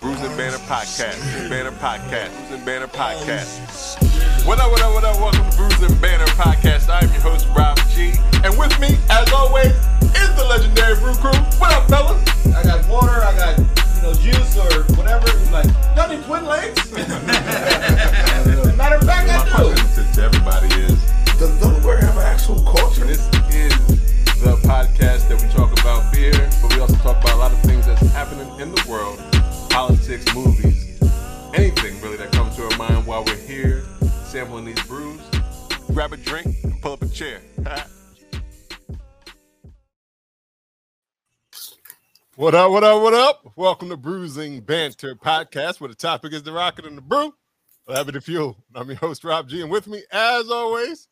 Bruise and Banner Podcast. Banner Podcast. Bruise and Banner Podcast. What up, what up, what up? Welcome to Bruise and Banner Podcast. I'm your host, Rob G. And with me, as always, is the legendary Brew Crew. What up, fellas? I got water, I got you know juice or whatever. He's like, y'all need twin legs? Matter of fact, My I do. question to everybody is Does Delaware have an actual culture? This is the podcast that we talk about beer, but we also talk about a lot of things that's happening in the world politics, movies, anything really that comes to our mind while we're here sampling these brews. Grab a drink and pull up a chair. what up, what up, what up? Welcome to Bruising Banter Podcast, where the topic is the rocket and the brew. Happy to fuel. I'm your host, Rob G, and with me, as always,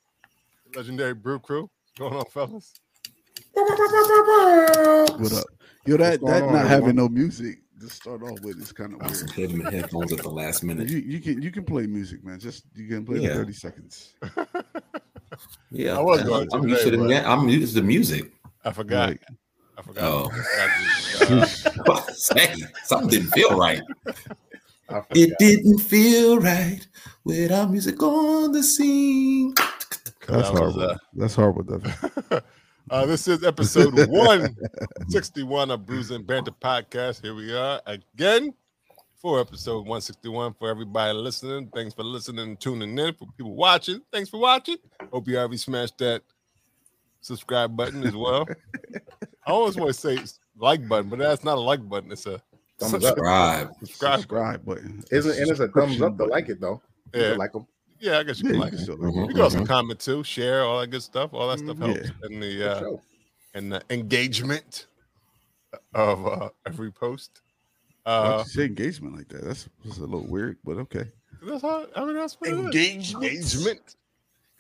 legendary brew crew. What's going on, fellas? What up? Yo, that that not having no music to start off with is kind of I was weird. hitting my headphones at the last minute. You, you can you can play music, man. Just you can play Yeah. for thirty seconds. Yeah, I was I'm- going to I'm used to today, the, but- yeah, I'm used to music. I forgot. Like, I forgot. Oh, I just, uh, Say, something didn't feel right. It didn't feel right without music on the scene. that's that was, horrible. that's horrible. Devin. uh, this is episode 161 of Bruise and Banter Podcast. Here we are again for episode 161 for everybody listening. Thanks for listening and tuning in. For people watching, thanks for watching. Hope you already smashed that subscribe button as well. I always want to say like button, but that's not a like button. It's a Subscribe. subscribe. Subscribe button. Isn't and it's a thumbs up to Subscription like it though. You Yeah, can like them. yeah, I guess you button. can like it. Yeah, you can still like Mhm, Mm-hmm. You can also mhm. comment too, share all that good stuff. All that stuff Mhm. helps Yeah. in the uh, and the engagement of uh, every post. Why'd Uh, you say engagement like that. That's, that's a little weird, but okay. that's how I mean that's what it is. Engagement. engagement.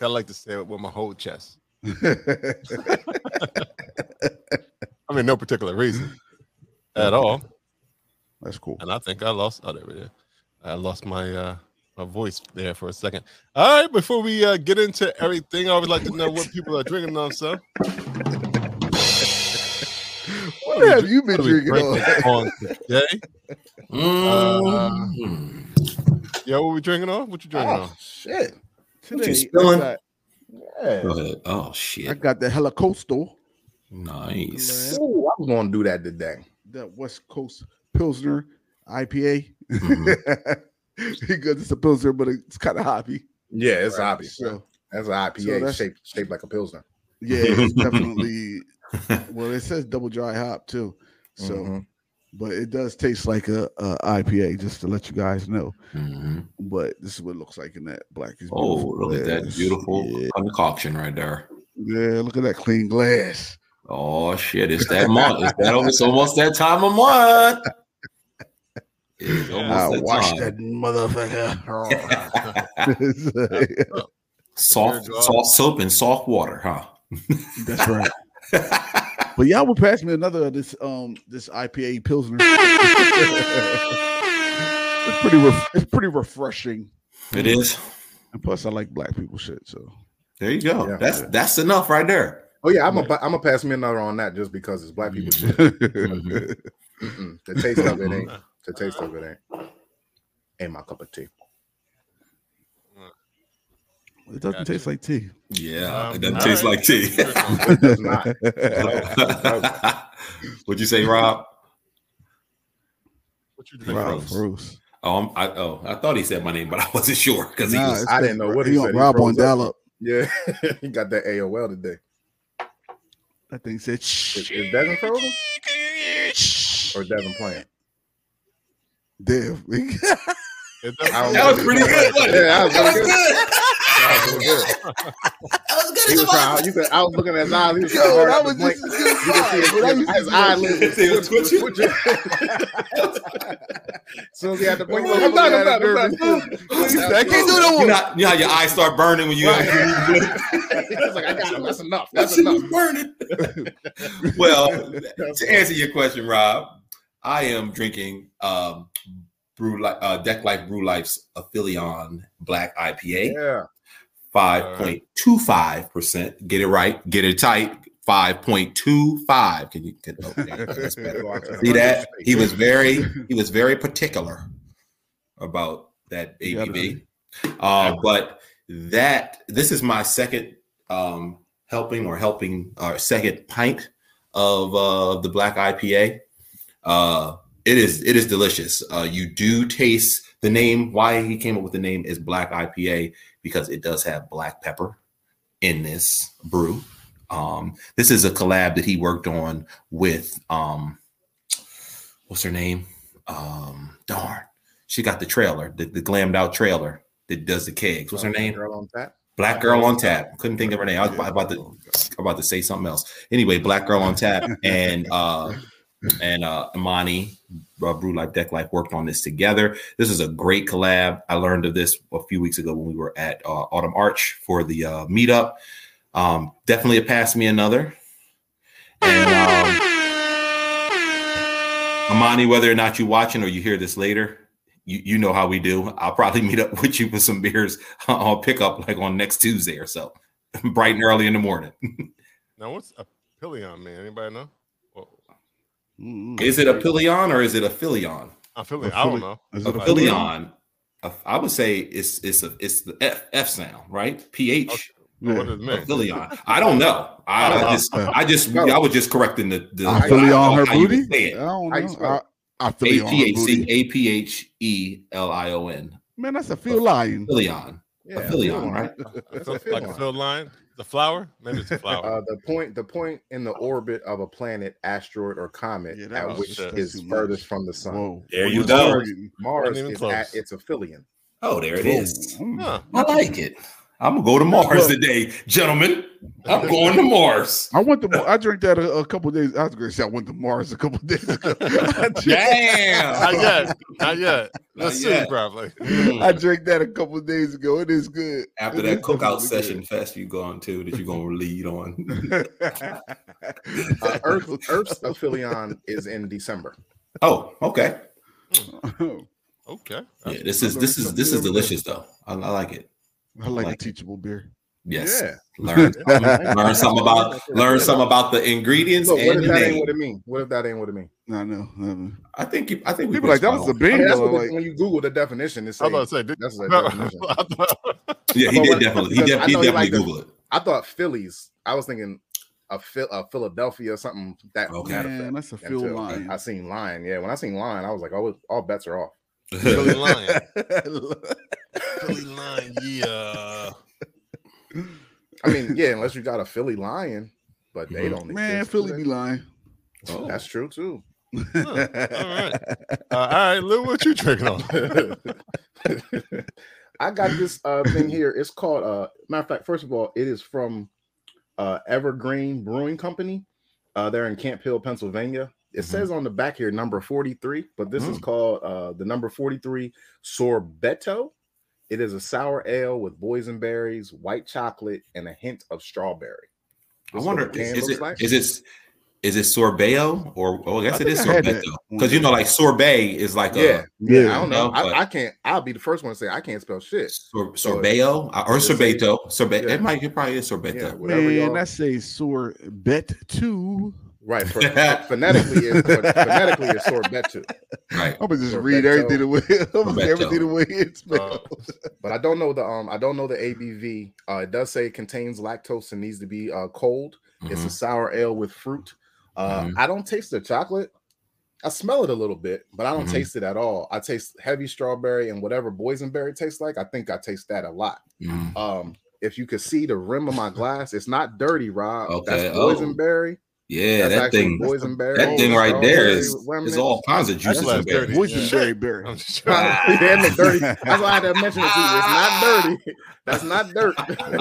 I like to say it with my whole chest. I mean, no particular reason at all. that's cool. And I think I lost. Oh, there we go. I lost my uh, my voice there for a second. All right, before we uh, get into everything, I always like to know what people are drinking on. So, What have you been What are we drinking on? drinking on today? Um, Uh, Mm. Yo, what we drinking on? What you drinking on? Oh shit. Today, I spilling? got, Yeah. Go ahead. Oh I shit! got the helicoastal, Nice. Ooh, I'm gonna do that today. that West Coast Pilsner IPA. Mhm. because it's a pilsner, but it's kind of hoppy. Yeah, it's Right. obvious. So That's an IPA So that's- shaped shaped like a pilsner. yeah, it's definitely. Well, it says double dry hop too, so Mm-hmm. Mhm. but it does taste like a, a IPA. Just to let you guys know, Mhm. but this is what it looks like in that black. It's Oh, beautiful look at that glass. beautiful Yeah, concoction right there. yeah, look at that clean glass. Oh shit! It's that month. It's, that, it's almost that time of month. It's I almost washed time. that motherfucker. It's like- soft, Dear God. soft soap and soft water, huh? That's right. But y'all will pass me another of this um this IPA pilsner. it's pretty ref- it's pretty refreshing. it Mm. is. And plus, I like black people shit. So There you go. Yeah. that's that's enough right there. Oh yeah, I'm gonna I'm gonna pass me another on that just because it's black people Mm-hmm. shit. Mhm. Mm-mm. The taste of it ain't the taste of it ain't ain't my cup of tea. it doesn't Gotcha. taste like tea. Yeah, Um, it doesn't all taste right. like tea. um, It does not. What'd you say, Rob? What you drinking? Rob Froze. Bruce. Um, I oh, I thought he said my name, but I wasn't sure because he Nah, was. it's I didn't know what he He said. on He Rob on froze up. dial up. Yeah, he got that AOL today. That thing said Is, shh. is Devin frozen? Or Devin playing? Damn. It doesn't- I don't That was pretty good. wasn't it? Yeah, that was That really was good. That was He good. was trying, you could, I was looking at his eyes. He was trying hard I not was to blink. just as good as You Rob. When could see I used his, his, to his do eye that lids shit, was it was twitching. twitching. As soon as he had to blink, Wait, I'm I'm done. done, I'm I'm done. done, I'm I'm done. I can't do that You one. know, you know how your eyes start burning when you. It's like I got him. That's enough. That That's shit enough. was burning. well, to answer your question, Rob, I am drinking um, Brew Life, uh, Deck Life Brew Life's Aphelion Black IPA, Yeah. five point two five percent. Get it right, get it tight. 5.25. Can you can, oh, damn, that's better. see that? He was very he was very particular about that ABV. Uh, but that this is my second um, helping or helping or second pint of uh, the black IPA. Uh, it is it is delicious. Uh, you do taste the name. Why he came up with the name is Black IPA because it does have black pepper in this brew. Um, this is a collab that he worked on with um, what's her name? Um, darn, she got the trailer, the, the glammed out trailer that does the kegs. What's her name? Girl on tap. Black Girl on Tap. Couldn't think of her name. I was about to about to say something else. Anyway, Black Girl on Tap and uh and uh Imani uh, Brew Life Deck Life worked on this together. This is a great collab. I learned of this a few weeks ago when we were at uh, Autumn Arch for the uh, meetup. Um, definitely a pass me another. And um, Imani, whether or not you're watching or you hear this later, you, you know how we do. I'll probably meet up with you for some beers on pickup like on next Tuesday or so, bright and early in the morning. Now, what's a pillion, man? Anybody know? Well, Mm, mm. Is it a pillion or is it a filion? a pillion, I don't Affili- know. Is A it a filion. a- I would say it's it's a, it's the F, F sound, right? PH. Yeah. What does it a mean? Filion. I don't know. I, I just I just I was just correcting the, the I feel you Uh-huh. on her how you would booty. say it. I don't How you spell know. it? I, I feel you on her A-P-H-C, booty. E A-P-H-E-L-I-O-N. Man, that's a feel lion. Filion. Yeah, Uh, a filion, right? It's a- like a fill line, the flower. Maybe it's a flower. Uh, the point, the point in the orbit of a planet, asteroid, or comet Yeah, that at was- which that's is too much. furthes from the sun. Whoa. There you Whoa. go. Mars Not even is close. at its aphelion. Oh, there it Whoa. is. Mm. Huh. I like it. I'm gonna go to Mars today, gentlemen. I'm going to Mars. I went to. I drank that a, a couple days. I was going to say I went to Mars a couple days ago. I drank, Damn. Not yet. Not yet. Not Let's see, yet. probably. Mm. I drank that a couple days ago. It is good. After It that is cookout definitely session fest you gone to that you're gonna lead on. good. Uh, Earth, Earth's aphelion is in December. Oh, okay. Okay. Yeah, this is this is this is delicious though. I, I like it. I like a Like- teachable beer. Yes. Yeah. Learn learn something about learn something about the ingredients Look, and what if the that ain't name. what it mean? What if that ain't what it mean? I know. I know. I think you, I think we People put like that spot was a on. I beer. mean, that's what like, it- when you Google the definition, it's I was about to say, did, that's the no, definition. I thought- Yeah, he I did thought- definitely. He, def- I he know he definitely liked it. Google it. I thought Phillies. I was thinking a, Phil, a Philadelphia or something that. Okay. that man, effect. that's a That feel too. lion. I seen line. Yeah, when I seen line, I was like, oh, all bets are off. Philly Lion. I Philly Lion. Yeah. I mean, yeah, unless you got a Philly lion, but they Mhm. don't. Man, exist, do Philly they? be lying. Oh. That's true too. Huh, All right. Uh, all right, Lou, what you drinking on? I got this uh, thing here. It's called. Uh, matter of fact, first of all, it is from uh, Evergreen Brewing Company. Uh, they're in Camp Hill, Pennsylvania. It Mhm. says on the back here number forty-three, but this Mm. is called uh, the number forty-three Sorbeto. It is a sour ale with boysenberries, white chocolate, and a hint of strawberry. I This is wonder what the can is looks it like. is it is it sorbato or oh I guess it think is I had that sorbet though one because you know time. like sorbet is like yeah. I Yeah. don't know. No, but- I, I can't. I'll be the first one to say I can't spell a shit. sor- sorbayo uh, or sorbeto sorbet Yeah. it might it probably is Yeah, sorbeto whatever Man, y'all- that says sorbet too. right. pho- pho- phonetically, is phonetically is sorbetu, right I'm gonna just read everything the way I'm gonna say everything the way it's Uh, but I don't know the um. I don't know the ABV. Uh, it does say it contains lactose and needs to be uh cold. Mm-hmm, It's a sour ale with fruit. Uh, Mhm. I don't taste the chocolate. I smell it a little bit, but I don't Mhm. taste it at all. I taste heavy strawberry and whatever boysenberry tastes like. I think I taste that a lot. Mhm. Um, if you could see the rim of my glass, it's not dirty, Rob. Okay, That's oh. boysenberry. yeah that actually oh, thing boysenberry. that thing right there is Strawberry is all kinds of juices last in there. dirty. Boysenberry berry. I'm just trying. remnants. That's dirty. That's why I had to mention it to you. It's not dirty. That's not dirt.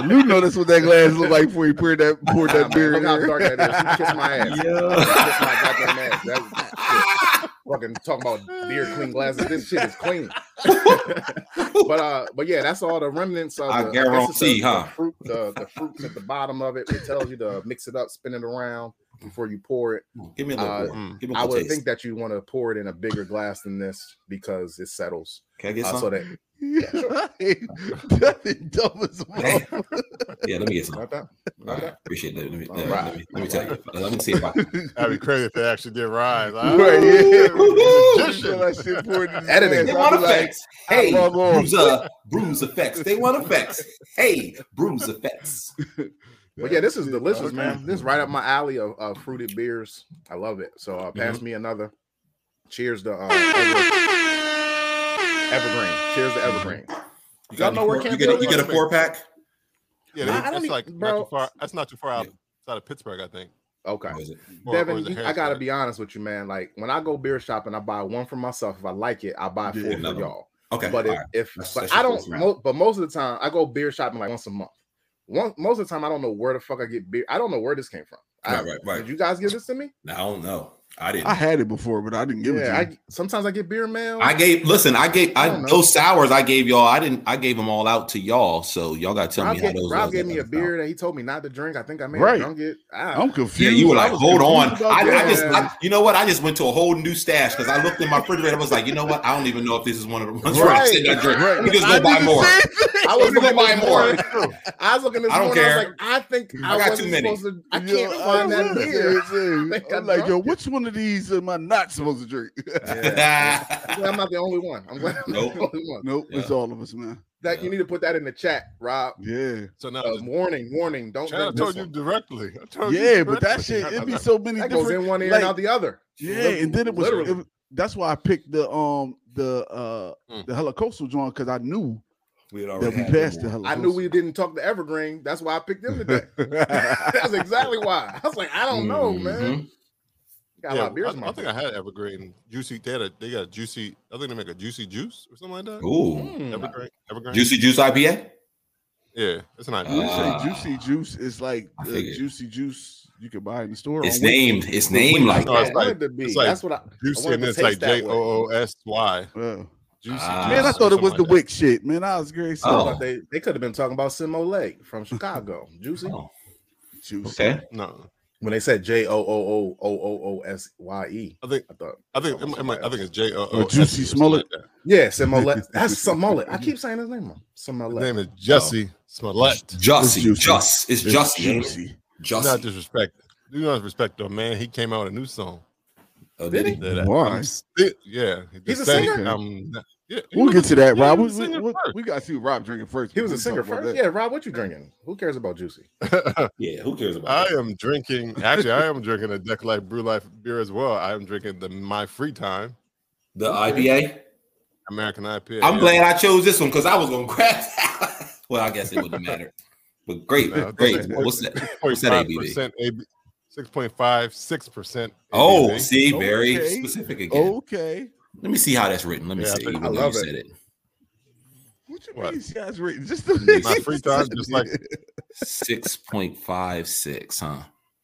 Lou noticed what that glass looked like before he poured that poured Nah, that man, beer. Look in how there. dark that is. She kissed my ass. Yeah. Kissed my goddamn ass. That was, shit. fucking talking about beer clean glasses. This shit is clean. but uh, but yeah, that's all the remnants of. I the, guess it's the- guarantee, the huh? fruit, the, the fruits at the bottom of it. It tells you to mix it up, spin it around. before you pour it. Give me a little. Uh, pour. Hmm. Give me a I little would taste. think that you want to pour it in a bigger glass than this because it settles. Can I get Uh, some? so that that is dumb as well. Damn. yeah, let me get some. Not that? All right, appreciate that. Let me, All let, right. let me, let me tell you. Let me see if I can. That'd be crazy if it actually did rise. Right, yeah. Oh, Feel magician. that shit poured in his Editing. They glass. want I'll be like, effects. Hey, love all. bruise, uh, bruise effects. They want effects. Hey, bruise effects. But yeah, this is delicious, Okay. man. This is right up my alley of, of fruited beers. I love it. So uh, pass me another. Cheers to uh, Ever- Evergreen. Cheers to Evergreen. You Y'all got know any where four- you Camp get, a, Hill you get a was? four pack. Yeah, Nah, I that's don't like even- not bro. too far. That's not too far out, outside of Pittsburgh, I think. Okay. Or is it? Or- or Devin, is it you- I Harrisburg? gotta be honest with you, man. Like when I go beer shopping, I buy one for myself. If I like it, I buy Yeah, four for another y'all. Okay, But all if, right. if That's- but that's I your don't, first round. mo- but most of the time I go beer shopping like once a month. One most of the time I don't know where the fuck I get beer. I don't know where this came from. I- right, right, right. Did you guys give this to me? Now, I don't know. I didn't. I I, had it before, but I didn't give Yeah, it to I, sometimes I get beer mail. gave. Listen, I gave. I I, don't know. those sours I gave y'all. I didn't. I gave them all out to y'all. So y'all got to tell Rob, me how gave, those. Rob was gave that me a other beer that he told me not to drink. I think I may have Right. drunk it. I, you. I'm Yeah, confused. you were I like, was hold on. confused about I, I that. just, that. I, you know what? I just went to a whole new stash because I looked in my refrigerator. I was like, you know what? I don't even know if this is one of the ones where I said I drink. Right. We just I go buy did the more. same thing. I was was gonna looking buy this more. morning. I was looking this I don't morning. I was care. like, I think I I, got wasn't too many. supposed to. I Yo, can't I find that was- beer. yeah, I think yeah. I I'm like, yo, drunk it. which one of these am I not supposed to drink? I'm glad I'm not the only one. I'm glad I'm not the Nope. only one. nope, it's Yeah. all of us, man. That Yeah. you need to put that in the chat, Rob. Yeah, So now, Uh, warning, warning. Don't Chad, I drink this told you one. directly. I told you yeah, but that directly. shit, it'd be so many Oh, That goes different. in one ear like- and out the other. Yeah, and then it was. Literally. it- that's why I picked the um the uh Mm. the helicoastal joint because I knew We had that already we had them passed the all. helicoastal. I knew we didn't talk to Evergreen. That's why I picked him today. That's exactly why. I was like, I don't know, man. Mhm. Got a lot of beers. I, in I my think I had Evergreen Juicy. They had a, they got a juicy. I think they make a juicy juice or something like that. Ooh, Mm. Evergreen, Hmm. Evergreen. juicy juice IPA. Yeah, it's an When idea. you say Ah. juicy juice, it's like I the figured. juicy juice you can buy in the store. It's on Wednesday. named. It's named like No, I it's that. like- wanted to be. it's like That's what I. Juicy wanted and to it's like taste that way. J O O S Y. Uh, Juicy. Ah. man, I Juice or thought it was the something like wick shit, man. I was very I Oh. so thought they they could have been talking about Simo Lake from Chicago, Juicy. Oh, juicy. okay. that. No, When they said J O O O O O O S Y E, I think I thought, I think it might- I think it's J O O. Or Juicy Smollett. yeah, Simo Lake. That's Simo Lake. I keep saying his name wrong. Simo His Lake. name is Jesse Smollett. Jussie, juicy. Just. It's It's Jussie. juicy. Do Not Jussie. disrespect. Do not respect though, man. He came out with a new song. Oh, did he? That, uh, Why? I'm sti- yeah, He's a the same- singer? I'm not- yeah, he We'll was get a- to that, yeah, he Rob. We, was a we, singer we, first. we got to see what Rob drinking first. He was before a we singer talk about first. that. Yeah, Rob, what you drinking? Who cares about Juicy? Yeah. Who cares about I that? am drinking. Actually, I am drinking a Deck Life Brew Life beer as well. I am drinking the my free time the IPA? American IPA. I'm Yeah. glad I chose this one because I was gonna grab. well, I guess it wouldn't matter. But great, No, great. it's- What's that? What's that 6.5% ABV? AB 6.56%. Oh, ABV. see, very Okay. Oh. specific again. Okay. Let me see how that's written. Let me Yeah, I see. think- even I though you love it. said it. What you What? mean, these guys written? Just My free time, just like- Six point five six, huh?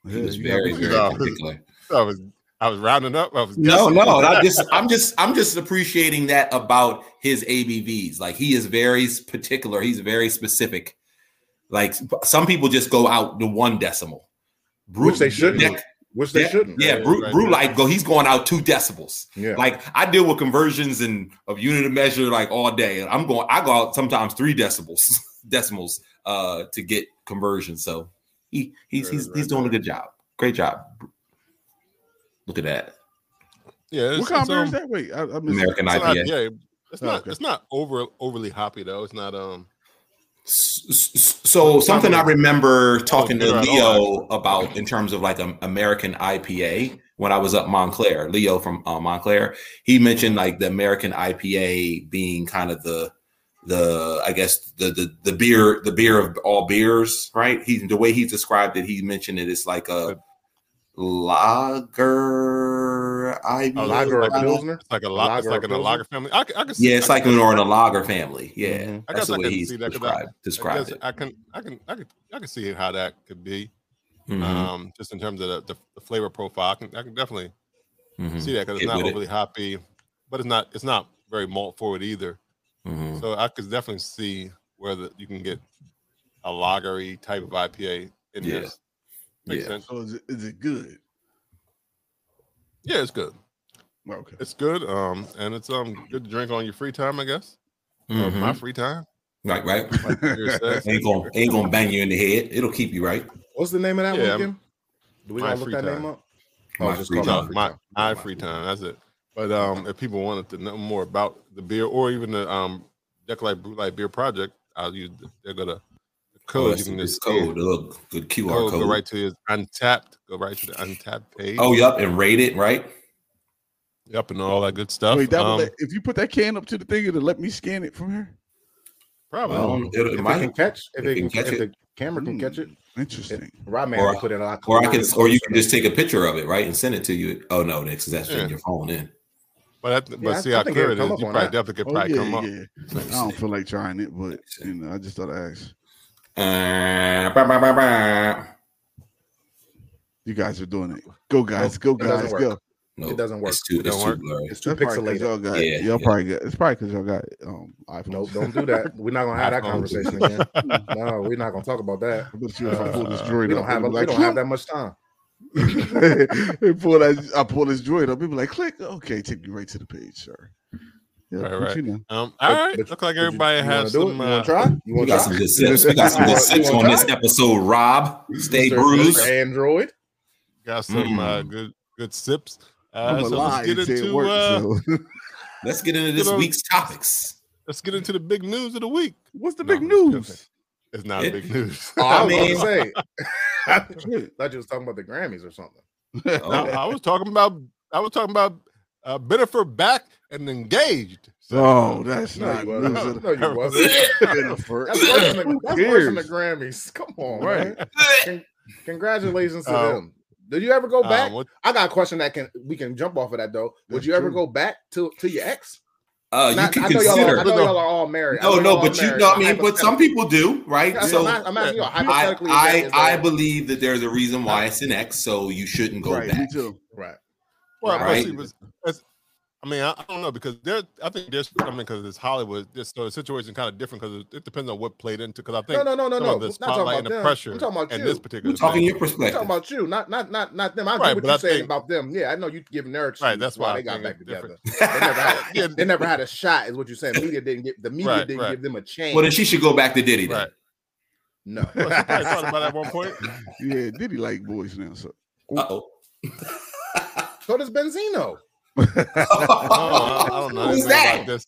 He Yeah, was you very, got- very No. particular. I was I was rounding up. I was No, guessing. no, not just I'm just I'm just appreciating that about his ABVs. Like he is very s- particular, he's very specific. Like s- some people just go out to one decimal. Brew- Which they shouldn't. Deck- Which they deck- shouldn't. Yeah, Right, brew, right, brew right. life go. He's going out two decibels. yeah. Like I deal with conversions and of unit of measure like all day. I'm going. I go out sometimes three decibels, decimals, uh, to get conversions. So he he's Right, he's, right, he's doing a good job. Great job. Look at that Yeah, it's, What it's, kind of beer um, is that? Wait, I, I missed American it's an IPA. IPA. It's Oh, not okay. it's not over overly hoppy though. It's not um S- s- s- So something I remember talking Oh, you're to right, Leo about in terms of like an American IPA when I was up Montclair. Leo from uh, Montclair, he mentioned like the American IPA being kind of the the I guess the the the beer the beer of all beers, right? He the way he described it, he mentioned it. It's like a lager IPA. Lager or like- Pilsner. it's like a lot it's Lager like in a Pilsner? lager family. I, c- I can see Yeah, it's I like can- an or in a lager family. Yeah, Mhm. Mm-hmm. I that's guess the I way can he see that 'cause I- described I, described guess uh, it. I can I can I can I can see how that could be. Mhm, Um just in terms of the, the, the flavor profile. I can I can definitely mhm, see that because it's Get not with it. overly hoppy, but it's not it's not very malt forward either. mhm. So I could definitely see where the, you can get a lagery type of IPA in Yeah. this. Makes Yeah. sense. So is it, is it good? Yeah, it's good. Okay. It's good. Um, and it's um good to drink on your free time, I guess. Or Mhm. Um, my free time. Right, right. like Pierce says. ain't gonna ain't gonna bang you in the head. It'll keep you right. What's the name of that Yeah, one again? Do we My gotta look Free that Time. name up? Oh, My just free call it No, time. my my free time. That's it. But um, if people wanted to know more about the beer or even the um Deck Light Blue Light Beer Project, I'll use they're gonna the Oh, code. that's you can this just code, the little good QR code, code. Go right to his untapped. Go right to the untapped page. Oh, yep, and rate it, right? yep, and all that good stuff. Wait, that would Um, let- if you put that can up to the thing, it'll let me scan it from here. probably. Um, it, it If it can might, catch, if, They it can can, catch if it. the camera can catch it, Hmm, Interesting. Rod may Or have I- to put it on. or I can, or you can just take a picture of it, right, and send it to you. Oh no, because that's Yeah. in your phone. Then but that, Yeah, I- but see I how think clear it'll it is. come You up on probably that. definitely could Oh, probably yeah, come up. yeah. Let me I don't see. feel like trying it, but you know, I just thought I'd ask. Uh, bah, bah, bah, bah. You guys are doing it. Go guys, go it doesn't guys, go. work. No, It doesn't work. It's too, It it's don't too work. blurry. It's too That's probably 'cause pixelated. y'all got Yeah, y'all yeah. probably got it's probably because y'all got um iPhone. Nope, don't do that. We're not gonna have that iPhone. conversation again. No, we're not gonna talk about that. I bet you if I pull this Uh, droid We up, don't have a, it'll be we like, don't have that much time. and pull that, I pull this droid up. People like click. Okay, take me right to the page, sir. Yeah, Right, but right. You know, Um, all But- right, but- looks like but you- everybody you wanna has do it? some. You wanna Uh, try? You We wanna got try? some good sips. We got some good sips on this episode, Rob. Stay Mr. bruised. Android. got some uh, Mm. good good sips. I'm Uh, a so lie. let's get and say it into works, uh, so. Let's get into this Good old- week's topics. let's get into the big news of the week. What's the No, big I'm just news? It's not It- big news. Oh, I I was about mean- to say. Shit. thought you was talking about the Grammys or something. Oh, No, I was talking about I was talking about uh Bennifer back and engaged. Oh, that's No, not you news. wasn't. No, you wasn't. That's worse Who than the, that's worse than the cares? Grammys. Come on, Right. man. Congratulations to Oh. them. Did you ever go Um, back? what- I got a question that can we can jump off of that though. Would That's you ever true. go back to to your ex? Uh, Not- you I can know y'all, are, I consider. know y'all are all married. I No, y'all no, all but you married, know, so I mean, but some hypothetically- people do, right? That's what So I'm, I'm asking you I, hypothetically. is that- I, is I that- believe that there's a reason why it's an X, so you shouldn't go Right, me back. too. right. well, but Right. see, was- that's- I mean, I, I don't know because there. I think there's. I mean, because it's Hollywood. This so the situation kind of different because it, it depends on what played into. Because I think No, no, no, no, some no. of the We're not talking spotlight about and the them. pressure We're talking about and you. this particular We're talking thing. your I'm talking perspective. about you, not not not not them. I Right, get but what I you're saying think- about them. Yeah, I know you giving their excuse Right, that's why I they got think back it's together. different. They never, had, Yeah, they never had a shot, is what you're saying. Media didn't get the media Right, didn't right. give them a chance. Well, then she should go back to Diddy. Then. Right. no, well, she probably thought about it at one point. Yeah, Diddy like boys now, so Uh so does Benzino. Oh, I, I oh. don't know. anything Who's that? About this.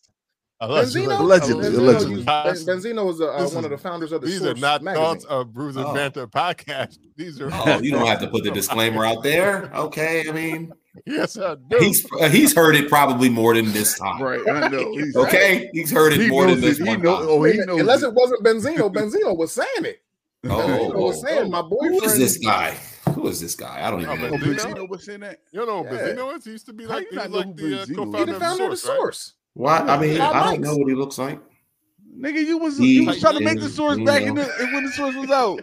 Benzino, Allegedly, Benzino allegedly. used- Ben- Benzino was uh, This one of the is- founders of the These are Source not magazine. thoughts of Bruiser Oh. Banter podcast. These are. Oh, you don't have to put the disclaimer out there. Okay, I mean, Yes, I do. he's uh, he's heard it probably more than this time. right, I know. He's- Okay, he's heard it he more than knows it. this He one. know, time. oh, Wait a he minute, knows. Unless it. it wasn't Benzino, Benzino was saying it. Benzino was Oh, saying my boyfriend. who is this guy? Who is this guy? I don't even Oh, know. Oh, but Big Benzino? Zeno was saying that. You know, Yeah. who Benzino is. He used to be How like, you he not was know like who the uh, Benzino is? He co-founder the of founder of the Source, right? Source. Why? I mean, Bob I don't Mike's. know what he looks like. Nigga, you was He you was trying to make the is source back in the Zeno. when the source was out.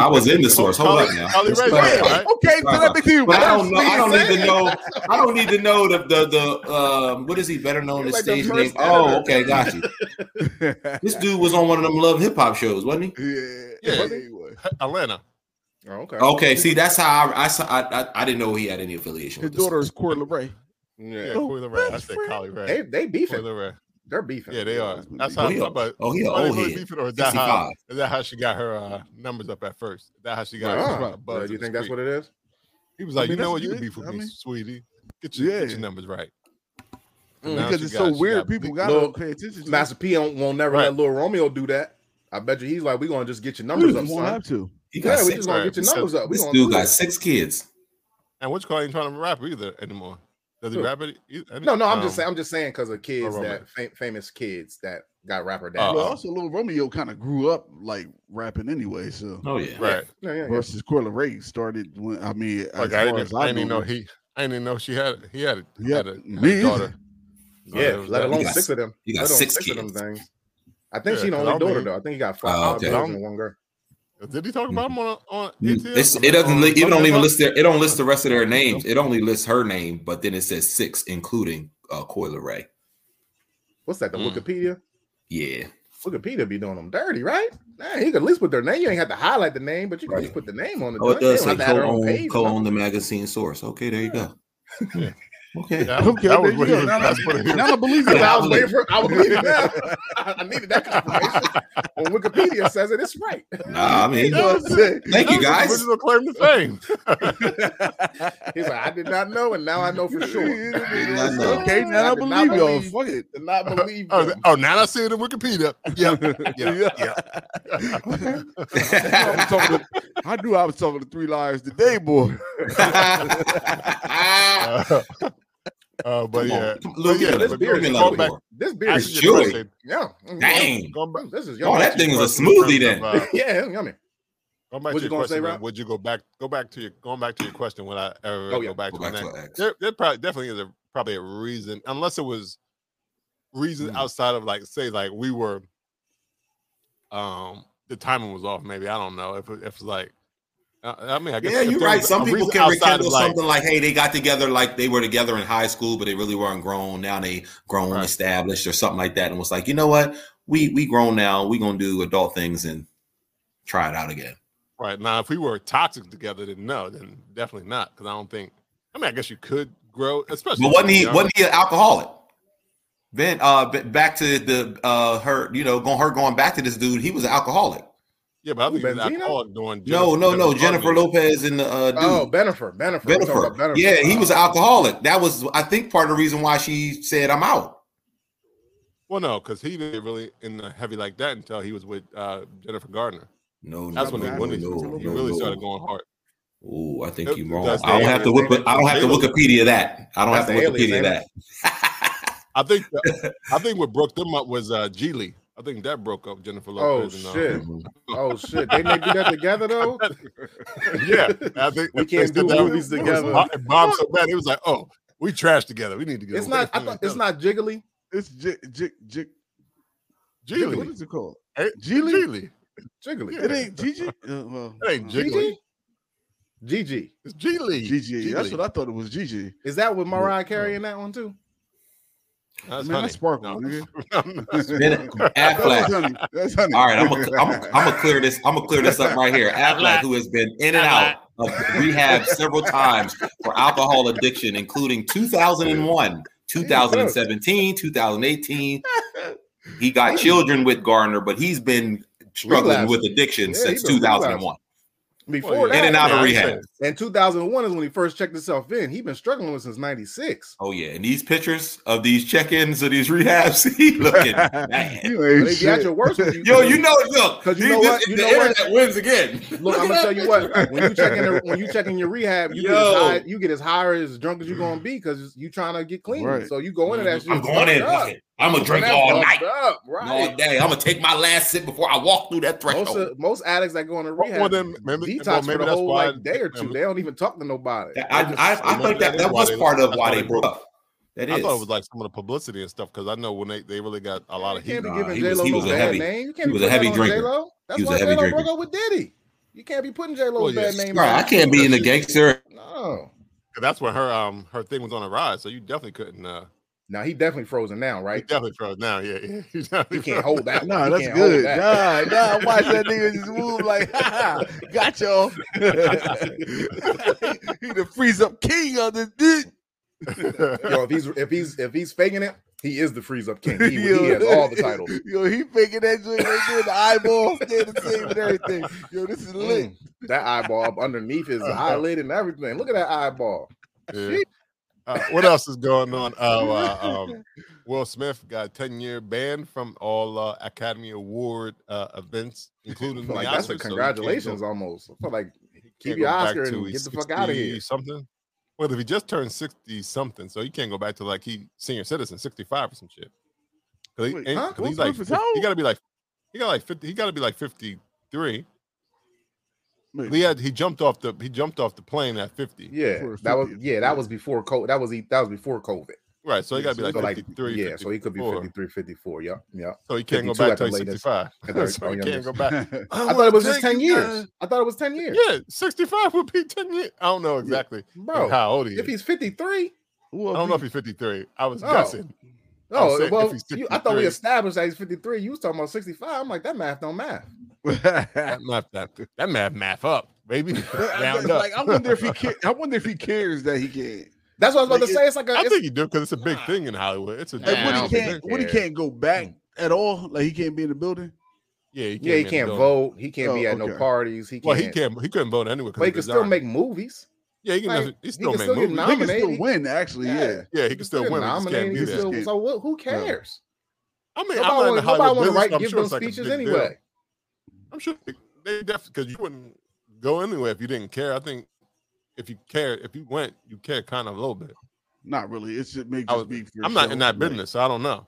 I was in the source. Hold up now. Holly Let's Ray, clarify. yeah, right? Okay, so that makes you But I don't worse. know. I don't need to know. I don't need to know the the the um, what is he better known as Like the stage first name? editor. Oh, okay, got you. This dude was on one of them love hip hop shows, wasn't he? yeah, Yeah. yeah. he was. Atlanta. Oh, okay. Okay, see, that's how I I saw, I, I, I didn't know he had any affiliation His with this. daughter is Corey LeBray. Yeah, Yeah. Oh, Coyle Ray. I best said friend. Holly They Ray. they beefing. Coyle Ray. They're beefing. Yeah, they are. That's Oh, how. he how a, about, oh, he a are they old really head. beefing or is that how? 65. Is that how she got her uh, numbers up at first? Is that how she got? Ah, her uh, buzz well, in you the think that's street? what it is? He was like, I mean, you know that's what? You good. can beef with I me, mean- sweetie. Get your, get Yeah. your numbers right. Mm. Now Because she it's got- so she weird, got people big- gotta Look, pay attention. To Master P won't, won't never Right. let Lil Romeo do that. I bet you he's like, we're gonna just get your it. You numbers up, won't son. have to. He got Yeah, we six. just gonna right. get your numbers up. We This gonna dude do got this. six kids. And which car ain't trying to rap either anymore? Does he Who? rap it? e- any- No, no, I'm just um, saying. I'm just saying because of kids Romeo. that fam- famous kids that got rapper Uh, Uh-huh. Well, down. also, Little Romeo kind of grew up like rapping anyway. So Oh yeah. Right. yeah, yeah, yeah. versus Corey LeBray started when I mean, Like as I far didn't, as I I, didn't even know know, he. I didn't even know she had. He had. He Yeah, had a, had me a either. daughter. Yeah, Yeah, it was let that- alone You got six of them. You Let got alone six six of them kids. things. I think Yeah, she's the cause only I'll daughter be- though. I think he got Oh, five okay. okay. boys and one girl. Did he talk about him on on Mm. ATL? Mm-hmm. It's, I it mean, doesn't. on Li- it Monday don't even Night? list their. It don't list the rest of their names. It only lists her name, but then it says six, including uh, Coyle Ray. What's that? The Mm. Wikipedia. Yeah. Wikipedia be doing them dirty, right? Nah, he could at least put their name. You ain't have to highlight the name, but you can Right. just put the name on the. Oh, it joint. They does don't say have to add their own co-owned, page. co-owned the magazine source. Okay, there you go. Okay. That, Okay, that was there what you he go. was. Now- That's what he Now I believe it. I was waiting for. I was waiting now. I I needed that confirmation. when Wikipedia says it, it's right. Nah, I mean, You know what I'm saying? thank you That was guys. his Original claim to fame. He's like, I did not know, and now I know for sure. I know. okay, now I I did not believe y'all. believe- Fuck it. Did not believe. Oh, them. th- oh, now I see it in Wikipedia. Yeah, yeah, yeah. I, was talking to, I knew I was talking to three liars today, boy. Uh, uh, but Come on. yeah, Come- Lil' But yeah, Kim, let's Lil' be Kim real. Lil' Go back- Kim. This beer That's is your yummy. shit. Yeah. Mm, Dang. going back, This is yummy. Oh, that thing was a Question in terms smoothie then. of, uh, yeah, yummy. Going back What to you your gonna say, question, man, Rob? would you go back? Go back to your going back to your question. When I ever Oh, yeah. go back Go to back that, to an ex. there, there probably definitely is a probably a reason, unless it was reason Mm. outside of like say like we were, um, the timing was off. Maybe I don't know if it, if it's like, uh, I mean, I guess Yeah, if you're there right. was Some a people reason can outside of, rekindle like, something like, hey, they got together like they were together in high school, but they really weren't grown. Now they grown, Right. established, or something like that, and was like, you know what? We we grown now. We gonna do adult things and try it out again. Right now, if we were toxic together, then no, then definitely not. Because I don't think. I mean, I guess you could grow, especially. But wasn't he young. wasn't he an alcoholic? Then uh, b- back to the uh, her, you know, going her going back to this dude. He was an alcoholic. Yeah, but I think he was Benzino? alcoholic doing. No, no, no. Jennifer Lopez. Lopez and the uh, dude. Oh, Benifer. Benifer. We're talking Bennifer. about Oh, Ah. Bennifer. Yeah, he was an Wow. alcoholic. That was, I think, part of the reason why she said, "I'm out." Well, no, because he didn't really in the heavy like that until he was with uh, Jennifer Gardner. No, That's no, when he no, really, no, he no, really no. started going hard. Oh, I think Nope, you're wrong. that's I don't the have to aliens. Wiki- I don't have to That's Wikipedia that. I don't have to the aliens, Wikipedia ain't that. it? I think the, I think what broke them up was uh, Geely. I think that broke up Jennifer Oh Lopez. and, uh, shit! Oh shit! They may do that together though. yeah, I think they We can't said do that movies was- it was together. hot- and Bob so bad, it was like, oh, we trashed together. We need to get. It's away not. I from thought each it's other." not jiggly. It's Jick, Jick, Jick. Jiggly. What Geely. is it called? Eh, Geely? Geely. Jiggly. It ain't Gigi. Uh, well, It ain't uh, Jig- Gigi. Gigi. It's Geely. Gigi. That's Geely. what I thought it was. Gigi. Is that with Mariah Carey in that one too? That's Man, that's sparkle. No. nigga. That was Affleck. honey. That's honey. All right, I'm gonna I'm I'm clear this. I'm gonna clear this up right here. Affleck, who has been in and out of rehab several times for alcohol addiction, including 2001, 2017, 2018. He got children with Gardner, but he's been struggling with addiction Yeah, he since been 2001. Before Well, that, In and out of Oh, Yeah, I rehab. said- And 2001 is when he first checked himself in. He's been struggling with since 96. Oh yeah, and these pictures of these check-ins of these rehabs, he looking bad. You But ain't they be at shit. your worst when you, Yo, you know, look, 'Cause you these- know this- what? You the know what? internet wins again. Look, I'm gonna tell you what. When you check in, when you check in your rehab, you get Yo. as high, you get as high or as drunk as you're gonna be because you trying to get clean. Right. So you go into that shit. I'm going in. fucked up. Look, I'm gonna drink That's all fucked night, up, all right? day. I'm gonna take my last sip before I walk through that Most threshold. of, most addicts that go on a Well, rehab then maybe- detox well, for maybe the that's whole why- like day or two. They don't even talk to nobody. That- I, I, I think that that was part of why they broke up. That is. I thought it was like some of the publicity and stuff because I know when they, they really got a lot You of heat. can't be Nah, giving he J was- Lo he no was a bad heavy- name. You can't he be was a putting that heavy on drinker. J-Lo. That's was a why heavy J Lo broke drinker. up with Diddy. You can't be putting J Lo's Well, yeah, bad name. Bro, I out. can't be in the gangster. No. That's when her um her thing was on a rise, so you definitely couldn't. Uh, Now he definitely frozen now, you right? definitely froze now. Yeah, yeah. you definitely You can't froze. hold that. Nah, one. You that's can't hold good. that. Nah, nah. Watch that nigga just move like, ha, ha, got y'all. he the freeze up king of the dick. Yo, if he's if he's if he's faking it, he is the freeze up king. He, he has all the titles. Yo, he faking that joint right there, the eyeball, staying the same and everything. Yo, this is lit. Mm, that eyeball up underneath his eyelid and everything. Look at that eyeball. Yeah. Uh, what else is going on? Oh, uh, um, Will Smith got a ten-year ban from all uh, Academy Award uh, events, including Like the Oscars, so that's a he can't go- congratulations almost. I feel like can't keep your go back Oscar to and he's get the fuck out of 60 here. Something. Well, if he just turned sixty something, so he can't go back to like he senior citizen, sixty-five or some shit. 'Cause he Wait, ain't- huh? 'cause Will he's like, Smith is fif- how he old? gotta be like, he got like fifty. He gotta be like fifty-three. Wait, He had he jumped off the he jumped off the plane at fifty. Yeah, For a that was 50th. yeah, that was before COVID. That was he- that was before COVID. Right, so he Yeah, gotta be so like So like fifty-three. yeah, so he could be 54. 53, 54. Yeah, yeah. So he can't go 52 back at the till he's latest. sixty-five. At the- so our he can't youngest. go back. I thought it was just 10 years. I thought it was 10 years. Yeah, 65 would be 10 years. I don't know exactly Bro, how old he if is. he's 53, I Who don't know if he- he's 53. I was Oh. guessing. I was oh, saying if well, he's you, I thought we 53. established that he's 53. You was talking about 65. I'm like, that math don't math. That math, that, that math, math up, baby. But I- Round but, up. like, I wonder if he ca- I wonder if he cares that he can't. That's what I was about to Like, say. It's like a. I it's- think you do because it's a big thing in Hollywood. It's a And yeah, Woody don't think can't they Woody care. can't go back Mm. at all. Like he can't be in the building. yeah, he can't, yeah, he be in can't the building. vote. He can't Oh, be at no okay. parties. He can't. Well, he can't. He couldn't vote anyway. 'cause But he of can his still eye. make movies. Yeah, he can. like, he he still can make still movies. get He can still Nominated. win. Actually, Yeah. yeah. yeah, he can still Still win. We just nominated. can't He do that. still- still, so what, who cares? I mean, I'm not in Nobody, the nobody Hollywood want to business, write so I'm give sure them it's like a speeches big deal. anyway. I'm sure they- they definitely because you wouldn't go anywhere if you didn't care. I think if you care, if you went, you care kind of a little bit. Not really. It should make. I was, be for I'm not show. in that Like, business, so I don't know.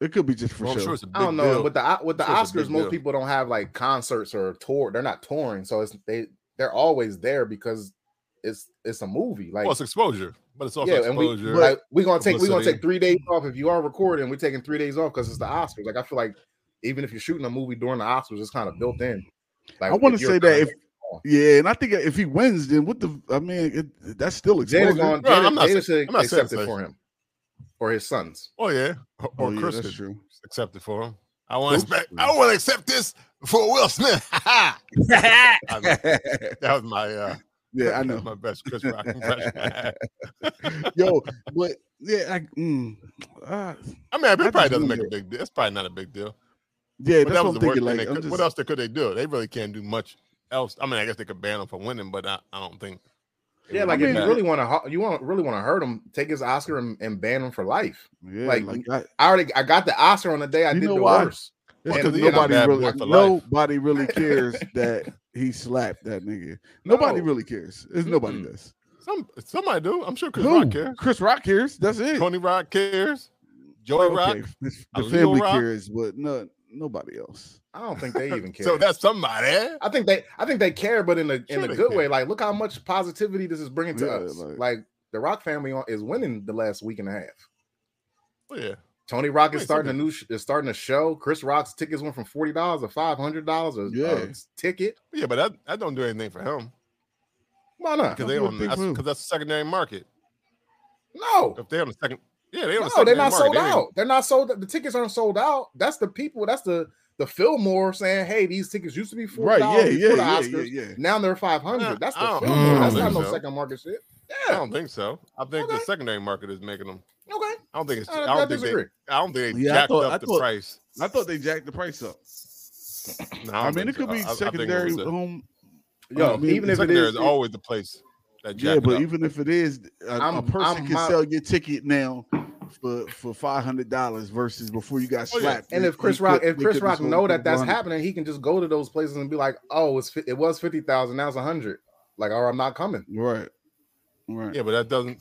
It could be just for Well, I'm show. sure it's a big I don't know. deal. With the with the Sure, it's a big Oscars, most deal. people don't have like concerts or tour. They're not touring, so it's they they're always there because it's it's a movie. Like well, it's exposure, but it's also yeah, and we exposure. like, we gonna take we gonna publicity. take three days off if you are recording. We're taking three days off because it's the Oscars. Like I feel like even if you're shooting a movie during the Oscars, it's kind of built in. Like I want to if you're say that if on. yeah, and I think if he wins, then what the I mean, it, that's still Jada exposure. going, Bro, I'm Jada, not Jada saying- should I'm not saying accept it so. for him or his sons. oh yeah, or, Oh, or yeah, Kristen that's true. accepted for him. I want to expect. I want to accept this for Will Smith. I mean, that was my uh, Yeah, I that was know. my best Chris Rock impression. I had. Yo, but yeah, I, mm, uh, I mean, it just probably doesn't wonder. make a big deal. It's probably not a big deal. But yeah, that's that what was I'm the worst thinking. thing. Like, they I'm could, just, What else they could they do? They really can't do much else. I mean, I guess they could ban him from winning, but I, I don't think. it Yeah, would like be if you bad. really want to, you want really want to hurt him, take his Oscar and, and ban him for life. Yeah, like, like, I, I already I got the Oscar on the day I You did know the why? worst. it's and- because and I'm nobody bad really, boy for life. nobody really cares that he slapped that nigga. Nobody No. really cares. It's nobody Mm-mm. does. Some somebody do. I'm sure Chris Who? Rock cares. Chris Rock cares. That's it. Tony Rock cares. Joy Rock. Okay, The, A the Leo family Rock? cares, but no, nobody else. I don't think they even care. So that's somebody. I think they I think they care, but in a Sure in they a good care. way. Like, look how much positivity this is bringing to Yeah, us. like- Like, the Rock family on- is winning the last week and a half. Oh, yeah. Tony Rock is Right, starting a so new sh- is starting a show. Chris Rock's tickets went from forty dollars to five hundred dollars a Yeah. a ticket. Yeah, but that, that don't do anything for him Why not? because Don't they do a on big that's move. because that's secondary market. No, If they're on the second, yeah, they on the no, secondary they're not market. sold They ain't- out. They're not sold. The tickets aren't sold out. That's the people. That's the the Fillmore saying, "Hey, these tickets used to be forty Right? Yeah, dollars yeah, before the yeah, Oscars. yeah, yeah. Now they're five Nah, hundred. That's the I don't- Fillmore. I don't That's not think no so. second market shit. I Yeah. don't think so. I think the Okay. secondary market is making them. Okay, I don't think it's. I, I I don't think disagree. they. I don't think they Yeah, I jacked thought- I up the thought- price. I thought they jacked the price up. No, don't I, mean, think it could so. be I- I think it secondary was a- home. Yo, I mean, even if it secondary is, always the place that jack Yeah, it but up. even if it is, a, a I'm- person I'm can my- sell your ticket now for for five hundred dollars versus before you got Oh, yeah. slapped. and they- if Chris they Rock, could- if they Chris could be Rock sold know for that that's 400. happening, he can just go to those places and be like, "Oh, it's fi- it was fifty thousand. Now it's a hundred. Like, or I'm not coming." right? Right. yeah, but that doesn't.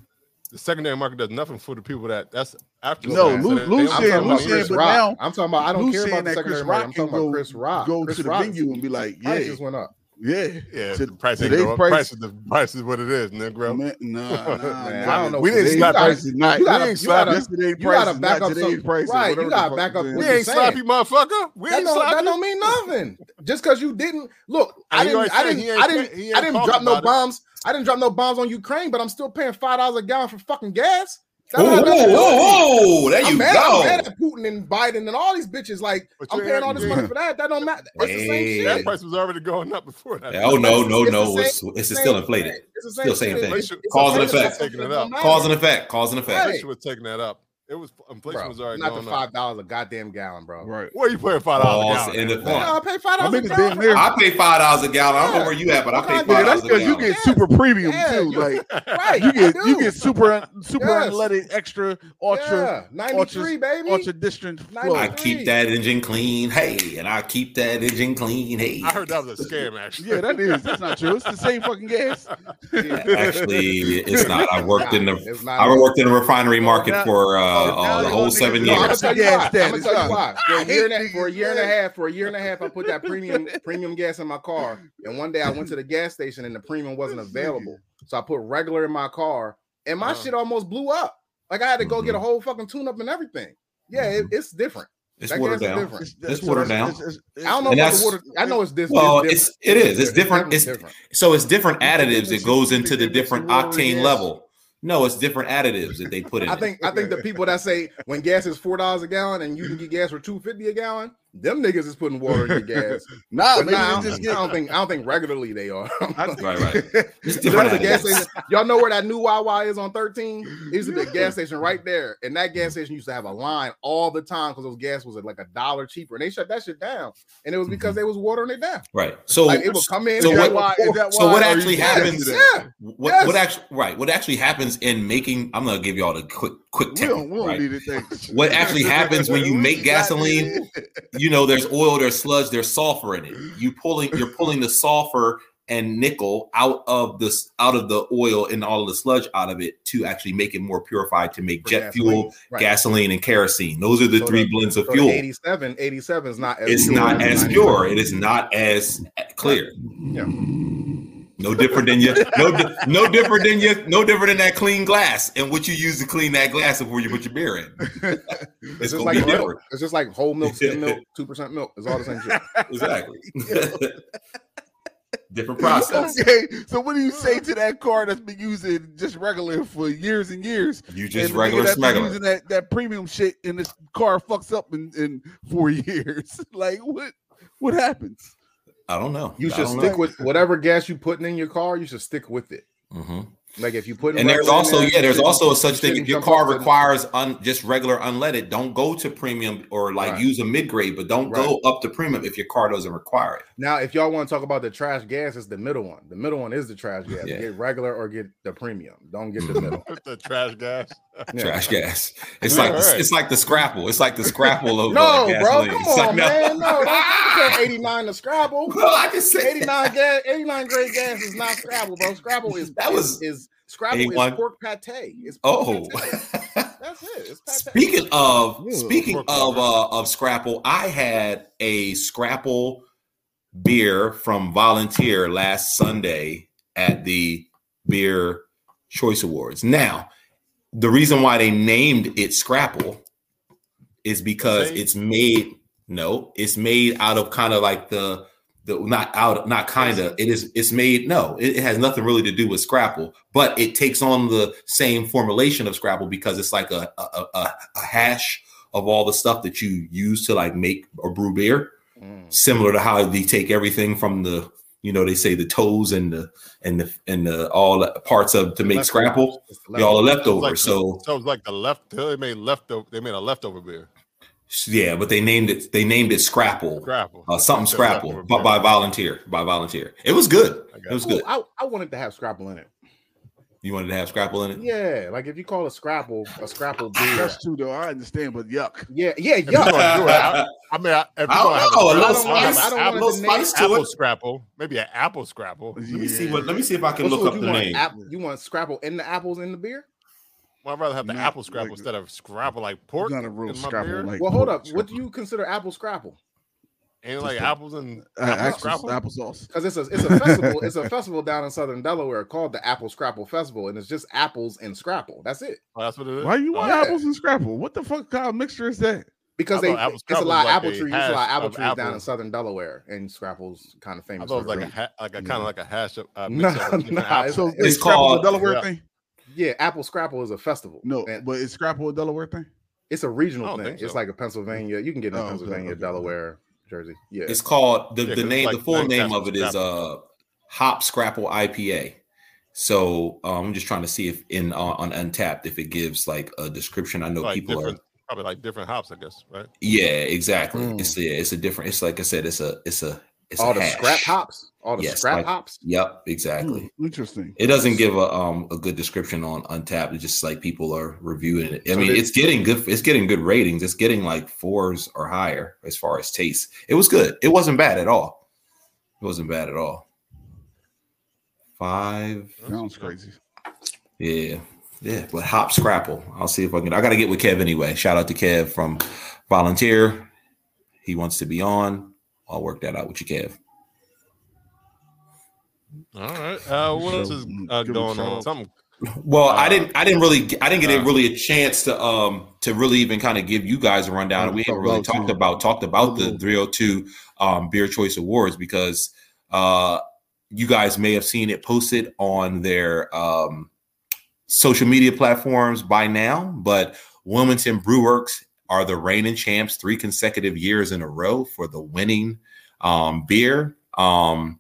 The secondary market does nothing for the people that that's after. the No, fact. Lu- they- they Lucian- don't care about Lucian, Chris Chris but Rock. Rock. now- I'm talking about. I don't Who's care saying about the that Chris secondary Rock market. I'm talking can about go- Chris Rock. Go Chris to the Rock's venue and be like, price yeah, just went up. yeah. Yeah, To- the price ain't today's going. price- Price, is the price is what it is, Negro. Man, nah, nah, Man, nah. I don't know. We didn't Today's slap You gotta- price is not. you we gotta- ain't you slap gotta- yesterday you gotta price is back not up today's some- price. right, you whatever the gotta fuck back it's up in. We what you ain't sloppy, saying. motherfucker. We That ain't don't, that sloppy. don't mean nothing. Just because you didn't look, And I he didn't, already I said didn't, he ain't I pay- didn't, he I ain't didn't talking drop no about it. bombs. I didn't drop no bombs on Ukraine, but I'm still paying five dollars a gallon for fucking gas. That Whoa, don't have whoa, nothing to do with it. whoa, whoa, There you I'm mad, go. I'm mad at Putin and Biden and all these bitches. Like But I'm you paying ain't- all this money for that. That don't matter. It's the same Hey. shit. That price was already going up before that. Oh no, no, It's the no! same- It's it's Same still inflated. shit. It's the Still same thing. It's- it's Cause and inflation. effect. Taking it don't up. matter. Cause and effect. Cause and effect. Inflation was taking that up. It was inflation Bro, was already not the going up. five dollars a goddamn gallon, bro. Right. Where you paying five dollars Pause and a effect. gallon? Yeah, I pay five My dollars a nigga damn near. gallon. I pay five dollars a gallon. I don't know where you at, but I pay Yeah, five Nigga, that's dollars a because you gallon. get super premium Yeah, too. you- Like Right. you get I you do. get super super Yes. unleaded extra ultra yeah, 93, baby. ultra distant flow. I Yeah, Like- keep that engine clean, hey, and I keep that engine clean, hey. I heard that was a scam. Actually, that is that's not true. It's the same fucking gas. Actually, it's not. I worked in the It's not- I worked in the refinery market now- for uh, uh, the you whole want seven niggas to No, I'm gonna years. tell you Gas why. I'm status, gonna tell huh? you why. For I a year and hate a, for a niggas, year and a man. half, for a year and a half, I put that premium premium gas in my car. And one day I went to the gas station and the premium wasn't This nigga. available, so I put regular in my car, and my Uh-huh. shit almost blew up. Like I had to go get a Mm-hmm. Mhm. whole fucking tune up and everything. Yeah, it, it's different. It's That watered gas is down. different. It's watered down. I don't know And about that's- the water. I know it's this. Well, this it's it is. It's different. definitely It's so it's different additives that goes into the different octane level. No, it's different additives that they put in. I think I think the people that say when gas is four dollars a gallon and you can get gas for two fifty a gallon, Them niggas is putting water in your gas. Nah, But maybe nah, I Oh, they don't- just I get. don't think I don't think regularly they are. I think- Right, right. It's You know different the gas animals. station. Y'all know where that new Wawa is on 13? It used to be a gas station right there. And that gas station used to have a line all the time because those gas was at like a dollar cheaper. And they shut that shit down. And it was because they was watering it down. Right. Mm-hmm. So Like it would come in. So and what- why, is that so why- what are Oh, you actually saying happens- that? yeah. what Yes. what actually right what actually happens in making i'm gonna give you all the quick quick We don't, technique, we don't right? need it. Thanks. What actually happens when you We make got gasoline- it. you know there's oil there's sludge there's sulfur in it you pulling you're pulling the sulfur and nickel out of this out of the oil and all of the sludge out of it to actually make it more purified to make For jet fuel Right. gasoline and kerosene those are the So three the- blends of So the fuel 87, 87 is not as it's pure not the as 90. pure it is not as clear Yeah. no different than your no di- no different than your no different than that clean glass and what you use to clean that glass before you put your beer in It's it's just gonna like be milk. different It's just like whole milk, skim milk, two percent milk. It's all the same shit. exactly different process Okay, so what do you say to that car that's been using just regular for years and years? you just and the nigga regular that's been smuggler Using that, that premium shit, and this car fucks up in, in four years. like what? What happens? I don't know. You I should don't stick know. with whatever gas you putting in your car. You should stick with it. Mhm. Like if you put in And there's regular in also there, yeah, there's shouldn't- also a such thing. If shouldn't your jump car off the- requires un, just regular unleaded, don't go to premium or like Right. use a mid grade, but don't go up to premium if your car doesn't require it. Now, if y'all want to talk about the trash gas, it's the middle one. The middle one is the trash gas. Yeah. Get regular or get the premium. Don't get the middle. Put the trash gas. Yeah. Trash gas. It's Yeah, like the- alright. it's like the scrapple. It's like the scrapple of uh, no, bro, gasoline. come It's like, on, no. man. No, that's eighty nine to Scrabble. Well, I just Eighty said nine gas, eighty nine grade gas is not Scrabble, bro. Scrabble is That was is, is Scrabble is 81. pork pate. It's pork Oh. pate. that's it. It's pate. speaking of Yeah, speaking pork of barrel. uh, of scrapple, I had a scrapple beer from Volunteer last Sunday at the Beer Choice Awards. Now, the reason why they named it Scrapple is because Sage? it's made no, it's made out of kind of like the the not out not kind of it is it's made no it, it has nothing really to do with scrapple but it takes on the same formulation of scrapple because it's like a a, a- a, a hash of all the stuff that you use to like make or brew beer Mm. similar to how they take everything from the you know they say the toes and the and the and the all the parts of to make Leftovers. scrapple It's the y'all are Sounds leftovers like, so sounds like the left. They made leftover. They made a leftover beer. yeah but they named it they named it scrapple Scrapple. uh, something They said scrapple leftover but beer. by volunteer by volunteer it was good I got it was Ooh, good I, I wanted to have Scrabble in it. you wanted to have scrapple in it Yeah, like if you call a Scrabble a Scrabble beer. That's true though. I understand, but yuck. Yeah, yeah, If you're yeah. gonna do it, I, I mean, I, if I you're gonna have don't know. A I little don't want- spice, I don't a want little the name spice to apple it. scrapple, maybe an apple scrapple. Let me see Yeah. what. Let me see if I can look What's what up you the want? name. App- you want Scrabble in the apples in the beer? Well, I'd rather have the Not apple scrapple like- instead of scrapple like pork. It's not a real in my scrapple. beer. Like Well, hold pork up. What scrapple. do you consider apple Scrapple? Ain't it like Just a- apples and uh, apple apple, scrapple? applesauce? Because it's a it's a festival. it's a festival down in southern Delaware called the Apple Scrapple Festival, and it's just apples and Scrapple. That's it. Oh, that's what it is. Why you Oh, want yeah. apples and scrapple? What the fuck kind of mixture is that? Because I they thought apple it's a Scrabble lot of was like apple a trees. It's a lot of hash apple of trees down in apples. southern Delaware, and Scrapple's kind of I famous. thought it was for like a it. ha- like a Mm. kind of like a hash up. Uh, No, mix up of different no, apples. it's- So It's is scrapple a called- Delaware yeah. thing? yeah, apple Scrapple is a festival. No, and but is scrapple a Delaware thing? it's a I regional don't thing. think It's so. like a Pennsylvania. You can get it in Oh, okay, Pennsylvania, okay. Delaware, Jersey. Yeah, It's called the, Yeah, the 'cause name. like the full nine name cats of it is uh Hop Scrapple IPA. So um, I'm just trying to see if in uh, on Untapped if it gives like a description. I know like people are. different, probably like different hops, I guess, right? Yeah, exactly. Mm. It's yeah, it's a different. It's like I said. It's a it's a it's all a Oh, the hash. scrap hops. All the Yes, scrap like- hops. Yep, exactly. Hmm, interesting. It doesn't give a um a good description on Untapped. It's just like people are reviewing it. I So mean, they- it's getting good. It's getting good ratings. It's getting like fours or higher as far as taste. It was good. It wasn't bad at all. It wasn't bad at all. Five. Sounds crazy. Yeah, yeah. But hop scrapple. I'll see if I can. I got to get with Kev anyway. Shout out to Kev from Volunteer. He wants to be on. I'll work that out with you, Kev. All right. Uh, what else So, is mm, uh, give it a going try. on? Something. Well, I Uh, didn't. I didn't really. I didn't get uh, a really a chance to um to really even kind of give you guys a rundown. Oh, We haven't talk really about talked you. about talked about Oh, the no. 302 um, Beer Choice Awards because uh you guys may have seen it posted on their um social media platforms by now. But Wilmington Brewworks are the reigning champs three consecutive years in a row for the winning um, beer. Um,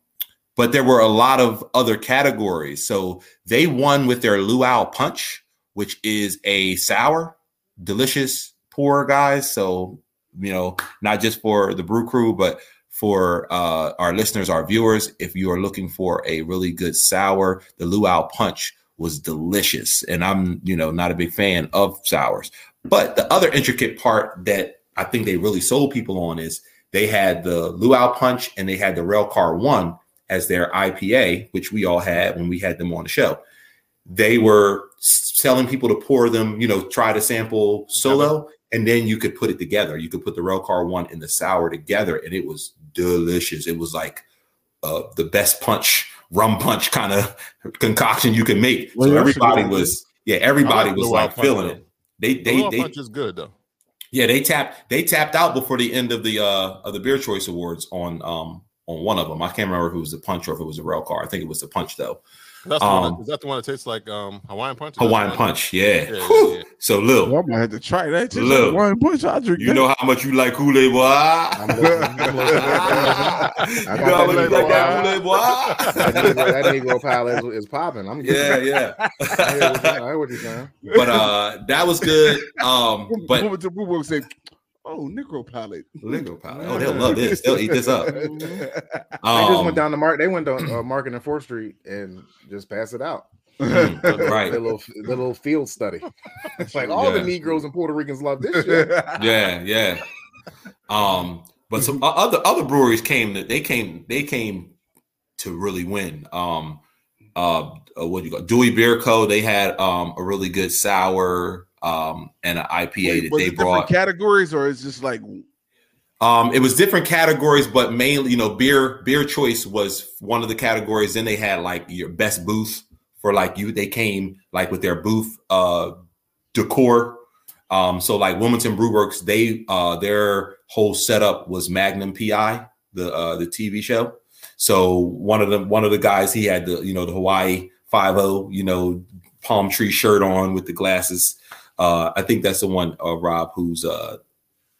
but there were a lot of other categories. So they won with their luau punch, which is a sour, delicious pour, guys. So, you know, not just for the brew crew, but for uh, our listeners, our viewers, if you are looking for a really good sour, the luau punch was delicious. And I'm, you know, not a big fan of sours. But the other intricate part that I think they really sold people on is they had the luau punch and they had the rail car one as their IPA, which we all had when we had them on the show. They were selling people to pour them, you know, try to sample solo, and then you could put it together. You could put the rail car one and the sour together, and it was delicious. It was like uh, the best punch, rum punch kind of concoction you could make. Well, so that's everybody good. was, yeah, everybody I like was Luau like punch, feeling though. it. They, they, Luau they, punch is good though. yeah, they tapped they tapped out before the end of the uh of the Beer Choice Awards on um on one of them. I can't remember if it was a punch or if it was a rail car. I think it was the punch though. That's the one Um, that, is that the one that tastes like um Hawaiian punch? Is that the Hawaiian one? punch, yeah. Yeah, Whew. yeah. So Lil, Well, I might have to try that. Just Look, Look, one punch, I drink. you know how much you like Kool-Aid boy. I'm listening. I'm listening. you know I got how much you Kool-Aid, like that boy. Kool-Aid boy. That Negro, that Negro pile is, is popping. I'm getting yeah, yeah. I hear yeah. what you're saying. I hear what you're saying. but uh that was good. Um but but woman to woman say, "Oh, Negro palate." Lingo Powder. Oh, they'll love this. They'll eat this up. They just Um, went down to mark. They went down uh, Market and Fourth Street and just pass it out. mm, right. Their little, their little field study. It's like all the Yeah. Negroes and Puerto Ricans love this shit. yeah, yeah. Um, but some o- other other breweries came that they came they came to really win. Um, uh, uh, what do you call Dewey Beer Co. They had um a really good sour um and an IPA Wait, that was they it brought. different categories, or it's just like Um, it was different categories, but mainly, you know, beer beer choice was one of the categories. Then they had like your best booth for like you. They came like with their booth uh decor. Um, so like Wilmington Brewworks, they uh their whole setup was Magnum PI, the uh the TV show. So one of them, one of the guys, he had the you know the Hawaii Five O, you know, palm tree shirt on with the glasses. Uh, I think that's the one uh, Rob who's uh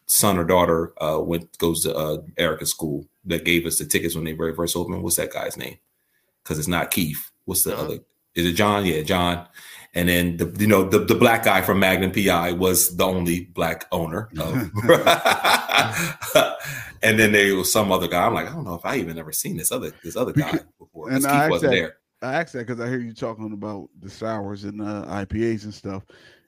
son or daughter uh went goes to uh Erica's school that gave us the tickets when they very first opened. What's that guy's name? Because it's not Keith. What's the John? other? Is it John? Yeah, John. And then the you know the, the black guy from Magnum PI was the only black owner of. and then there was some other guy. I'm like, I don't know if I even ever seen this other this other guy before. 'cause And Keith I wasn't said- there. I asked that because I hear you talking about the sours and uh, IPAs and stuff,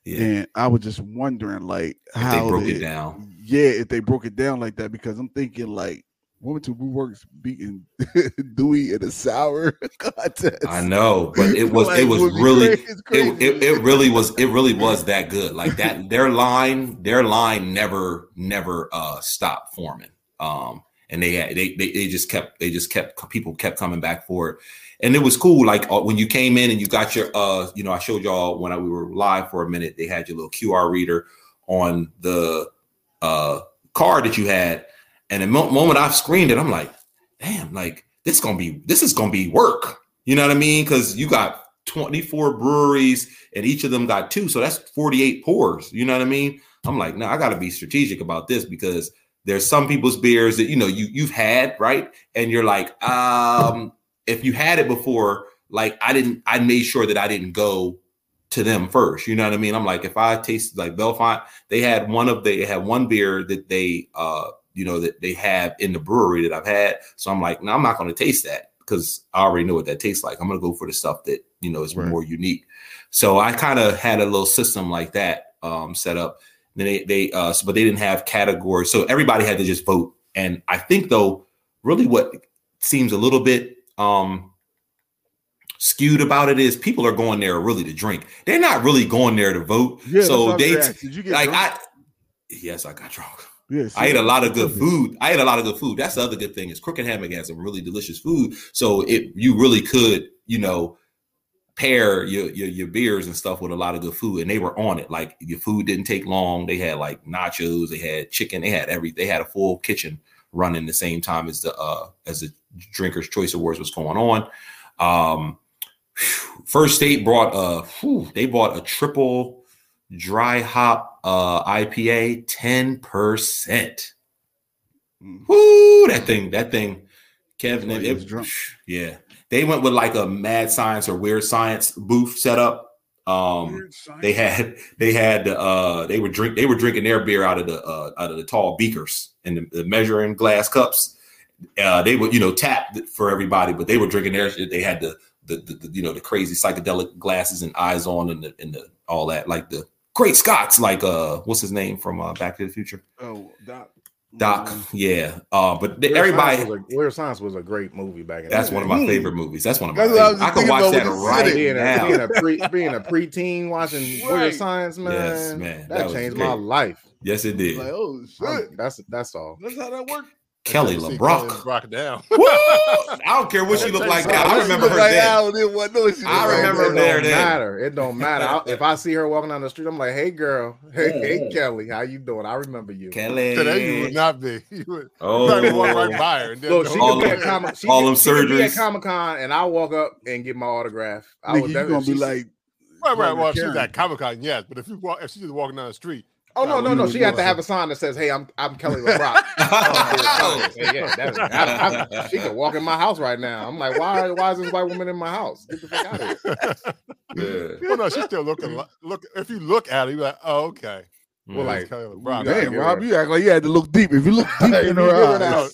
Yeah, and I was just wondering like if they how broke it they- down. Yeah, if they broke it down like that, because I'm thinking like woman to Blue Works beating Dewey in a sour contest. I know, but it was Like, it was would be really cra- it's crazy. it, it, it really was it really was that good like that their line their line never never uh stopped forming um and they had they, they they just kept they just kept people kept coming back for it and it was cool like uh, when you came in and you got your uh you know i showed y'all when I, we were live for a minute they had your little qr reader on the uh card that you had and the mo- moment i screened it i'm like damn like this gonna be this is gonna be work you know what i mean because you got 24 breweries and each of them got two. So that's 48 pours. You know what I mean? I'm like, no, I gotta be strategic about this because there's some people's beers that you know you you've had, right? And you're like, um, if you had it before, like I didn't, I made sure that I didn't go to them first. You know what I mean? I'm like, if I tasted like Belfont, they had one of they had one beer that they uh you know that they have in the brewery that I've had. So I'm like, no, I'm not gonna taste that because I already know what that tastes like. I'm gonna go for the stuff that you know is Right. more unique. So I kind of had a little system like that um, set up. Then they they uh, so, but they didn't have categories, so everybody had to just vote. And I think though, really, what seems a little bit um, skewed about it is people are going there really to drink. They're not really going there to vote. Yeah, that's what so I'm they gonna ask. Did you get like drunk? I. Yes, I got drunk. Yeah, see, I ate a lot of good Mhm. food. I ate a lot of good food. That's the other good thing is Crooked Hammock has some really delicious food. So it you really could, you know, pair your, your your beers and stuff with a lot of good food. And they were on it. Like your food didn't take long. They had like nachos, they had chicken, they had every they had a full kitchen running the same time as the uh as the drinkers choice awards was going on. Um First State brought a whew, they bought a triple dry hop uh, IPA, ten percent. Woo! That thing, that thing, Kevin. Like It, Oh, he was drunk. Yeah, they went with like a mad science or weird science booth setup. Um, they had they had uh they were drink they were drinking their beer out of the uh, out of the tall beakers and the, the measuring glass cups. Uh, they would you know tap for everybody, but they were drinking their. They had the the, the, the you know the crazy psychedelic glasses and eyes on and the, and the all that like the great Scots like uh what's his name from uh, Back to the Future Oh, Doc. Doc Mm, yeah uh but they, Weird everybody Science was a, Weird Science was a great movie back in. that's the one of my Mm. favorite movies that's one of my That's what I was favorite. I just can thinking watch about that with the right city. being a, now being a pre being a preteen watching Weird Right. Science, man. Yes, man, That, that was changed my great. life. yes it did Like, oh shit. I'm- that's that's all. That's how that worked. Kelly See LeBrock LeBrock down. Woo! I don't care what she looked like now I She remember looked her like then Al didn't want to know what she I looked like. remember it her there don't then. matter. It don't matter. I- if I see her walking down the street, I'm like, "Hey, girl. Hey, hey, Kelly. How you doing? I remember you." Today you would Kelly not be. You would probably walk right oh by her. And then Look, she All could be at them- Comic. She, all could- them she could be at surgeries. Comic Con, and I walk up and get my autograph. I Nigga, would you never- gonna if be she- like, right, right. Well, if she's Karen. at Comic Con, yes. But if you walk, if she's just walking down the street, "Oh no, no, you no!" would She do had to it. have a sign that says, "Hey, I'm I'm Kelly LeBrock." Oh, yeah, yeah, that was, I, I, she could walk in my house right now. I'm like, why? Why is this white woman in my house? Get the fuck out of here! Yeah. well, no, she's still looking. li- Look, if you look at her, you're like, oh, okay. Mm. Well, That's Mm-hmm. like, Kelly LeBrock. gotta damn, get Rob, her. you act like you had to look deep. If you look deep If in you her give it eyes, out.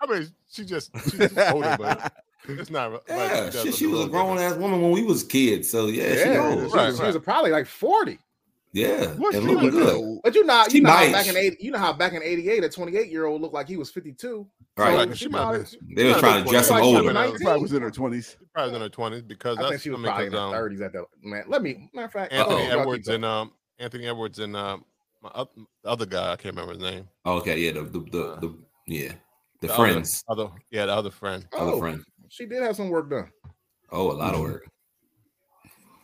I mean, she just she's just older, but it's not. like, Yeah, it does shit, look she was a little grown different. ass woman when we was kids. So yeah, she Yeah, old. she, was- she was probably like 40. Yeah, What, and she looking look good. old. But you know, how- She you know nice. how back in 80, you know how back in 88, a 28 year old looked like he was 52. Right, Like, she might have been- she they was might have trying been to dress him 20. older. She She probably was in her twenties. probably in her twenties because I that's, think she I was mean, probably in 'cause, her Oh, um, 30s at that man. Let me matter of fact, Anthony Uh-oh. y'all keep Edwards going. and um Anthony Edwards and um my oth- the other guy I can't remember his name. Okay, yeah, the the, the, the yeah, the, other- friends, Other, yeah, the other friend. other, Oh, friend. she did have some work done. Oh, a lot of work.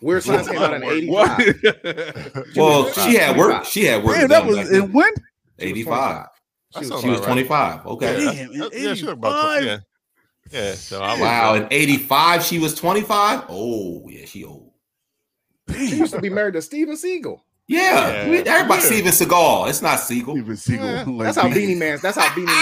Weird Science came out in 85. She That Well, was she had work. 25. She had work. Damn, that done was back in then. when? She was 85. 25. She sounds She was about right. 25. Okay. Yeah, Damn, in that- yeah, she looked about 20, yeah. 85? Yeah, so I was, Wow, in 85 she was 25. Oh, yeah, she old. She used to be married to Steven Seagal. Yeah, Yeah. we- everybody Yeah. Steven Seagal. It's not Seagal. Ah! Even Siegel. Yeah, like, that's how beat- Beanie Man's. That's how Beanie Man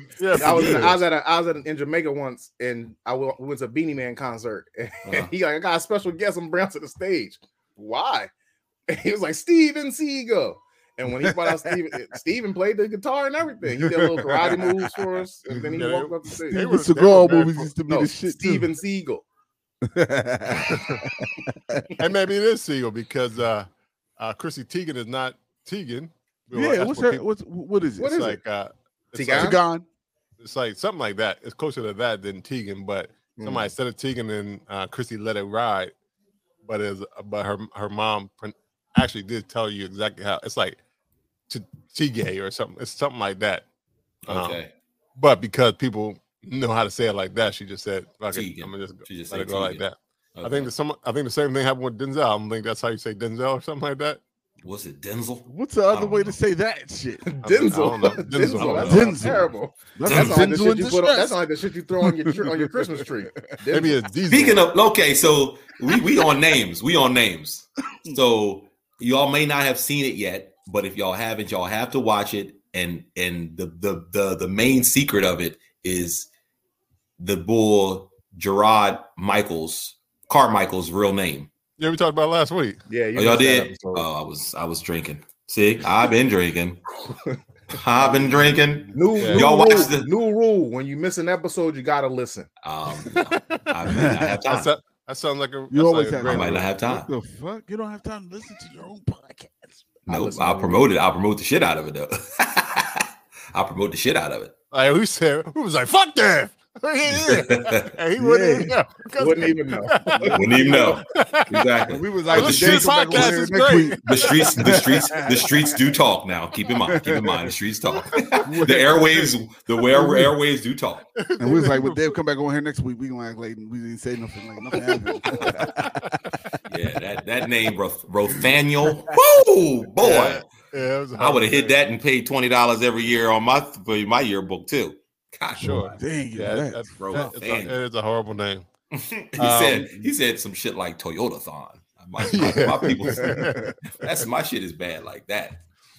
yeah, did. I was, yeah. I was at a, I was at an, in Jamaica once, and I w- we went to a Beanie Man concert, and Uh-huh. he like I got a special guest. I'm bringing to the stage. Why? And he was like Steven Seagal. And when he brought out Steven, Steven played the guitar and everything. He did a little karate moves for us, and then he Yeah, they- walked up the stage. they Steven were- Seagal they were movies used to be no, the shit. Steven Seagal. Too. and maybe it is Siegel because uh uh Chrissy Teigen is not Teigen. Well, yeah, that's what's what her? people- What's what is it? What it's is like uh it's Tegan? like, Tegan? it's like something like that. It's closer to that than Tegan, but somebody Mm. said it Tegan and uh, Chrissy let it ride, but as but her her mom pron- actually did tell you exactly how it's like to Tige or something. It's something like that. Um, Okay. But because people know how to say it like that, she just said, "Fuck it, Tegan. I'm gonna just, She just let said it go like Tegan. that." I think the some I think the same thing happened with Denzel. I don't think that's how you say Denzel or something like that. was it Denzel? What's the other don't way know. to say that shit? I don't- I Denzel. don't know. Denzel. Denzel. That's Denzel. terrible. That's, That's not like the Denzel in shit you put on, distress. that's not like the shit you throw on your tr- on your Christmas tree. Maybe it's Diesel. Speaking of okay, so we we on names. We on names. So y'all may not have seen it yet, but if y'all haven't, y'all have to watch it. And and the the the, the main secret of it is the bull Gerard Michaels Carmichael's real name. yeah, we talked about last week. Yeah, you Oh, y'all missed that did? episode. Oh, I was I was drinking. See, I've been drinking. I've been drinking. New, Yeah. new Y'all rule, watch the- new rule. When you miss an episode, you gotta listen. Um, I might not have That's time. a, that sounds like a. You that's always like a have I great might not have What time. the fuck? You don't have time to listen to your own podcast. Nope. listen I'll to- promote it. I'll promote the shit out of it though. I'll promote the shit out of it. Like who said who was like fuck that? and he wouldn't even know. 'Cause- Wouldn't even know. Wouldn't even know. Exactly. We was I like, But the listen to the streets- podcast is next great. week. The streets, the streets, the streets do talk now. Keep in mind. Keep in mind the streets talk. the airwaves, the where airwaves do talk. And we was like, when Dave come back on here next week, we gonna act like we didn't say nothing, like nothing happened. Yeah, that, that name Roth- Rothaniel. Whoa, boy. Yeah, yeah, it was a I would hard have hit day. that and paid twenty dollars every year on my for my yearbook too. God, Sure. Dang, Yeah, yeah, that, that's bro, that- it's a, man. it is a horrible name. he Um, said he said some shit like Toyota Thon. I My, my, my people, that's my shit is bad like that.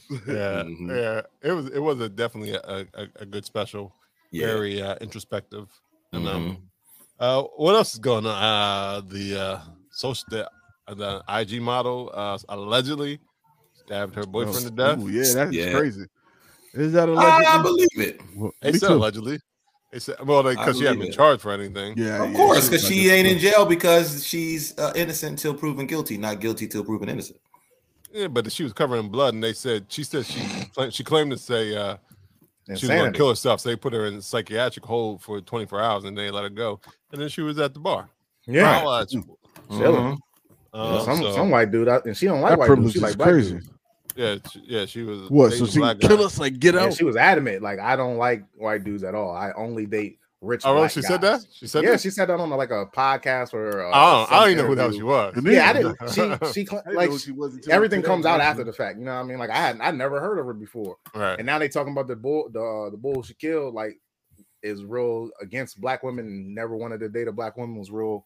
Uh, yeah, Mhm. yeah. It was it was a definitely a, a, a- a good special. Yeah. Very uh, introspective. And um, Mhm. uh, what else is going on? Uh, the uh, social the, the IG model uh, allegedly stabbed her boyfriend to death. Ooh, yeah, that's Yeah. crazy. Is that a legend? I believe it. Well, They me said too. allegedly. They said well I because she hadn't been believe it. charged for anything. Yeah, Of yeah, course, because like she a- ain't in jail because she's uh, innocent till proven guilty, not guilty till proven innocent. Yeah, but she was covered in blood, and they said she said she she claimed to say uh, she was going to Insanity. kill herself. So they put her in psychiatric hold for 24 hours, and they let her go. And then she was at the bar. Yeah. I'll ask you. Mhm. Um, some, so, some white dude, out, and she don't like That white privilege dudes. She is like black crazy. dudes. yeah, she, yeah, she was What? dating So a she can black kill guy. us? Like get And out? she was adamant, like I don't like white dudes at all. I only date rich. Oh, really? black she said guys." that. She said yeah, that. she said that on like a podcast or. I Uh, don't, I some don't even know who the hell she interview. was. The Yeah, I nigga. didn't. She she cl- I didn't like know she wasn't too. everything comes out That's after the fact. You know what I mean? Like I had I never heard of her before, Right. and now they talking about the bull the uh, the bull she killed. Like is real against black women. and Never wanted to date a black woman was real.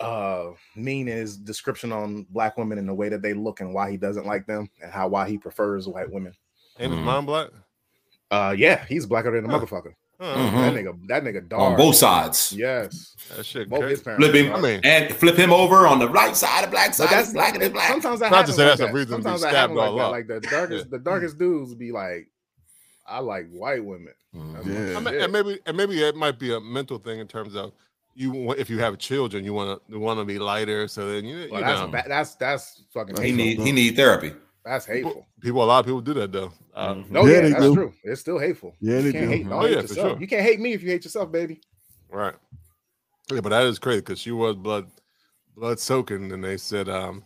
Uh, mean in his description on black women and the way that they look and why he doesn't like them and how why he prefers white women. Ain't his Mhm. mom black? Uh, yeah, he's blacker than the Huh. Mm-hmm. motherfucker. Huh, Mhm. That nigga, that nigga, dark. On both sides. Yes, That shit. both Crazy. his parents. Flipping. I dark. mean, And flip him over on the right side, the black But side, that's that's black and black. Sometimes that Not to happens say like that's a that. reason to be Sometimes that stabbed happens like all that. up. Like the darkest, the darkest dudes be like, "I like white women." Mhm. That's Yeah. what I she mean, did. and maybe and maybe it might be a mental thing in terms of you. wa- If you have children, you want to want to be lighter. So then you, you Well, know, that's ba- that's that's fucking He hateful. need he need therapy. that's hateful. people. A lot of people do that though. Uh, Mhm. No, Yeah, yeah, they that's do. true. It's still hateful. Yeah, You they can't do. hate. Mhm. don't Oh, hate yeah, for yourself. sure. You can't hate me if you hate yourself, baby. Right. Yeah, but that is crazy because she was blood blood soaking, and they said, um,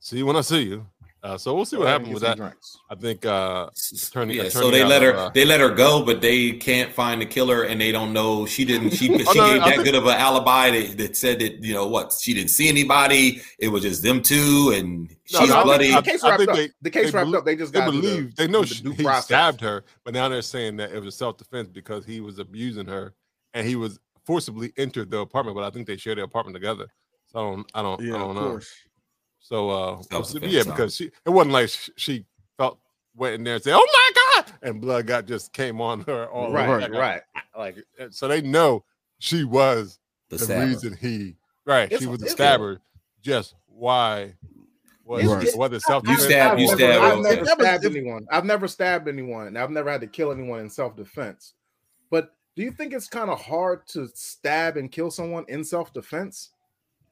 "See you when I see you." Uh, so we'll see what Go ahead happens and with get that. some drinks. I think uh, Attorney- yeah, so attorney they out let of, her uh, they let her go, but they can't find the killer, and they don't know she didn't she she gave Oh, no, I that think- good of an alibi that, that said that you know what she didn't see anybody. It was just them two, and No, no, she's I think- bloody. The case I wrapped think up. they- The case they wrapped believe- up. They just They got to the- believe they know the she, due he process. stabbed her, but now they're saying that it was self defense because he was abusing her and he was forcibly entered the apartment. But I think they shared the apartment together. So I don't, I don't, Yeah, I don't of know. course. So uh, we'll see- Self-defense, yeah, huh? because she it wasn't like sh- she felt went in there and said, "Oh my god," and blood got just came on her all Right, over. right. Like, like and so they know she was the the stabber. reason he right It's- she was the it's- stabber just why was It's- it whether self You stab, you I've stab. never- I've well, never That was- stabbed anyone. I've never stabbed anyone, and I've never had to kill anyone in self defense. But do you think it's kind of hard to stab and kill someone in self defense?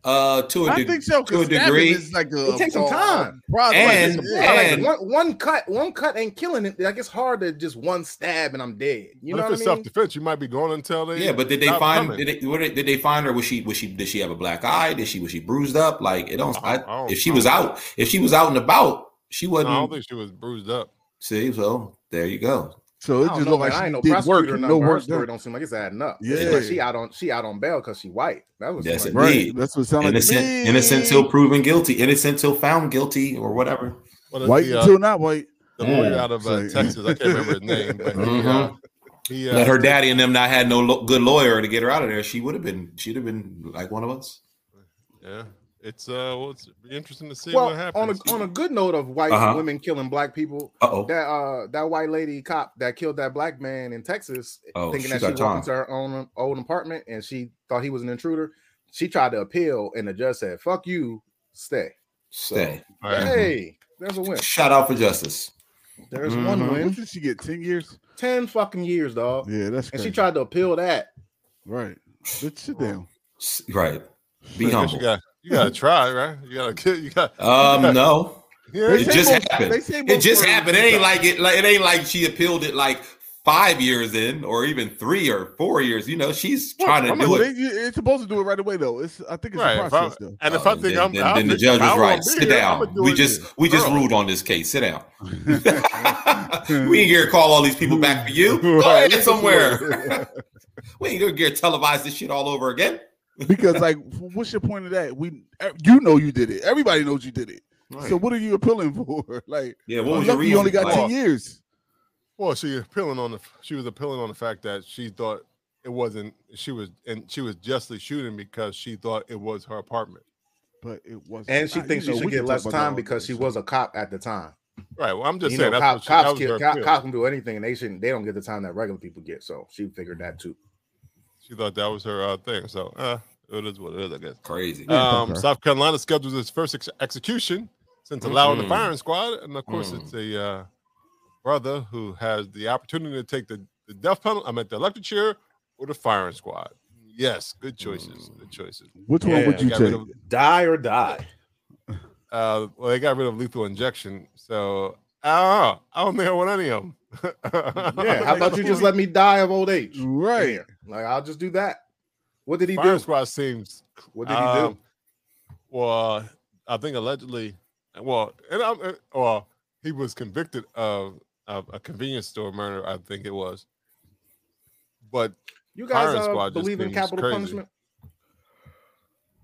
Uh, to a I de- think to a so. Because stabbing degree, is like a, It takes some a- time. Process. And- Yeah. Yeah, like And- one, one cut, one cut ain't killing it. Like it's hard to just one stab and I'm dead. You but if know what I it's mean? self defense you might be going until they yeah. But did they stop find? coming. Did they, what, did did they find her? Was she? Was she? Did she have a black eye? Did she? Was she bruised up? Like it don't. I I, don't- I don't- if she was out, if she was out and about, she No, I don't wasn't. think she was bruised up See, so there you go. So I it don't just know, looked man. like I she ain't no did work prosecutor. and Or no nothing, but her work story done. don't seem like it's adding up. Yeah. It's like she out on she out on bail because she white. That was That's it. Right. Indeed. That's what it sounds like. to innocent, me. innocent till proven guilty, innocent till found guilty, or whatever. Well, white the, uh, until not white. the lawyer Mm. out of uh, Say- Texas I can't remember his name but he, uh, Mhm. he Let uh, her daddy and them not had no lo- good lawyer to get her out of there. She would have been, she'd have been like one of us. yeah it's uh well, it's be interesting to see well what on happens a on a good note of white Uh-huh. women killing black people. Uh oh. that uh that white lady cop that killed that black man in Texas, Oh, thinking she that she got walked time. into her own old apartment and she thought he was an intruder. She tried to appeal, and the judge said, "Fuck you, stay." Stay. All right. Hey, there's a win. Shout out for justice. There's one Mhm. What win. did she get? Ten years? Ten fucking years, dog. Yeah, that's And crazy. she tried to appeal that. Right. But sit down. S- Right. Be I guess you humble. got you gotta try right you gotta kill you got Um, no, yeah it say just both- happened. say It both just words happened. It ain't sometimes. like it. Like it ain't like she appealed it like five years in, or even three or four years. You know, she's trying to I'm a do Well, it. they, you- it's supposed to do it right away though. It's I think it's Right, a if process though. And if Oh, I think then, I'm, then, I'll then the fix- judge I was won't right. be Sit here. I'ma down. do We it just here. we just Girl. ruled on this case. Sit down. we ain't here to call all these people back for you. Go Right. ahead somewhere. we ain't here to televise this shit all over again. because like, what's your point of that? We, e, you know, you did it. Everybody knows you did it. So what are you appealing for? Like, yeah, what well, was your lucky reason? you only got Like, ten years. Well, she appealing on the she was appealing on the fact that she thought it wasn't she was and she was justly shooting because she thought it was her apartment. but it wasn't. And she I- you thinks know, she we can should get talk less about that all time day, because she so- was a cop at the time. Right. Well, I'm just You know, saying that's cop, what she, that cops, was her kill, cop, appeal. cops can do anything, and they shouldn't. They don't get the time that regular people get. So she figured that too. She thought that was her uh, thing. So uh, it is what it is, I guess. Crazy. Um, Okay. South Carolina schedules its first ex- execution since allowing Mhm. the firing squad, and of course, Mm. it's a uh, brother who has the opportunity to take the, the death penalty. I meant the electric chair or the firing squad. Yes, good choices. Good choices. Which one Yeah, would you got rid take? of- Die or die. Uh, well, they got rid of lethal injection, so I don't know. I don't think I want any of them. Yeah. How about you just let me die of old age? Right. Here. Like I'll just do that. What did he firing do? squad seems What did he Um, do? Well, I think allegedly, well, and I'm, uh, well, he was convicted of, of a convenience store murder. I think it was. But You guys firing uh, squad just believe in seems capital crazy. punishment?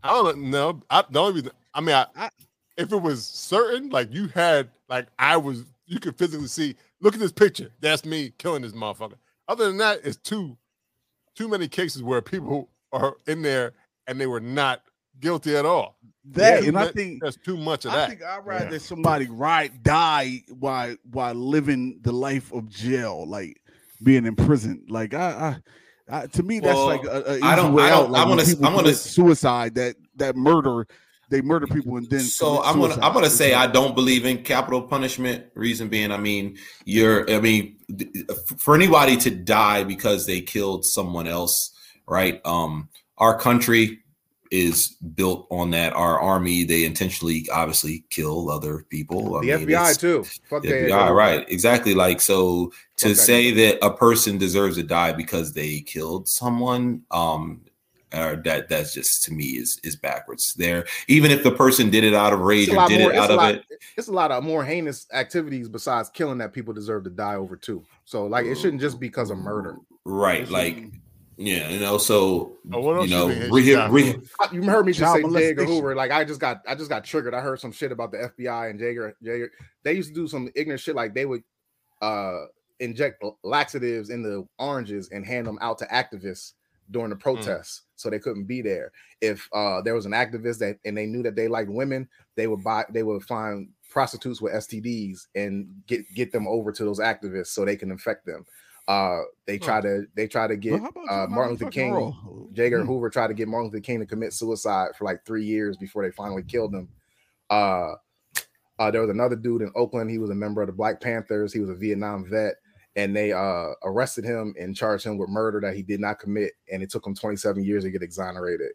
I don't know. I the only reason. I mean, I, I- if it was certain, like you had, like I was, you could physically see. Look at this picture. That's me killing this motherfucker. Other than that, it's too, too many cases where people are in there and they were not guilty at all. That Too and I much- think That's too much of I that. think I'd rather somebody ride die while while living the life of jail, like being in prison. Like I, I, I to me that's Well, like a, a I easy don't- way I don't- out. Like I when wanna s- people I wanna commit s- suicide that that murder, they murder people and then so commit I'm gonna suicide. I'm gonna It's say I like- don't believe in capital punishment. Reason being, I mean, you're I mean, th- for anybody to die because they killed someone else, right? Um, our country is built on that. Our army, they intentionally, obviously, kill other people. I The mean, it's- FBI too. Fuck The they- FBI, right? Exactly. Like so, to Okay. say that a person deserves to die because they killed someone, um, or that that's just to me is is backwards. There, even if the person did it out of rage It's or a lot did more. it It's out a of lot. it, It's a lot of more heinous activities besides killing that people deserve to die over too. So like it shouldn't just be because of murder. Mm-hmm. right? Like, yeah, you know. So Oh, what you else you know, think they should reha- die reha- I- You heard me just Child say Jagger molestation. Hoover. Like I just got, I just got triggered. I heard some shit about the FBI and Jagger. Jagger. They used to do some ignorant shit. Like they would uh inject laxatives in the oranges and hand them out to activists during the protests, so they couldn't be there. If uh there was an activist that and they knew that they liked women, they would buy, they would find prostitutes with STDs and get get them over to those activists so they can infect them. Uh, they Huh. try to they try to get Well, how about uh, you Martin Luther motherfucking King. roll? Jagger Hmm. Mm. Hoover tried to get Martin Luther King to commit suicide for like three years before they finally killed him. Uh, uh, there was another dude in Oakland. He was a member of the Black Panthers. He was a Vietnam vet, and they uh, arrested him and charged him with murder that he did not commit. And it took him 27 years to get exonerated.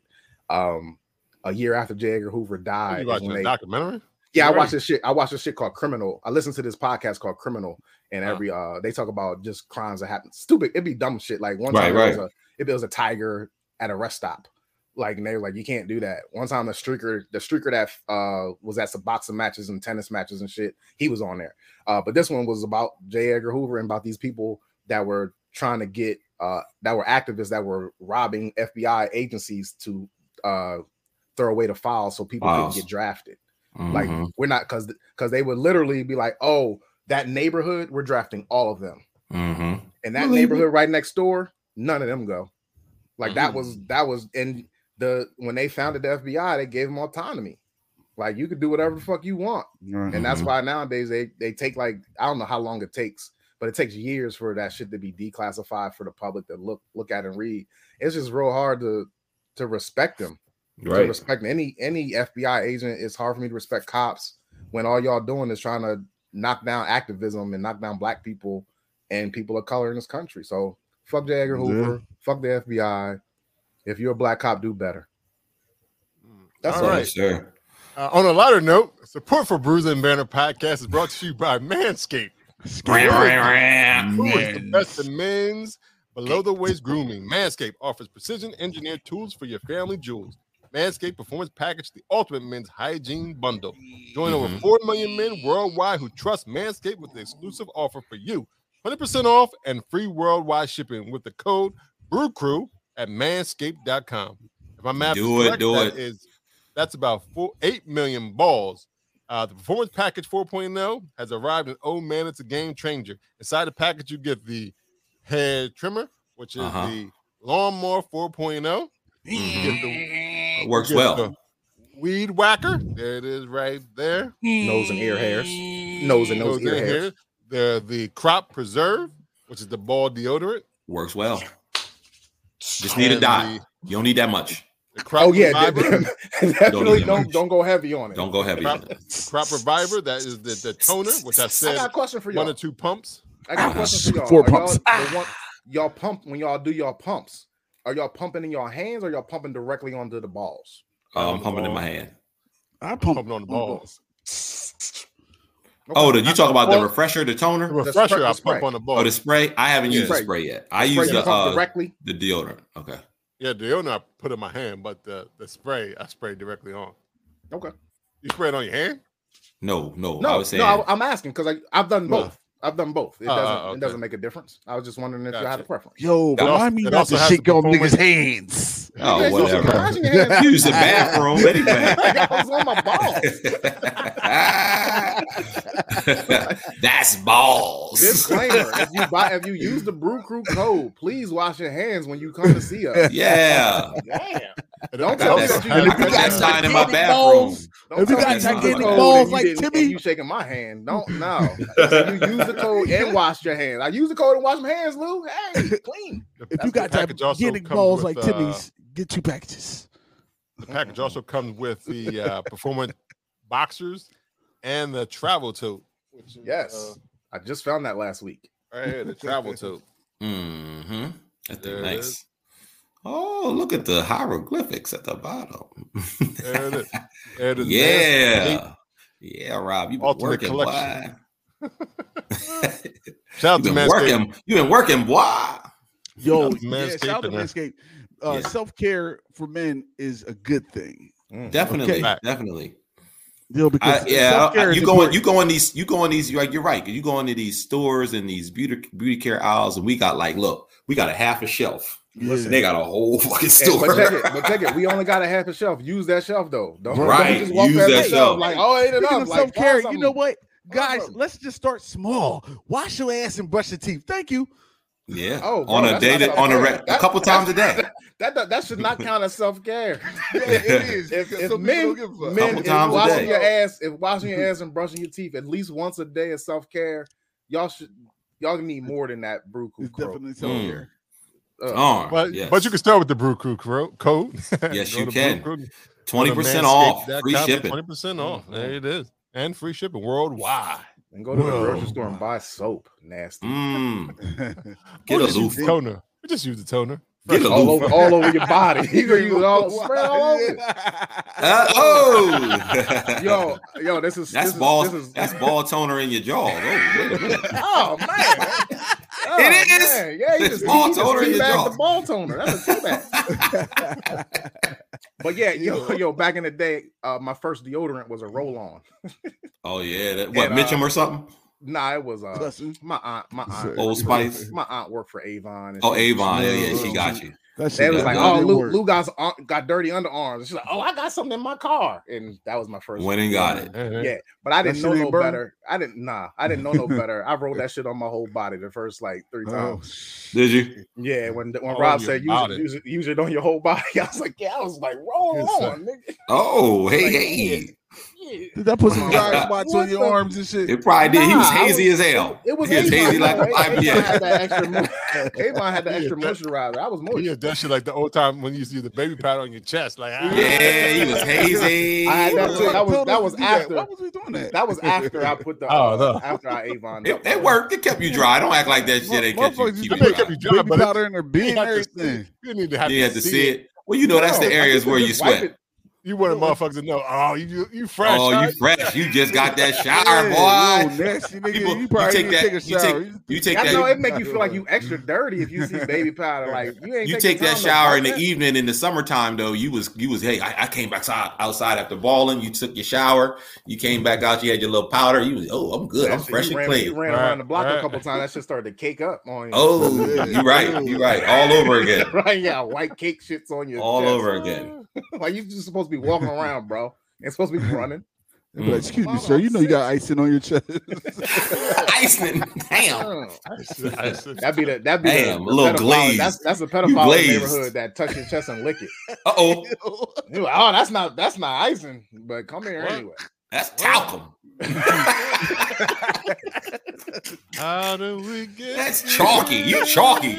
Um, a year after J. Edgar Hoover you died, is watching when a they- documentary? yeah, I Right. watch this shit. I watch this shit called Criminal. I listen to this podcast called Criminal, and Huh. every uh they talk about just crimes that happen. Stupid. It'd be dumb shit. Like one Right, time right. There, was a, it was a tiger at a rest stop. Like and they were like, you can't do that. One time the streaker, the streaker that uh was at some boxing matches and tennis matches and shit, he was on there. Uh, but this one was about J. Edgar Hoover and about these people that were trying to get uh that were activists that were robbing FBI agencies to uh throw away the files so people Files. could get drafted. Like Mhm. we're not because because they would literally be like, oh, that neighborhood, we're drafting all of them, Mhm. and that Really? neighborhood right next door, none of them go. Like Mm-hmm. that was that was and the when they founded the FBI, they gave them autonomy. Like you could do whatever the fuck you want, Right. and that's Mhm. why nowadays they they take like I don't know how long it takes, but it takes years for that shit to be declassified for the public to look look at and read. It's just real hard to to respect them to right. respect any any FBI agent. It's hard for me to respect cops when all y'all doing is trying to knock down activism and knock down black people and people of color in this country. So fuck J. Edgar Yeah. Hoover, fuck the FBI. If you're a black cop, do better. That's All So, right. Sure. Uh, on a lighter note, support for Bruiser and Banner podcast is brought to you by Manscaped, Mm-hmm. who is the best in men's below the waist grooming. Manscaped offers precision engineered tools for your family jewels. Manscaped Performance Package, the ultimate men's hygiene bundle. Join over Mhm. 4 million men worldwide who trust Manscaped with the exclusive offer for you 20% off and free worldwide shipping with the code BREWCREW at manscaped.com. If my math Do is it, correct, do that it. is- that's about four, 8 million balls. Uh, the Performance Package 4.0 has arrived, and oh man, it's a game changer. Inside the package, you get the head trimmer, which is Uh-huh. the Lawnmower 4.0. You get the Works oh. get well. the Weed whacker. There it is right there. Nose and ear hairs. Nose and nose, Those ear in hairs. here. The the crop preserve, which is the ball deodorant. Works well. Just need a And dot. The, You don't need that much. the crop Oh yeah, reviver. de- de- definitely need don't much. don't go heavy on it. Don't go heavy. Oh, on Crop, it. crop reviver. That is the, the toner, which I I got said a question for y'all. one or two pumps. I got a question for y'all. Four Are y'all- pumps. the one- y'all pump when y'all do y'all pumps. Are y'all pumping in your hands or y'all pumping directly onto the balls? Oh, I'm pumping in my hand. I pump Pumping on the balls. Oh, the, you talk about the refresher, the The toner, refresher, I that's right. pump on the or balls. Oh, the spray. I haven't used the Spray. spray yet. I Spray use you the pump uh, directly. the deodorant. Okay. Yeah, the deodorant I put in my hand, but the, the spray I spray directly on. Okay. You spray it on your hand? No, no. I No, was saying no, I, am asking because I've done No. both. I've done both. It Uh, doesn't okay. it doesn't make a difference. I was just wondering if you had Gotcha. a preference. yo, That remind also- me that not also to has to shake y'all perform niggas' with- hands. oh, You guys used to whatever. massage your hands. Use the bathroom anyway. That was on my balls. That's balls. Disclaimer: If you buy, if you use the Brew Crew code, please wash your hands when you come to see us. yeah. Don't I got tell me that, that you I I got that Yeah. sign in my Gigantic bathroom. balls. Don't If you tell got me gigantic you got balls cold and like you didn't- Timmy- and you shaking my hand. Don't no. you use the code and wash your hands. I use the code and wash my hands, Lou. Hey, clean. If The you got package also gigantic comes balls with, like uh, Timmy's, get two packages. The package also comes with the uh, performance boxers and the travel tote. Which is, Yes, Uh, I just found that last week. uh, right here, the travel tote. Mm-hmm. That's There it nice. is. Oh, look at the hieroglyphics at the bottom. There it is. There it is. There's the yeah. Yeah, Rob, you've been Ultimate working, collection. boy. Manscaped. Shout out you've to been Manscaped. working. You've been working, boy. Yo, Shout out to yeah, shout out to Manscaped. Manscaped, Uh, Yeah. Self care for men is a good thing. Mm. Definitely, Right. definitely. Yo, because I, yeah, I- self-care is you go in, important. you go in these, you go in these. You're like, you're right. You go into these stores and these beauty beauty care aisles, and we got like, look, we got a half a shelf. Yeah. And they got a whole fucking And- store. but check it, but check it. We only got a half a shelf. Use that shelf though. Don't, don't Right. just walk Use past that the shelf. Like, oh, ate it Speaking up. of Like, self care, buy you know something. what, guys? something. Let's just start small. Wash your ass and brush your teeth. Thank you. yeah, Oh, bro, on a that's day, not that, on a, re- a self-care. couple times a day. That, that that should not count as self care. is, If, if men, men Couple if times a washing day. your ass, if washing your ass and brushing your teeth at least once a day is self care, y'all should y'all need more than that brew It's crew. definitely self care. Darn, But, yes. but you can start with the Brew Crew cro- code. Yes, you can. twenty Twenty percent off, free Twenty shipping. percent off. Mm-hmm. There it is, and free shipping worldwide. And go to the Whoa. grocery store and buy soap. Nasty. Mm, get Or a just use loofah. the toner. We just use the toner. Get a All loofah. over, all over your body. You gonna use it all spread all over. Uh, oh, Yo, yo, this is that's this ball. Is, this is, that's ball toner in your jaw. Oh, wait a minute. oh man. Mm. Oh, It is. man. Yeah, you It's just, ball ball toner toner in your jaw. the ball toner. That's a teabag. but yeah, yo, yo, back in the day, uh, my first deodorant was a roll on. Oh yeah, that, what And, uh, Mitchum or something? Nah, it was uh, Listen, my aunt, my aunt, Old Spice. my aunt worked for Avon. And Oh she- Avon, yeah, yeah, she No. got you. that They shit was Yeah, got like, that oh, done. Lou, Lou got, got dirty underarms. And she's like, oh, I got something in my car, and that was my first. Went and got it. Yeah. Yeah, but I That didn't shit know ain't no burn? better. I didn't nah. I didn't know no better. I rolled that shit on my whole body the first like three Oh, times. Did you? Yeah, when when All on Rob said your use it, body. use it, use it on your whole body, I was like, yeah, I was like, roll Yes, sir. on, nigga. Oh, hey, hey. did that put some dry What spots on your the- arms and shit? It probably did. he was Nah, I hazy as hell. It was he was Avon, hazy like though. a A- five Avon year. had that extra. mo- Avon had the Yeah, extra that- moisturizer. I was Yeah, moist. that shit like the old time when you used to use the baby powder on your chest. Like, ah. Yeah, he was hazy. I had that What too. the That was hell that did we do that? was after. Why was we doing that? That was after I put the Oh, uh, no. after I Avon. It, it worked. It kept you dry. Don't act like that shit ain't kept you, Motherfuckers, keep I you mean, it kept dry. you dry, Baby but it, powder in her beard you and had to see- everything. you didn't have You had to see it. Well, you know that's the No, I areas just where you just wipe sweat. it. You wanted motherfuckers to know, oh, you you fresh. Oh, you right? fresh. You just got that shower, Yeah, boy. yo, nasty nigga. People- you you probably take need to that- take a you take- shower. You take I know that. it make you feel like you extra dirty if you see baby powder. Like you ain't You the take that time to shower in wipe the that. evening in the summertime though. You was you was hey, I, I came back outside, outside after balling. You took your shower. You came back out. You had your little powder. You was oh, I'm good. I'm That shit, fresh and you ran, clean. You ran Right, around the block a right. couple times. That shit started to cake up on you. Oh, you're right. You're right. All over again. right, yeah, white cake shits on your All chest. over again. like you just supposed to be walking around, bro. It's supposed to be running. They'd be like, excuse me, sir. You know you got icing on your chest. Iceland, damn. Oh, That'd be the that'd be Damn, a the, the little pedophile- glazed. That's that's a pedophile in the glazed. neighborhood that touch your chest and lick it. Uh oh, You like, oh, that's not that's not icing, but come here What? anyway. that's talcum. How do we get? that's here? chalky. You chalky.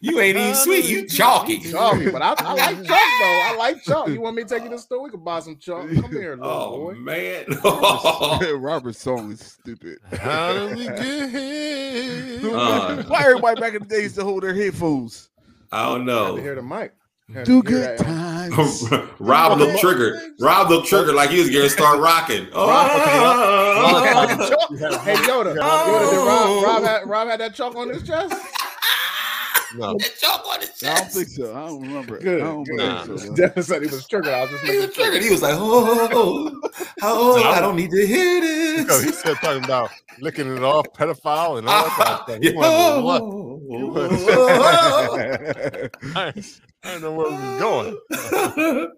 You ain't even sweet. You chalky. Chalk me, but I, I like chalk though. I like chalk. You want me to take you to the store? We can buy some chalk. Come here, little Oh boy. man. Robert's song is stupid. How do we get here? Uh. Why everybody back in the day used to hold their headphones? I don't Had to hear know. the mic. Had to Do hear good that. times. Rob looked triggered. Rob looked triggered like he was gonna start rocking. Rob- Oh. Hey Yoda, Yoda, did Rob, Rob, had, Rob had that chalk on his chest. No, That chalk on his I don't chest. think so. I don't remember. it. Good, I don't good. remember. it, so. Devin said he was triggered. I was just He making was sure. triggered. He was like, oh, oh, oh, oh, I don't need to hear because he this. said talking about licking it off, pedophile, and all that kind of stuff. Yeah. You wonder what? oh, I didn't know where we was going.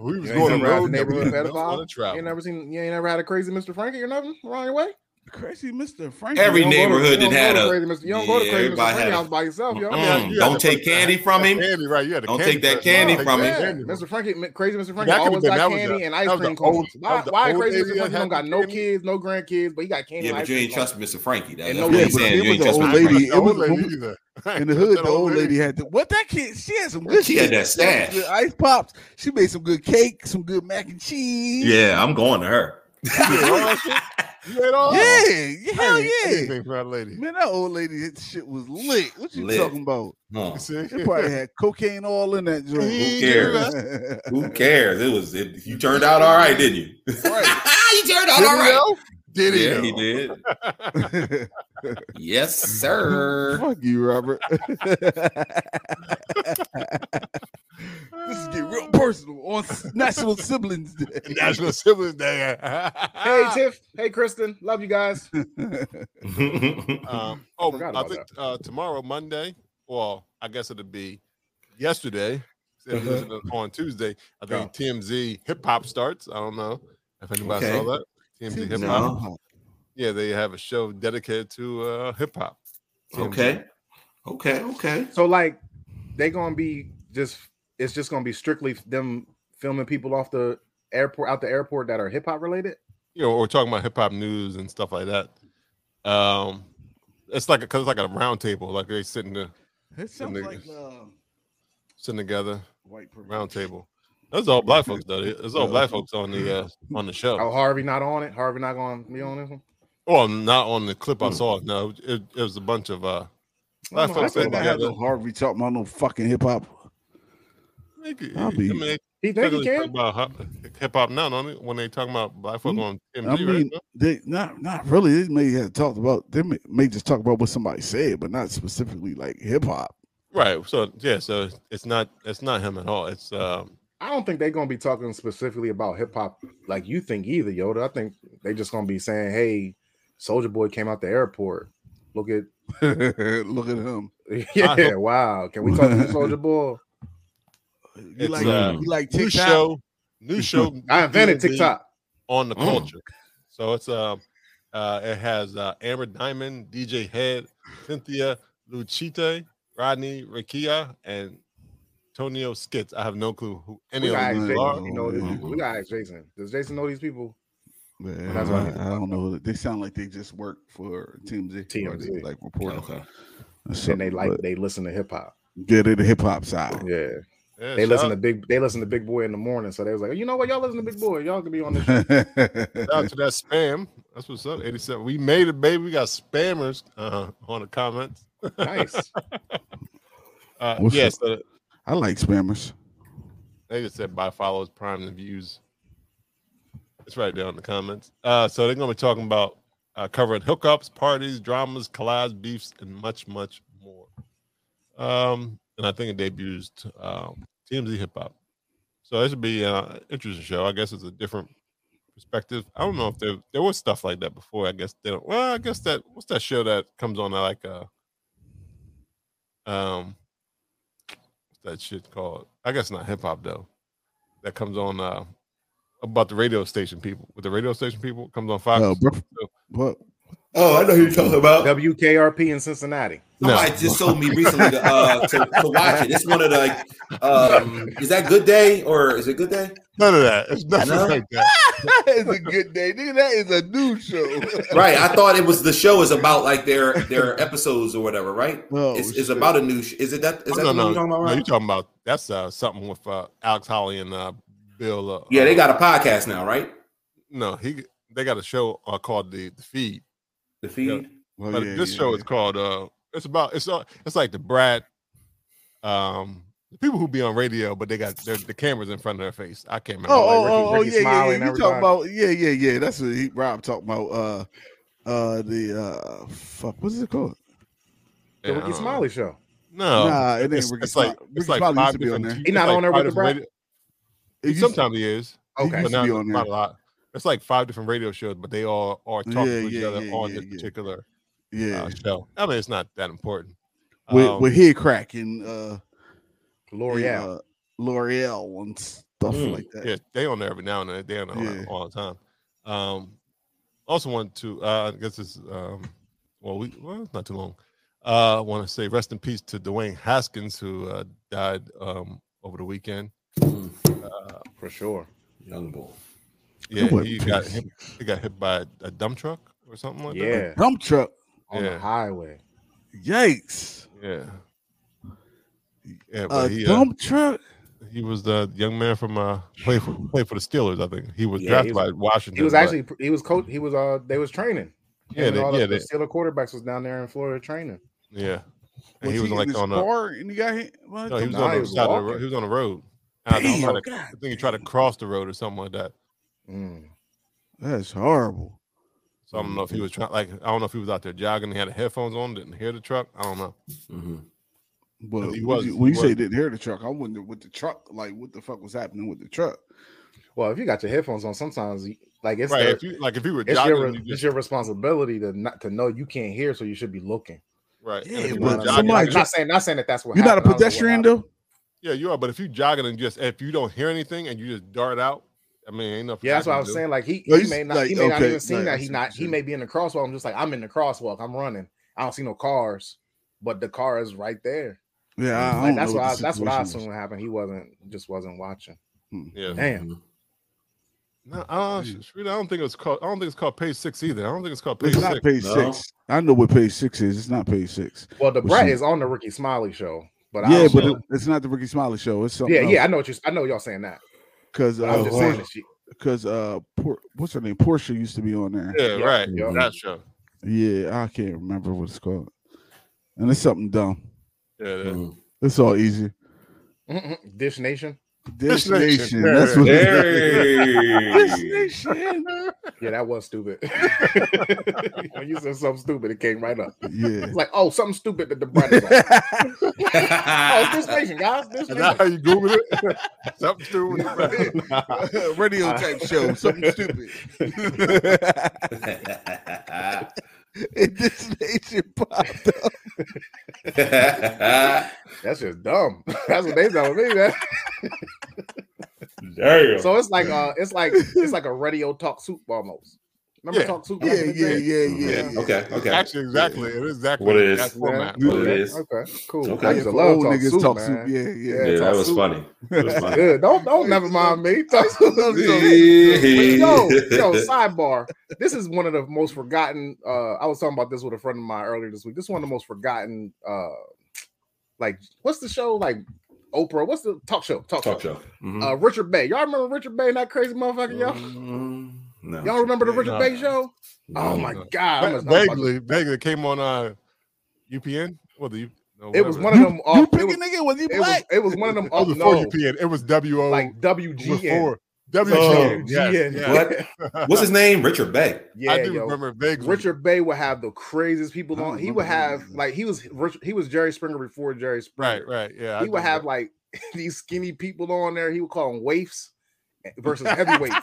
We was You going to ain't never had road the neighborhood neighborhood pedophile? pedophile. You ain't never seen, you ain't never had a crazy Mr. Frankie or nothing around your way. Crazy Mr. Frank. Every You don't go to- neighborhood you didn't don't have go to a. crazy Mr. You don't go to Yeah, crazy Mr. everybody Frankie had a- house by yourself, yo. Mm, don't take candy from him. Candy, right? You had the Don't candy take that first. candy Take from that him. candy Yeah, Mr. Frankie, M- Crazy Mr. Frankie could've always been- got that was candy the- and that ice was the cream old- cones. that Why, was the why old Crazy lady Mr. that Frankie had don't got the no candy? kids, no grandkids, but he got candy Yeah, and ice but you cream ain't cones. trust Mr. Frankie. That- That's And no what Yeah, he's but saying. it You was ain't an trust Mr. old I ain't Frankie. lady. trust the old lady It was- either. I ain't In the trust hood, that the old lady. lady had to, what that kid? She had some good She had shit. that She had some stash. good ice pops. She made some good cake, some good mac and cheese. Yeah, I'm going to her. You ate all that shit? You ate all that? yeah, yeah, hell I ain't yeah. Anything for that lady. Man, that old lady that shit was lit. What you Lit. talking about? Huh. You see? It probably had cocaine all in that joint. Who cares? Who cares? It was. It, you turned out all right, didn't you? you turned out Did all he right. know? Did he Yeah, know? he did. Fuck Yes, sir. you, Robert. this is getting real personal on S- National Siblings Day. National Siblings Day. Hey Tiff, hey Kristen, love you guys. um, oh, forgot I about think uh, tomorrow, Monday. Well, I guess it'll be yesterday. If you Uh-huh. listen to- on Tuesday, I think TMZ hip hop starts. I don't know if anybody Okay. saw that. TMZ hip hop. No. Yeah, they have a show dedicated to uh, hip hop. Okay. Okay. Okay. So like, they gonna be just, it's just gonna be strictly them filming people off the airport, out the airport that are hip hop related. You know, we're talking about hip hop news and stuff like that. Um, it's like a, cause it's like a round table, like they sitting to, It sounds like uh, sitting together, white privilege. round table. That's all black folks though. It's all black folks on the uh, on the show. Oh, Harvey not on it. Harvey not gonna be on this one. Well, not on the clip Hmm. I saw. No, it, it was a bunch of uh, black no, folks I sitting think I have together. no Harvey talking about no fucking hip hop. They could- I'll I be- mean, they He think he typically talk can. about hip hop now, don't they? When they talking about black folk Hmm. Mm. on MG, I mean, right? Bill? they not not really. They may have talked about. They may, may just talk about what somebody said, but not specifically like hip hop. Right. So yeah, so it's not it's not him at all. It's um, I don't think they're gonna be talking specifically about hip hop like you think either, Yoda. I think they just gonna be saying, "Hey, Soldier Boy came out the airport. Look at Look at him. yeah, hope- wow. Can we talk to Soldier Boy? You It's, like uh, you like new TikTok? show, new show. I invented DMV TikTok. Hmm. on the Mm. culture. So it's um, uh, it has uh, Amber Diamond, DJ Head, Cynthia Lucite, Rodney Rakia, and Tonio Skits. I have no clue who any We of gotta them ask these are. Jason. You know these Oh, people. We gotta ask Jason. Does Jason know these people? Man, That's why I need to I, I don't know. They sound like they just work for TMZ. or they, TMZ. like reporting. Okay. or And they something, like but- they listen to hip hop. yeah, they the hip hop side. Yeah, Yeah, they shout listen out- to big. They listen to Big Boy in the morning. So they was like, you know what? Y'all listen to Big Boy. Y'all can be on this. Shout out to that spam. That's what's up. 87. We made it, baby. We got spammers uh, on the comments. nice. Uh, What's yeah, up? so I like spammers. they just said by follows, prime the views. It's right there in the comments. Uh, so they're going to be talking about uh, covering hookups, parties, dramas, collides, beefs, and much, much more. Um, and I think it debuts um, TMZ Hip Hop. So it should be an uh, interesting show. I guess it's a different perspective. I don't know if there there was stuff like that before. I guess they don't. Well, I guess that what's that show that comes on that like uh um what's that shit called? I guess not hip hop though. That comes on uh about the radio station people. With the radio station people comes on Fox. Uh, Brook- what? Oh, I know who you're talking about. WKRP in Cincinnati. Somebody just told me recently to, uh, to, to watch it. It's one of the. like, Um, is that Good Day or is it Good Day? None of that. It's nothing know. like that. that is a good day, nigga. That is a new show. Right. I thought it was the show is about like their their episodes or whatever. Right. Oh, it's, it's shit. about a new. Sh- is it that? Is that no, the Oh, no, one you're talking no, about? you're Right? talking about that's uh, something with uh, Alex Holly and uh, Bill. Uh, Yeah, they got a podcast now, right? no. He they got a show uh, called the the feed. The feed. Well, but Oh, yeah, this yeah, show yeah. is called uh it's about it's uh, it's like the Brad um the people who be on radio but they got their the cameras in front of their face. I can't remember. Oh, Ricky- oh, oh, oh, Ricky yeah, yeah, Smiley yeah. and You talking everybody. about? Yeah, yeah, yeah. That's what he, Rob talking about. Uh, uh, the uh, fuck, what's it called? The Ricky Yeah, uh, Smiley show. No. oh, nah, it ain't Oh, it's, Ricky it's like Smiley. it's Ricky like Smiley used five to be on different there. t- He not it's like on there five with the different radio- It used- Sometimes he is, it Okay. used but to not, be on there. not a lot. It's like five different radio shows, but they all are talking Yeah, to each yeah, other yeah, on yeah, this yeah. particular Yeah, uh, show. I mean, it's not that important. with Um, with head crack and uh, L'Oreal. and, uh, L'Oreal and stuff Mm. like that. yeah, they on there every now and then. They on there Yeah. all the time. Um, also want to, uh, I guess it's um, well, we well, it's not too long. Uh, want to say rest in peace to Dwayne Haskins who uh, died um over the weekend. For sure. Young bull. Yeah, Good one, he got Prince. hit, he got hit by a dump truck or something like that. Yeah. Dump truck. On Yeah. the highway. Yikes. Yeah, yeah. But A he, uh, dump truck. he was the young man from uh play for play for the Steelers. I think he was Yeah, he drafted by Washington. He was but- actually he was coach he was uh they was training. Him yeah, and they, all yeah, the, they, the Steeler quarterbacks was down there in Florida training. yeah. And Was he was in like his on a car and he got hit. by a No, he dump was Nah, on he the was side of the road. walking. He was on the road. And I, think he Damn, tried to, I think he tried to cross the road or something like that. Mm. That's horrible. So I don't know if he was trying. Like I don't know if he was out there jogging. He had the headphones on. Didn't hear the truck. I don't know. Mm-hmm. But he when was- you, he when you say was. didn't hear the truck, I wonder what the truck like. What the fuck was happening with the truck? Well, if you got your headphones on, sometimes you- like it's right? the- if you like, if he were it's jogging, your you it's just, your responsibility to not to know you can't hear, so you should be looking. right? and Yeah, if you You but were know what I'm saying? jogging, somebody- you Like, just- not saying not saying that that's what You're not a happened. I was like, pedestrian what though. yeah, you are. But if you jogging and just if you don't hear anything and you just dart out, I mean, ain't nothing. Yeah, I that's what I can was do. saying. Like he, No, he he's may not, like, he may not okay, even seen like, I that. see He what not, you're he may be in the crosswalk. I'm just like, I'm in the crosswalk. I'm running. I don't see no cars, but the car is right there. Yeah, I, I Like, don't that's know what, I, the that's what I situation Hmm. was. assume happened. He wasn't, just wasn't watching. Yeah. Damn. No, I don't, Sharita, uh, I don't think it's called. I don't think it's called page six either. I don't think it's called page It's six. not page No. six. I know what page six is. It's not page six. Well, the But Brett she- is on the Ricky Smiley show, but I yeah, also, but it- it's not the Ricky Smiley show. It's something yeah, yeah, I else. know what you, I know y'all saying that. Because But I'm just saying that she, because uh, Por- what's her name? Portia used to be on there. Yeah, Yeah. right. Yeah. That show. Yeah, I can't remember what it's called. And it's something dumb. Yeah, Mm-hmm. that- mm. It's all easy. Mhm. Dish Nation. Nation. Destination. That's what. Hey. Destination. Yeah, that was stupid. when you said something stupid, it came right up. Yeah. It's like, oh, something stupid that the Brett is on. Oh, it's Dish Nation, guys. Dish Is that Nation. how you Google it? Something stupid. Nah. Radio type show. Something stupid. And Destination popped up. That's just dumb. That's what they telling me, man. So it's like uh it's like it's like a radio talk soup almost. Remember Yeah. talk soup? Yeah, back in the yeah, day? yeah, yeah. Yeah, yeah. okay, okay. Actually, exactly. It is exactly What it is. that format. Yeah. What it is. Okay, cool. Okay. I Yeah, used to for love old talk niggas soup, talk man. soup. Yeah, yeah. Yeah, that Talk was soup. funny. That was funny. Good. Don't don't never mind me. Talk soup. yo, yo, sidebar. This is one of the most forgotten. Uh, I was talking about this with a friend of mine earlier this week. This is one of the most forgotten. Uh, like what's the show? Like Oprah? What's the talk show? Talk, Talk show. show. Mhm. Uh, Richard Bay. Y'all remember Richard Bay and that crazy motherfucker, Mm-hmm. y'all? Mm, No. Y'all remember the Richard No. Bay show? No. Oh my No. god! I'm Va- a- I'm about to- vaguely, vaguely it came on uh, UPN. Well, the U- no, It was whatever. one of them. You Off, it, pick was, a nigga when you it was black. it was one of them. It Off, was before no, UPN. It was W O like WGN. before W O. Oh, Yes, WGN. yes. What? What's his name? Richard Bay. Yeah, I do yo. remember vaguely. Richard Bay would have the craziest people I don't on. He remember would that have nigga. like he was Rich- he was Jerry Springer before Jerry Springer. Right, right. Yeah, I He would do have like these skinny people on there. He would call them waifs eh, versus heavyweights.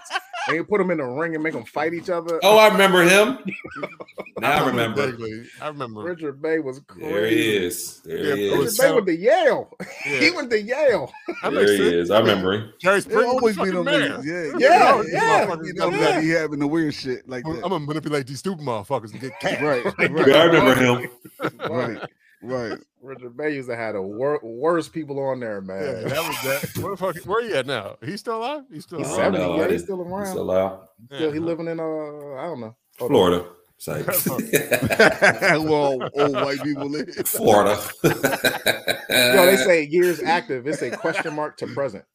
and you put them in a ring and make them fight each other. Oh, I remember him. now I remember. Vaguely. I remember. Richard Bay was There he crazy. is. There Yeah, he it Richard is. was- Bay went to Yale. he Yeah, went to Yale. that There makes he sense. is. I remember him. Jerry There Springer always be the them mayor. niggas. Yeah, Yeah, these yeah, motherfuckers you know, know, that be having the weird shit like I'm that. gonna manipulate these stupid motherfuckers and get kicked. right, Yeah, I right, remember him. right, right. Richard Bay used to have the wor- worst people on there, Yeah, man. that was that. Where, the fuck, where he at now? He's still alive? He's still He's I alive. don't seventy. know, I Yeah, he's didn't- still around. He's allowed. Still, he Yeah. living in uh, I don't know. Hold on. Florida. It's like- Where all old white people live. Florida. Yo, Uh, they say years active. It's a question mark to present,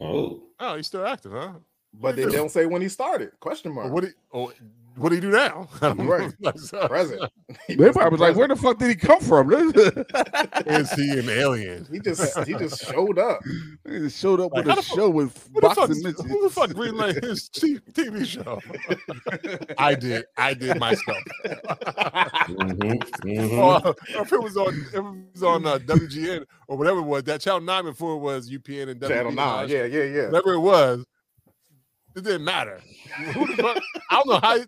Oh, Oh, he's still active, huh? but they don't say when he started. Question Or mark. what do you, or what do you do now? Right. present. He They was the probably was like, "Where present. the fuck did he come from?" Is he an alien? He just he just showed up. They just showed up Like, with how a the fu- show with Who the, fuck, boxing who the mitts. fuck greenlit his t- TV show? I did. I did myself. Mhm, mhm. or Mm-hmm. if it was on, if it was on uh, WGN or whatever it was, that channel nine before it was UPN and Channel WGN, nine. Yeah, yeah, yeah. whatever it was, it didn't matter. Who the fuck, I don't know how.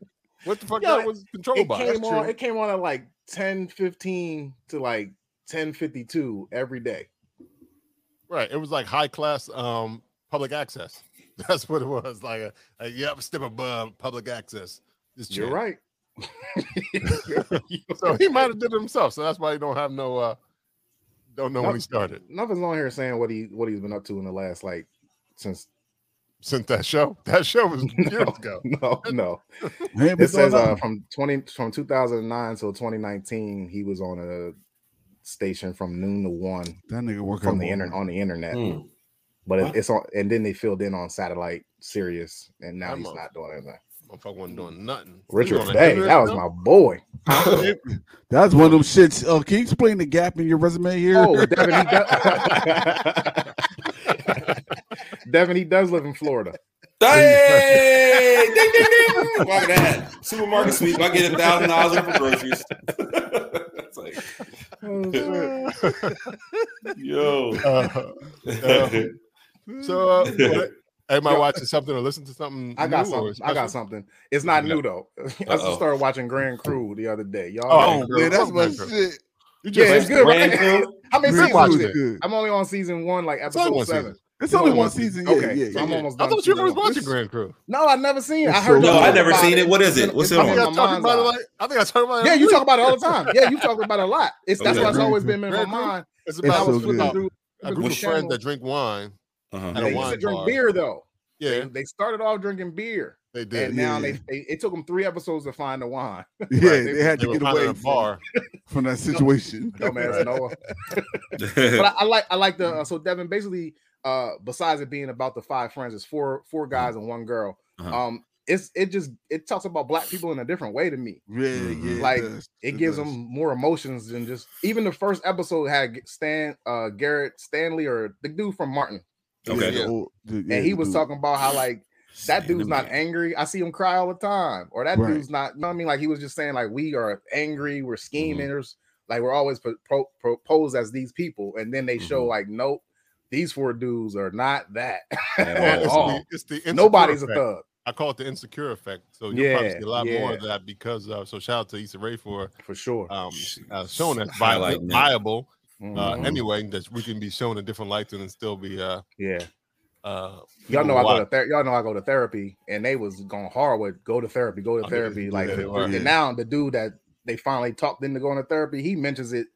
What the fuck Yo, that was controlled It by? came That's on. true. It came on at like ten fifteen to like ten fifty two every day. Right. It was like high class um public access. That's what it was. Like a, a yep, step above public access. This You're channel. right. So he might have did it himself. So that's why he don't have no uh don't know when he started Nothing's on here saying what he what he's been up to in the last like since since that show. That show was years ago. no no it It says uh, from 20 from 2009 till 2019 he was on a station from noon to one that nigga working from the internet on the internet Hmm. but it, What? it's on and then they filled in on satellite Sirius and now That he's mother- not doing anything Motherfucker wasn't doing nothing. Richard Bay that was my boy That's one of them shits. Uh, can you explain the gap in your resume here? oh Devin he does Devin he does live in Florida Hey! ding, ding, ding. Look at that. Supermarket sweep. I get a thousand dollars worth of groceries. it's like, yo. Uh, so uh, what- am I watching something or listening to something? I got new or something I got special? something it's not new though I Uh-oh. just started watching Grand Crew the other day y'all Oh, Oh, man, that's my Girl. shit. You just yeah it's good Grand right? Crew? how many Grand seasons Crew's is good. it I'm only on season one, like It's only episode one seven. season. It's It's only one season. Yeah, okay, yeah, so I'm yeah. almost I done. thought you season were one. watching Grand Crew. No, I never seen. it. I It's heard. so No, good. I never seen it. What is it? What's it I think I on? My talked mind's about it eye. like I think I talked about it. Yeah, you last talk about it all the time. Yeah, you talk about it a lot. It's that's Okay. why it's always been in my Very cool. mind. week. It's It's about, I was so flipping good. through a group of Which channel? friends that drink wine. Uh-huh. At a They used to wine drink bar. beer though. Yeah, They started off drinking beer, they did. and Yeah, now yeah. they, they it took them three episodes to find the wine. Yeah, Right, they, they- had they to were get finding away a from, bar. from that situation. Dumbass Noah. But I, I like I like Mm-hmm. the uh, so Devin basically uh besides it being about the five friends, it's four four Mm-hmm. guys and one girl. Uh-huh. Um, it's it just it talks about black people in a different way to me. Yeah, yeah. Like, does. it gives does. them more emotions than just even the first episode had G- Stan uh Garrett Stanley or the dude from Martin, Yeah, okay. the old- the- yeah, and he the was dude. talking about how like that dude's not Anime. angry. I see him cry all the time, or that Right. dude's not. You know what I mean? Like he was just saying like we are angry, we're Mm-hmm. schemers, like we're always pro- pro- proposed as these people, and then they show Mhm. like nope, these four dudes are not that At Yeah, at Mm-hmm. it's, all. the, it's the insecure Nobody's a effect. thug. I call it the insecure effect. So you'll probably Yeah, see a lot more yeah. of that because of. So shout out to Issa Rae for For sure. um, uh, showing that vi- Highlighting that. Mm. viable. Uh, Mhm. Anyway, that we can be shown in different lights and still be. Uh, yeah. uh, Y'all people know I watch. go to ther- y'all know I go to therapy, and they was going hard with go to therapy, go to Oh, yeah, therapy. yeah, like, they were. and now the dude that they finally talked into going to therapy, he mentions it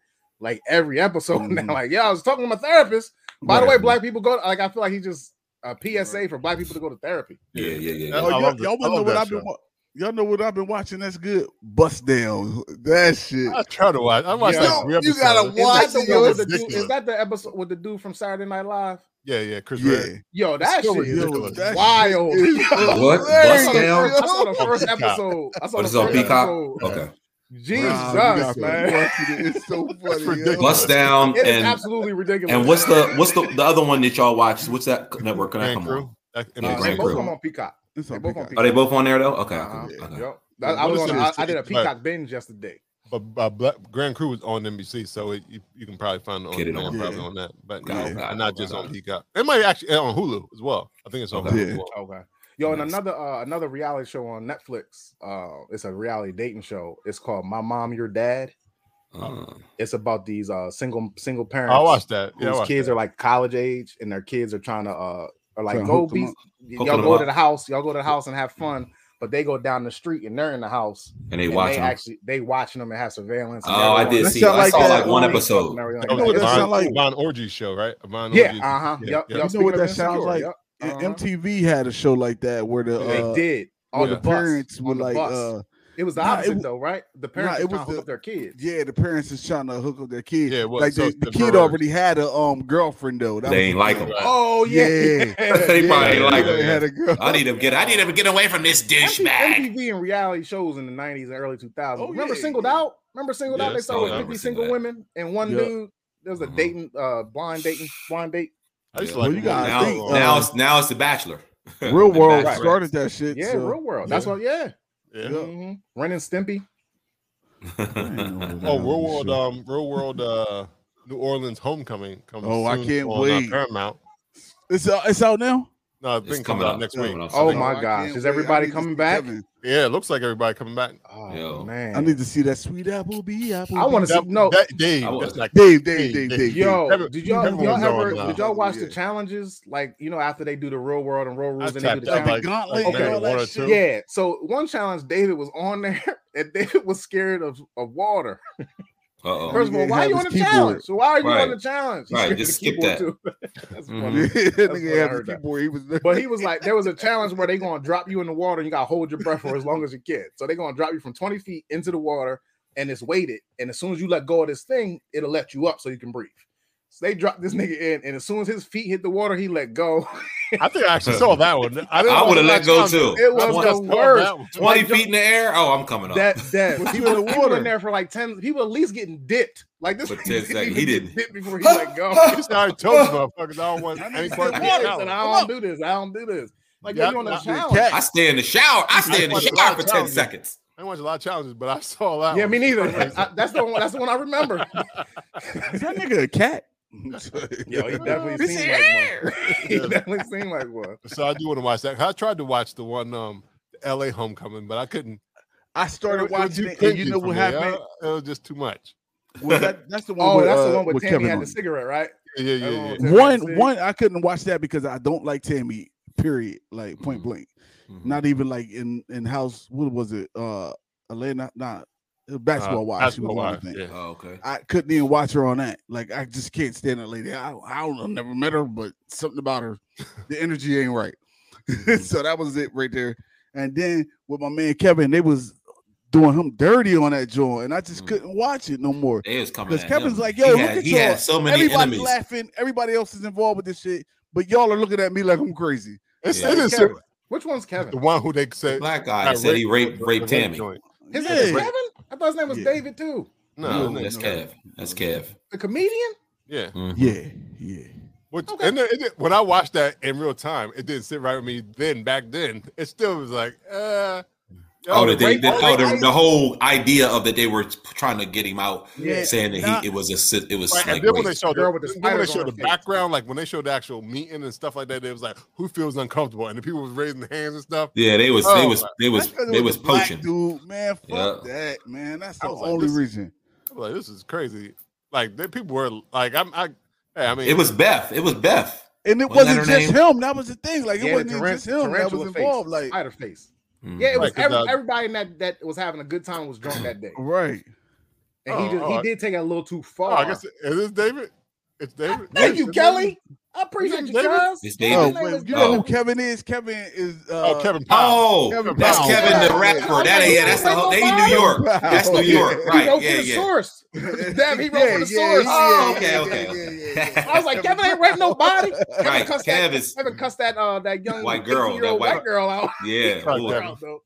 like every episode. Mhm. Mm-hmm. Now, like, yeah, I was talking to my therapist. By the Right. way, black people go. Like, I feel like he just a PSA for black people to go to therapy. Yeah, yeah, yeah. I Oh, y'all, love the- y'all I wanna know love what that I've been show. wa- y'all know what I've been watching that's good? Bust down. That shit. I try to watch. I watch Yo, like three you episodes. gotta Is Why that, the is one it with the dude, ridiculous? is that the episode with the dude from Saturday Night Live? Yeah, yeah, Chris. yeah. Rock. Yo, that so shit is ridiculous. that shit wild. is What? hilarious, Bust down? yo. I saw the On first Peacock. episode. I saw Oh, the this first is on Peacock? episode. Okay. Jesus, Wow, you got me man. watching it. It's so funny. yo. ridiculous. Bust down It is and absolutely ridiculous. and what's the what's the, the other one that y'all watch? What's that network? Can I Grand come Crew. on? That- it Yeah, Uh, makes they Grand sense. both Crew. come on Peacock. It's They on both on Peacock. Are they both on there though? Okay. Uh-huh. okay. okay. Yep. I, I What was is on, it? I, I did a It's Peacock like- binge yesterday. But uh, Black, Grand Crew was on NBC, so it, you, you can probably find it on Get it demand, on. probably Yeah. on that. But Yeah. no, not just on Peacock. It might actually on Hulu as well. I think it's on Okay. Hulu. as Yeah. well. Okay. Yo, and another uh, another reality show on Netflix. Uh, it's a reality dating show. It's called My Mom, Your Dad. Um, It's about these uh single single parents. Oh, I watched that. Yeah, I whose watched kids that. are like college age and their kids are trying to uh are like Tryna go hook 'em be up. Hook y'all 'em go up. to the house, y'all go to the house and have fun, but they go down the street and they're in the house and they and watch they them. actually they watching them and have surveillance. and oh, I everyone- did That see. sound I like saw that, like one um, episode. and everything You know what that that. Von, sound like? Von Orgy show, right? Von Yeah, Orgy. uh huh. Yeah, Yep, yeah. yep. You know speaking what of that them, sounds sure, like? yep, And uh-huh. MTV had a show like that where the They uh, did. where On the the bus, parents were on the like, bus. uh, it was the nah, it opposite wa- though, right? The parents it were was trying to hook the- up their kids. yeah, the parents is trying to hook up their kid. Yeah, well, like so the, it's the the kid reverse. already had a um girlfriend though. That They ain't was the like thing. them. Oh Yeah. They probably ain't Yeah, like they them. had a girl. I need to get. I need to get away from this MP- douchebag. MTV and reality shows in the 90s and early 2000s. Oh, Remember yeah, Singled yeah. Out? Remember Singled Yeah, Out? They oh, started I with remember 50 single that. women and one Yeah. dude. There was a Uh-huh. Mhm. dating, uh, blind dating, blind date. I used to Yeah. like Well, you them. gotta Now, think, uh, now it's now it's the Bachelor. Real The World Bachelor. started that shit. Yeah, so- real world. That's Yeah. what, yeah. Yeah. Mhm. Ren and Stimpy. Oh, real world, um, real world, uh, New Orleans homecoming comes. Oh, I soon can't on, uh, wait. Paramount. It's out, it's out now. No, I It's think comes coming out up. next Coming week. up Oh, soon. my I gosh. can't Is wait. I everybody need to coming see back? Kevin. Yeah, it looks like everybody coming back. Oh, Yo. man. I need to see that sweet apple bee apple. I wanna bee. see- no. that, Dave, I that's was- like Dave, Dave, Dave, Dave, Dave. Yo, Every- did y'all, did y'all everyone's ever on now. did y'all watch the Yeah. challenges? Like, you know, after they do the real world and real I rules and they do tapped the out challenges. like, Gauntlet like and maybe all one that or shit. two. Yeah. So one challenge, David was on there, and David was scared of, of water. Uh-oh. Oh, First of all, Nigga why are have you on his the keyboard. challenge? So why are you on Right. the challenge? He's Right, scared just of the skip keyboard, that. too. That's Mhm. funny. Yeah, what I nigga had his heard that. keyboard. He was there. But he was like, there was a challenge where they're gonna drop you in the water and you gotta hold your breath for as long as you can. So they're gonna drop you from 20 feet into the water and it's weighted. And as soon as you let go of this thing, it'll let you up so you can breathe. So they dropped this nigga in, and as soon as his feet hit the water, he let go. I think I actually saw that one. I, I would have let go too. too. It was Twenty- the worst. Twenty Like, feet in the air. Oh, I'm coming up. that that Was he you in was, the he was water? in there for like 10 he was at least getting dipped like this For nigga 10 seconds. even He get didn't. dipped before he let go I already told you, motherfuckers, I don't want any part of He the said, challenge. i don't do this i don't do this like Yeah, yo, you on I- a I- challenge I stay in the shower. I stay in the watched a shower lot for of ten television. seconds. I watched a lot of challenges, but I saw that. yeah one. me neither Crazy. I- that's the one that's the one i remember Is that nigga a cat? yo he definitely This seemed like one he definitely seemed like one So I do want to watch that. I tried to watch the one, um, L.A. Homecoming, but I couldn't. I It started was watching too it, and you cringy know for what me. happened? I- it was just too much. Well, that, that's the one. oh with, that's uh, the one with tammy Kevin had on the it. cigarette right Yeah, yeah, yeah. yeah. Everyone- One, Cigarette. one, I couldn't watch that because I don't like Tammy. Period. Like point Mhm. Mm-hmm. blank. Not even like in in house. What was it? Uh, Atlanta. Not basketball. Uh, wise. she was basketball on the wise, thing. yeah. Oh, okay. I couldn't even watch her on that. Like I just can't stand that lady. I, I don't know, never met her, but something about her, the energy ain't right. Mm-hmm. so that was it right there. And then with my man Kevin, they was doing him dirty on that joint, and I just Mm-hmm. Mm. couldn't watch it no more. They was coming. Because at Kevin's him. like, yo, he look had, at he had y'all. so many Everybody enemies. laughing. Everybody else is involved with this shit, but y'all are looking at me like I'm crazy. It's, Yeah. it is Kevin. which one's the kevin one who they The said black got guy said he raped the rape raped Tammy. joint. his Yeah. name is kevin i thought his name was Yeah. david too No, No, No, no, that's no. Kev. That's Kev. the comedian yeah. Mhm. Yeah, yeah. Which, Okay. and then, it, did- when I watched that in real time, it didn't sit right with me then. Back then, it still was like, uh, Oh, the, yo, they, rape- the, oh, rape- the, the whole idea of that they were trying to get him out, Yeah. saying that Nah. he it was a si- it was Right, like and then when they rape. showed Girl the, with the then when they spiders on showed her the face. background, like when they showed the actual meeting and stuff like that, they was like, "Who feels uncomfortable?" And the people was raising their hands and stuff. yeah, they was they Oh, was right. they was That's 'cause it they a was black poaching. dude, man. Fuck that, man. That's the I was like, only this- reason. I'm like, "This is crazy." Like the people were like, "I'm," I, hey, I mean, It was Beth. It was Beth. And it Wasn't that wasn't her just him. That was the thing. Like it Yeah, wasn't the even tarant- just him that tarantula was face. involved. Like spider face Mhm. yeah it was Right, 'cause, every, uh, everybody in that that was having a good time was drunk that day right. And Oh, he just, oh, he did take it a little too oh, far. I guess it is David. It's David. Thank Is you, it David? Kelly. I appreciate Is it you, David? guys. It's His David. Oh, name wait, was you know Oh. who Kevin is? Kevin is uh, Oh, Kevin Powell. Oh, Kevin that's Powell. Kevin the Yeah. rapper. That ain't yeah, that's the whole they in New York. That's New York, He right? wrote Yeah, for the yeah. source. Damn, he wrote for the source. Oh, okay, okay, I was like, Kevin ain't raped nobody. Kevin Right, cussed Kev that, is- Kevin cussed that uh that young White girl, that 50-year-old white, white- girl out. Yeah, Sorry, boy. Kevin.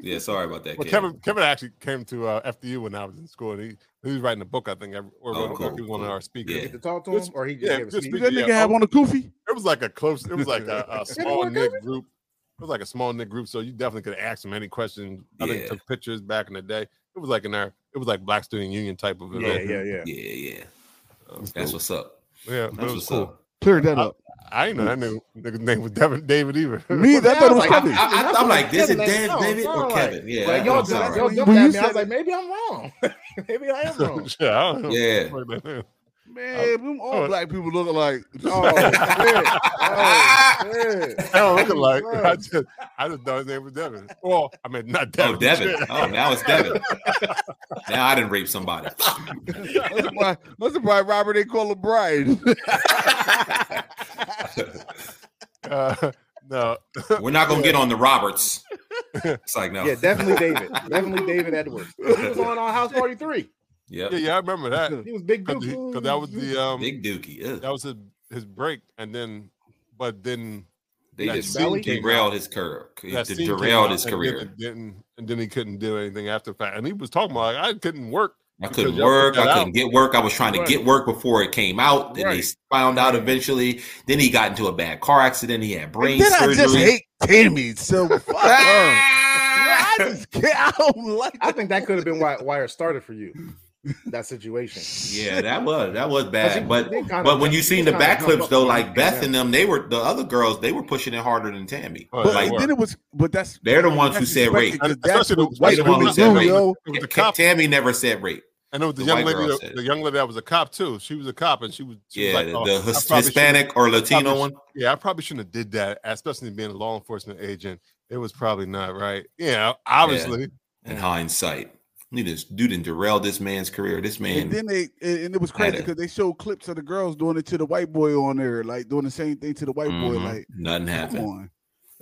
yeah. Sorry about that. Well, Kevin. Kevin Kevin actually came to uh, FDU when I was in school, and he, he was writing a book, I think, or wrote a book. Oh, cool, He was one of cool. our speakers. Yeah. Get to talk to him, or he just Yeah, gave a just speech. be- that nigga have on a koofy. It was like a close. It was like a, a small work knit group. It was like a small knit group, so you definitely could ask them any questions. I think Yeah. took pictures back in the day. It was like in our. It was like Black Student Union type of Yeah, event. yeah, yeah. Yeah, yeah. Um, That's what's up. yeah, but That's it was what's cool. up. Clear that up. I didn't know that nigga, nigga's name was Devin David either. Me, that thought it was Like, I- Kevin. I, I, I'm like, this is Dan, Sounds David or like- Kevin? Yeah, Like, that y'all, sounds y'all, right. y'all When you jumped at me. I said was it- like, maybe I'm wrong. maybe I am wrong. Shit, I don't know. Yeah. Man, them all Oh. black people look alike. Oh, shit. Oh, shit. I don't look alike. I just, I just thought his name was Devin. Well, I mean, not Devin. Oh, Devin. Shit. Oh, now it's Devin. now I didn't rape somebody. That's why, that's why Robert they call him Brian. Uh, no, We're not gonna get on the Roberts. It's like no. Yeah, definitely David. definitely David Edwards. He was on our House Party 3. Yep. yeah, yeah, I remember that He was big dude. because that was the um, Big Dookie. Ugh. that was his, his break, and then but then They that just scene came derailed his career. that scene It came derailed out, his and then career. it didn't and then he couldn't do anything after the fact, and he was talking about like I couldn't work. I because couldn't y'all put work. that I out. couldn't get work. I was trying to Right. get work before it came out. Then they Right. found out eventually. Then he got into a bad car accident. He had brain And then I surgery. just hate Tammy, so fuck her. I just can't. I don't like I think that could have been why why it started for you. That situation. yeah, that was that was But bad. you- But they kinda- but when you they seen the kinda back hung clips up though, on like it, Beth yeah. and them, they were the other girls. They were pushing it harder than Tammy. Oh, But they like were. then it was, but that's they're the ones who said rape. because And That's especially what the white white people women said do, rape. yo. It was the Ta- cop, Tammy never said rape. and it was the, the young white lady, girl that- said the it. young lady that was a cop too. She was a cop, and she was she Yeah, was the, like, oh, the I His- probably shouldn't- Hispanic or Latino probably one. Yeah, I probably shouldn't have did that, especially being a law enforcement agent. It was probably not right. Yeah, obviously. In hindsight, need this dude didn't derail this man's career. This man And then they and and it was Had crazy it. because they showed clips of the girls doing it to the white boy on there, like doing the same thing to the white boy. Mhm. Like, nothing come happened. on,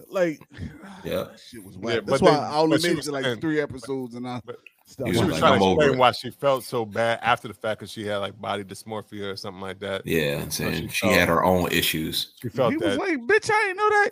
like Yeah. that shit was Yeah, whack. but That's why then- I only but she made it was to like saying- three episodes, and I but- stopped. She She was was like, trying "I'm to over explain it." why she felt so bad after the fact because she had like body dysmorphia or something like that. Yeah, I'm she saying she felt- had her own issues. She felt he that. was like, bitch, I ain't know that.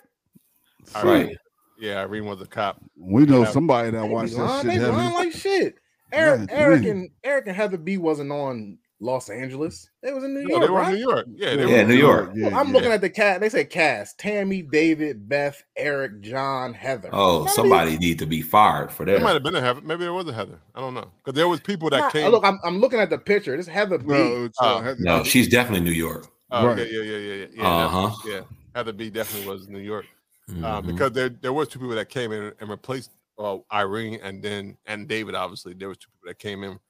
All Shoot. Right. yeah, Irene was a cop. We know Yeah. somebody that They watched be that lying, shit. they Heather. lying like shit. Eric, Yeah, Eric man. and Eric and Heather B wasn't on Los Angeles. They was in New No, York, they were in right? New York. Yeah, they Yeah, were. New York. Yeah, Well, I'm yeah. looking at the cast. They said cast: Tammy, David, Beth, Eric, John, Heather. Oh, None of somebody need to be fired for It might that. have been a Heather. Maybe there was a Heather. I don't know. Because there was people these- that Nah, came. look, I'm, I'm looking at the picture. This Heather B. No, it's, uh, Uh, Heather- No, she's definitely New York. oh, right. okay, yeah, yeah, yeah, yeah. Yeah, Uh that- huh. yeah. Heather B definitely was in New York. uh, Mhm. because there there was two people that came in and replaced uh, Irene and then and David. Obviously, there was two people that came in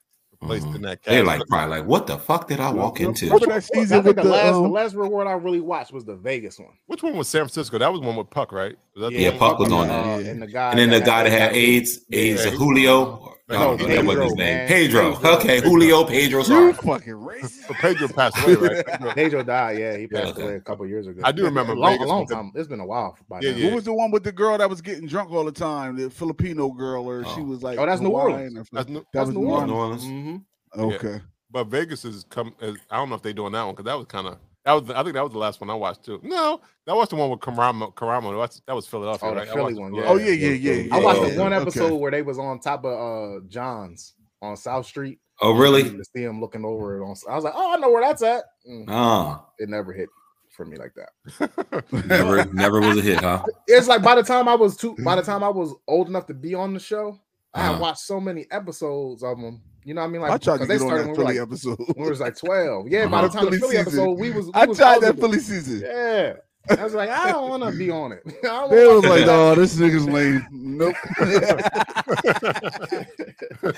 replaced Mhm. in that cast. They're like probably like, what the fuck did I walk Well, into? well, Remember that Look, season I think with the, the, last the um, last reward I really watched was the Vegas one. Which one was San Francisco? That was one with Puck, right? Was that the Yeah, one- Puck was and, on that. Uh, and the guy, And then the that guy that had AIDS, Yeah, AIDS he- Julio. No, No, that wasn't Pedro, his name. man. Pedro. Pedro. Okay, Julio Pedro. you Sorry. fucking racist. But Pedro passed away, right? Pedro- Pedro died. Yeah, he passed okay. away a couple years ago. I do remember a long, a Vegas long was the- time. It's been a while. By Yeah, now. yeah. Who was the one with the girl that was getting drunk all the time? The Filipino girl, or she Oh. was like, Oh, that's New Hawaiian Orleans. or Fili- that's new- that was New New New Orleans. Orleans. Mhm. Okay, but Vegas is come. Is, I don't know if they're doing that one because that was kind of that was. I think that was the last one I watched too. No, that was the one with Karamo. Karamo. That's, that was Philadelphia. Oh, the right? I Philly watched one, Philadelphia. oh yeah, yeah, yeah. yeah I watched Oh, the one okay. episode where they was on top of uh John's on South Street. Oh, really? To see him looking over it on, I was like, oh, I know where that's at. Uh. Mm, Ah, It never hit for me like that. never, never was a hit, huh? It's like by the time I was too, by the time I was old enough to be on the show, I had Uh-huh. watched so many episodes of them. You know what I mean? Like I tried to 'cause they get on started when that we were Philly like episode. when we was like twelve. Yeah, by Uh-huh. the time the Philly Philly season. episode, we was we I was tried that eligible. Philly season. Yeah. I was like, I don't want to be on it. I don't They wanna was be like, on it. "Oh, this nigga's lame." Nope. Oh,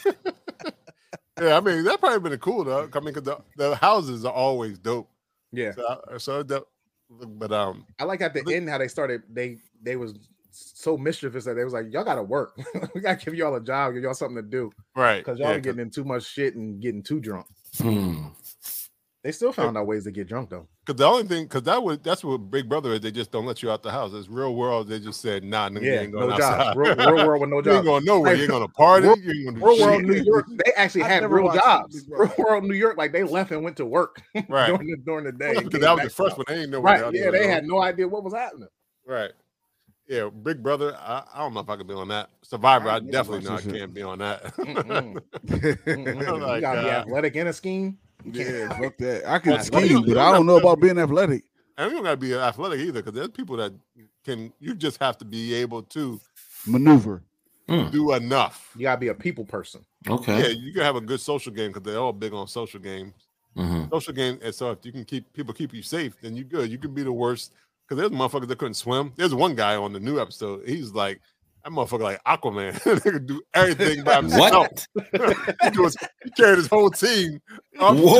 Yeah, I mean that probably been cool though. I mean, because the, the houses are always dope. yeah. So, I- so that, but um, I like at the But- end how they started. They they was so mischievous that they was like, y'all gotta work. we gotta give y'all a job, give y'all something to do, right? because y'all yeah, were getting in too much shit and getting too drunk. Hmm. They still found out ways to get drunk though. Because the only thing, because that was that's what Big Brother is. They just don't let you out the house. It's real world. They just said, nah, nigga, you Yeah, ain't going no outside. jobs. Real, real world with no you ain't jobs. going nowhere. You ain't going to party. you ain't going Real to world New York, they actually I've had never real watched jobs. Big Real Brother. world New York, like they left and went to work Right. during, the, during the day. Well, and Because came that was back the first out. one. They ain't know Right. what Yeah, they had no idea what was happening. right. Yeah, Big Brother. I, I don't know if I could be on that. Survivor. I I ain't never definitely know I watched that shit. can't be on that. Mm-mm. Mm-mm. Like, you gotta be uh, athletic in a scheme. You can't- yeah, fuck that. I can Well, you ski, don't- you but I don't don't know about being athletic. and you don't got to be athletic either. Because there's people that can. You just have to be able to Maneuver. do enough. You gotta be a people person. Okay. Yeah, you can have a good social game because they're all big on social games. Mhm. Social game. And so if you can keep people keep you safe, then you good. You could be the worst. Because there's motherfuckers that couldn't swim. There's one guy on the new episode. He's like. That motherfucker like Aquaman. they could do everything by himself. What? he, was, he carried his whole team. up to the- Whoa!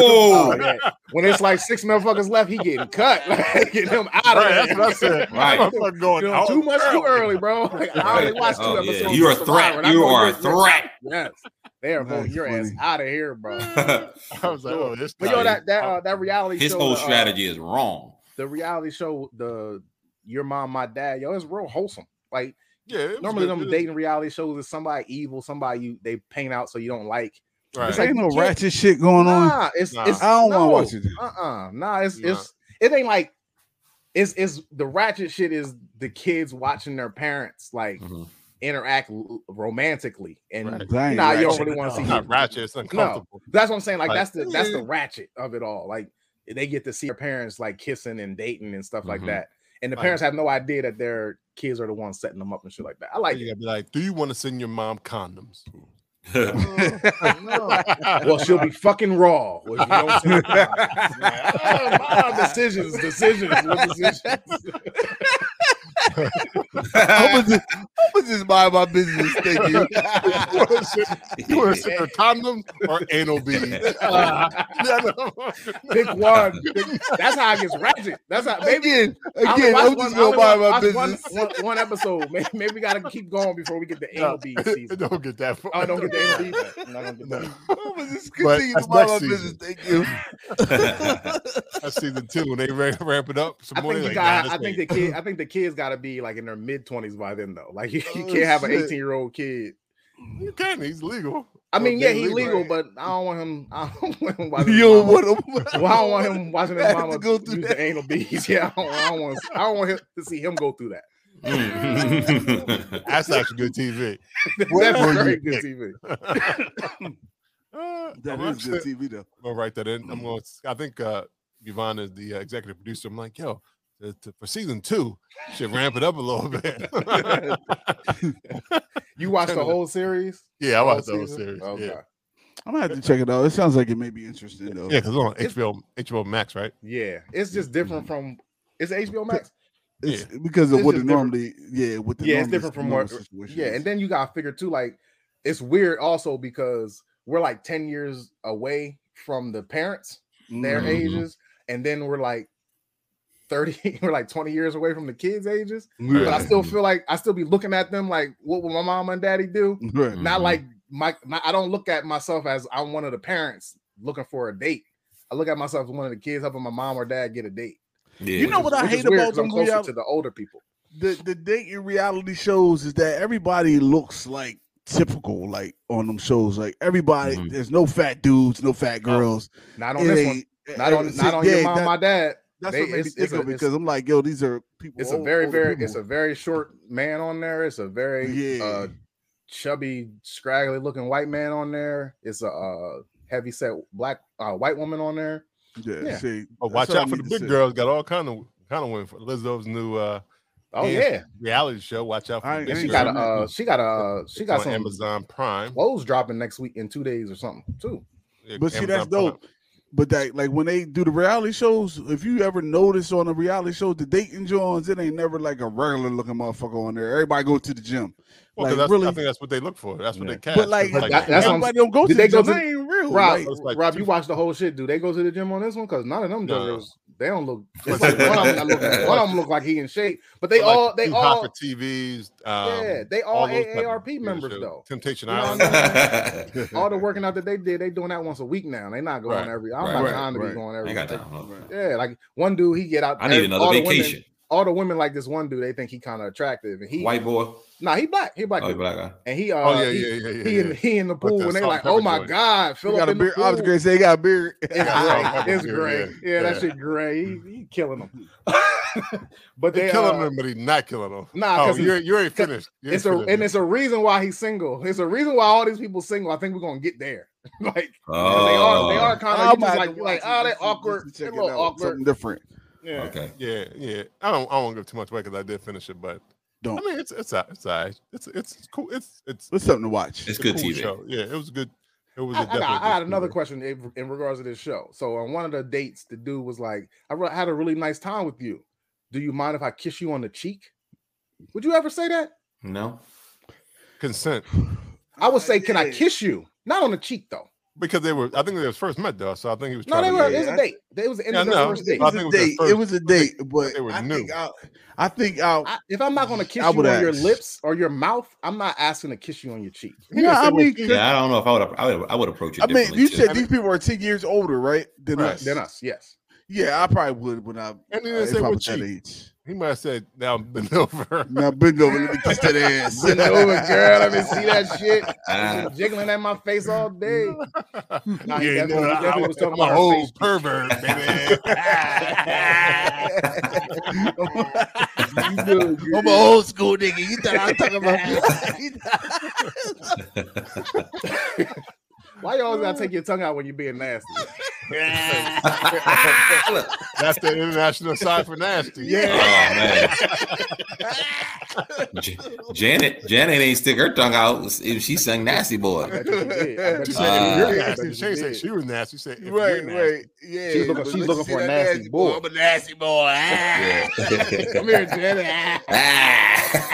Oh, yeah. When it's like six motherfuckers left, he getting cut. Like, get him out Right, of that's what there. I said. Oh, Right. That motherfucker going Doing out too much too early. early, bro. Like, I only watched two Oh, episodes. yeah. of You're a Survivor, threat. and I You know are a this- threat. Yes, they are voting That's your ass funny. out of here, bro. I was like, oh, this. But yo, guy- that that uh, that reality His show, whole uh, strategy is wrong. the reality show, the your mom, my dad, yo, it's real wholesome. Like yeah, it was normally good. them It was- dating reality shows is somebody evil, somebody you they paint out so you don't like. Right. It's There like ain't you no can't- ratchet shit going Um, on. Nah, it's, Nah. it's I don't no. want to watch it. Uh-uh. Nah, it's Nah. it's it ain't like it's it's the ratchet shit is the kids watching their parents like Mhm. interact l- romantically and Mm. Right. I ain't nah, you don't ratchet. really want to see It's not ratchet. It's uncomfortable. That's what I'm saying. Like, Like, that's the that's the eh. ratchet of it all. Like they get to see their parents like kissing and dating and stuff Mm-hmm. like Mhm. that. And the Right. parents have no idea that their kids are the ones setting them up and shit like that. I like You it. gotta be like, do you want to send your mom condoms? Mm-hmm. Oh, Well, she'll be fucking raw. Or if you don't send her condoms. Like, oh, mom, decisions, decisions, what decisions. How much is- how much is mind my business? Thank you. you want to send her condoms or anal beads? Pick one. Pick- That's how it gets ratchet. That's how maybe Again, I only again, watched I'm one- just I gonna only mind my watched one- business. One, one episode. Maybe, maybe we gotta keep going before we get the anal bead season. don't get that far. Oh, don't get the anal bead. back. I'm not gonna get that. I'm gonna just But continue to that's mind my next business. season. Thank you. I see the two when they ra- ramp it up. Some I more, think you like, got. nah, I this think the kid. I think the kids got to be like in their mid twenties by then, though. Like you, you Oh, can't have an shit. eighteen year old kid. ain't- you can. He's legal. I Well, mean, yeah, they he legal. legal, but I don't want him. I don't want him watching. Oh, You his don't mama- want them. Well, I don't want him watching his have to mama go through use that. the anal beads. Yeah, I don't, I don't want. I don't want him to see him go through that. Mm. That's actually good TV. That's will you very good pick? TV. Uh, That I'm is actually- good Mm. TV though. I'm gonna write that in. I'm going. to I think uh, Yvonne is the uh, executive producer. I'm like, yo, to, to- for season two, you should ramp it up a little bit. You watched the Kinda- whole series. yeah, I watched Whole the whole Oh, season? series. Okay. Yeah, I'm gonna have to check it out. It sounds like it may be interesting though. yeah, because on HBO HBO Max, right? Yeah, it's Mm-hmm. just different from. It's HBO Max. It's because of It's what it just different. normally, yeah, what the Yeah, it's normal- different from normal what- situation Yeah, is. and then you gotta figure too, like it's weird also because we're like 10 years away from the parents, their Mhm. Mm-hmm. ages, and then we're like 30, we're like 20 years away from the kids' ages. Yeah. But I still feel like I still be looking at them like, what will my mom and daddy do? Right. Not Mm-hmm. Mhm. like my, my I don't look at myself as I'm one of the parents looking for a date. I look at myself as one of the kids helping my mom or dad get a date. Yeah. You know what I which is hate weird about 'cause I'm them closer reality- to the older people. the the dating reality shows is that everybody looks like typical, like on them shows. Like everybody, Mhm. there's no fat dudes, no fat girls. Not Mm-hmm. on It this one. ain't- Not on it's- not on your yeah, mom, that- my dad. That's They- what made me it's- think it's a- of it it's- because I'm like, yo, these are people. It's a old- very, older very, people. it's a very short man on there. It's a very Yeah. uh, chubby, scraggly looking white man on there. It's a uh, heavy set black uh, white woman on there. yeah. yeah. see, But that's watch all I out for the need to big say. girls. Got all kind of kind of women. For Lizzo's new uh, Oh Yeah. yeah, reality show. Watch out for I the ain't- big I she ain't girls. got a, uh, she got a, uh, she It's got on some Amazon Prime. clothes dropping next week in two days or something too. Yeah, But see, that's Amazon Prime. dope. But that, like, when they do the reality shows, if you ever notice on the reality shows, the dating Johns, it ain't never like a regular looking motherfucker on there. Everybody go to the gym, Well, 'cause like, that's, really- I think that's what they look for. That's what Yeah. they but cast. like, It's that- that's what I'm- everybody don't go Did to the they go gym. to That ain't real. Rob, like- it's like Rob, you two- watched the whole shit. Do they go to the gym on this one? Because none of them No. jokers, they don't look. It's like one of them, that look, one of them look like he in shape, but they but, like, all, they too hot all, for TVs. Um, yeah, they all, those type of AARP TV members shows. though. Temptation You know Island. what I mean? all the working out that they did, they doing that once a week now. They not going Right, every. I don't right, have right, time to be right. going I every. got time. Yeah, like one dude, he get out. I need every- another all the vacation. Women, all the women like this one dude. They think he kind of attractive, and he White boy. nah, he black. He black, Oh, dude. black guy. and he uh, Oh yeah, he, yeah, yeah, yeah. he yeah. in he in the With pool, the and they salt like, pepper oh my joint. god, You Philip got a in the beard. I was pool. gonna say he got a beard. It's Yeah, great. It's yeah, great. Yeah, yeah. that shit great. He, he killing them. but They they killing uh, him, but he not killing him. Nah, oh, 'cause you ain't- you ain't 'cause finished. You ain't It's a finished. and it's a reason why he's single. It's a reason why all these people single. I think we're gonna get there. like 'cause they are they Oh. are kind I'm of about just to like you're watch it like oh they just to- awkward, just to they a check it little out. awkward. Something different. Yeah. Oh, Okay. yeah, yeah. I don't I won't give too much away because I did finish it, but I Don't. mean it's it's all- it's all right. it's it's, it's cool. It's it's It's something to watch. It's a good cool TV. show. Yeah, it was a good. It It was I, a I got, definite I got another discovery. question in, in regards to this show. So on one of the dates, the dude was like, "I re- had a really nice time with you. Do you mind if I kiss you on the cheek?" Would you ever say that? No. Consent I would say, "Can I Yeah. kiss you?" Not on the cheek though. because they were. I think they was first met though, so I think he was. No, trying they to were. get- It was I- a date. They was the end Yeah, of the no, first I date. think it was their first- It was a date, but they were I new. think I'll, I think I'll. I, if I'm not going to kiss I you on would your ask. lips or your mouth, I'm not asking to kiss you on your cheek. You yeah, didn't say I what mean, she- Yeah, I don't know if I would. I would. I would approach it. I mean, if differently, you too. said these people are ten years older, right? Than Right. us. Than us, yes. Yeah, I probably would when I. And he uh, didn't say if I what was that cheek. age. He might have said, "Now bend over." Now bend over, let me kiss that ass. Bend over, oh, girl. Let me see that shit. She's Ah, been jiggling at my face all day. Nah, he Yeah, no, definitely- he I- definitely was I'm talking a about her whole face. pervert, baby. You do, you I'm an do. old school nigga. You thought I was talking about? Why you always gotta take your tongue out when you're being nasty? look. That's the international side for nasty. Oh man. J- Janet, Janet ain't stick her tongue out if she sang "Nasty I Boy." bet you did. I bet She you said, Ah. if you're nasty. did. I bet you She ain't say did. she was nasty. She said, if you're right, nasty. right. Yeah. She's looking- but she's let's looking see for a that nasty boy. I'm a nasty boy. Yeah. Come here, Janet. Ah.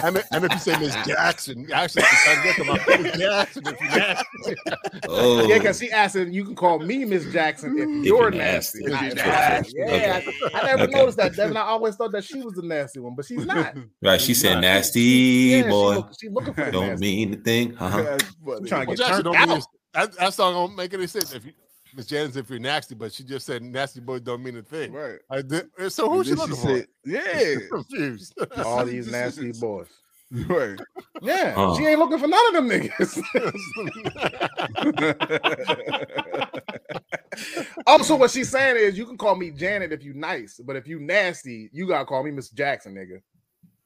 And, if- and if you say Miss Jackson, actually, I'm looking my Miss Jackson. If you're nasty, Oh, Yeah, because she asked if you can call me Miss Jackson if If you're you're nasty. nasty. Not If if you're I'm nasty. nasty. Yeah, I, I never Okay. noticed that, Devin. I always thought that she was the nasty one, but she's not. right. She said "Nasty Yeah, she, Boy." look, she looking for the don't nasty. mean a thing. Uh-huh. That's funny. I'm trying Well, to get Jackson turned don't out. mean that, that song don't make any sense. If you, Miss Jackson, if you're nasty, but she just said nasty boy don't mean a thing. Right. I did, so who's she And then looking said- for? Yeah. Confused. All these nasty boys. Right. Yeah, Huh. she ain't looking for none of them niggas. also, what she's saying is, you can call me Janet if you nice, but if you nasty, you gotta call me Miss Jackson, nigga.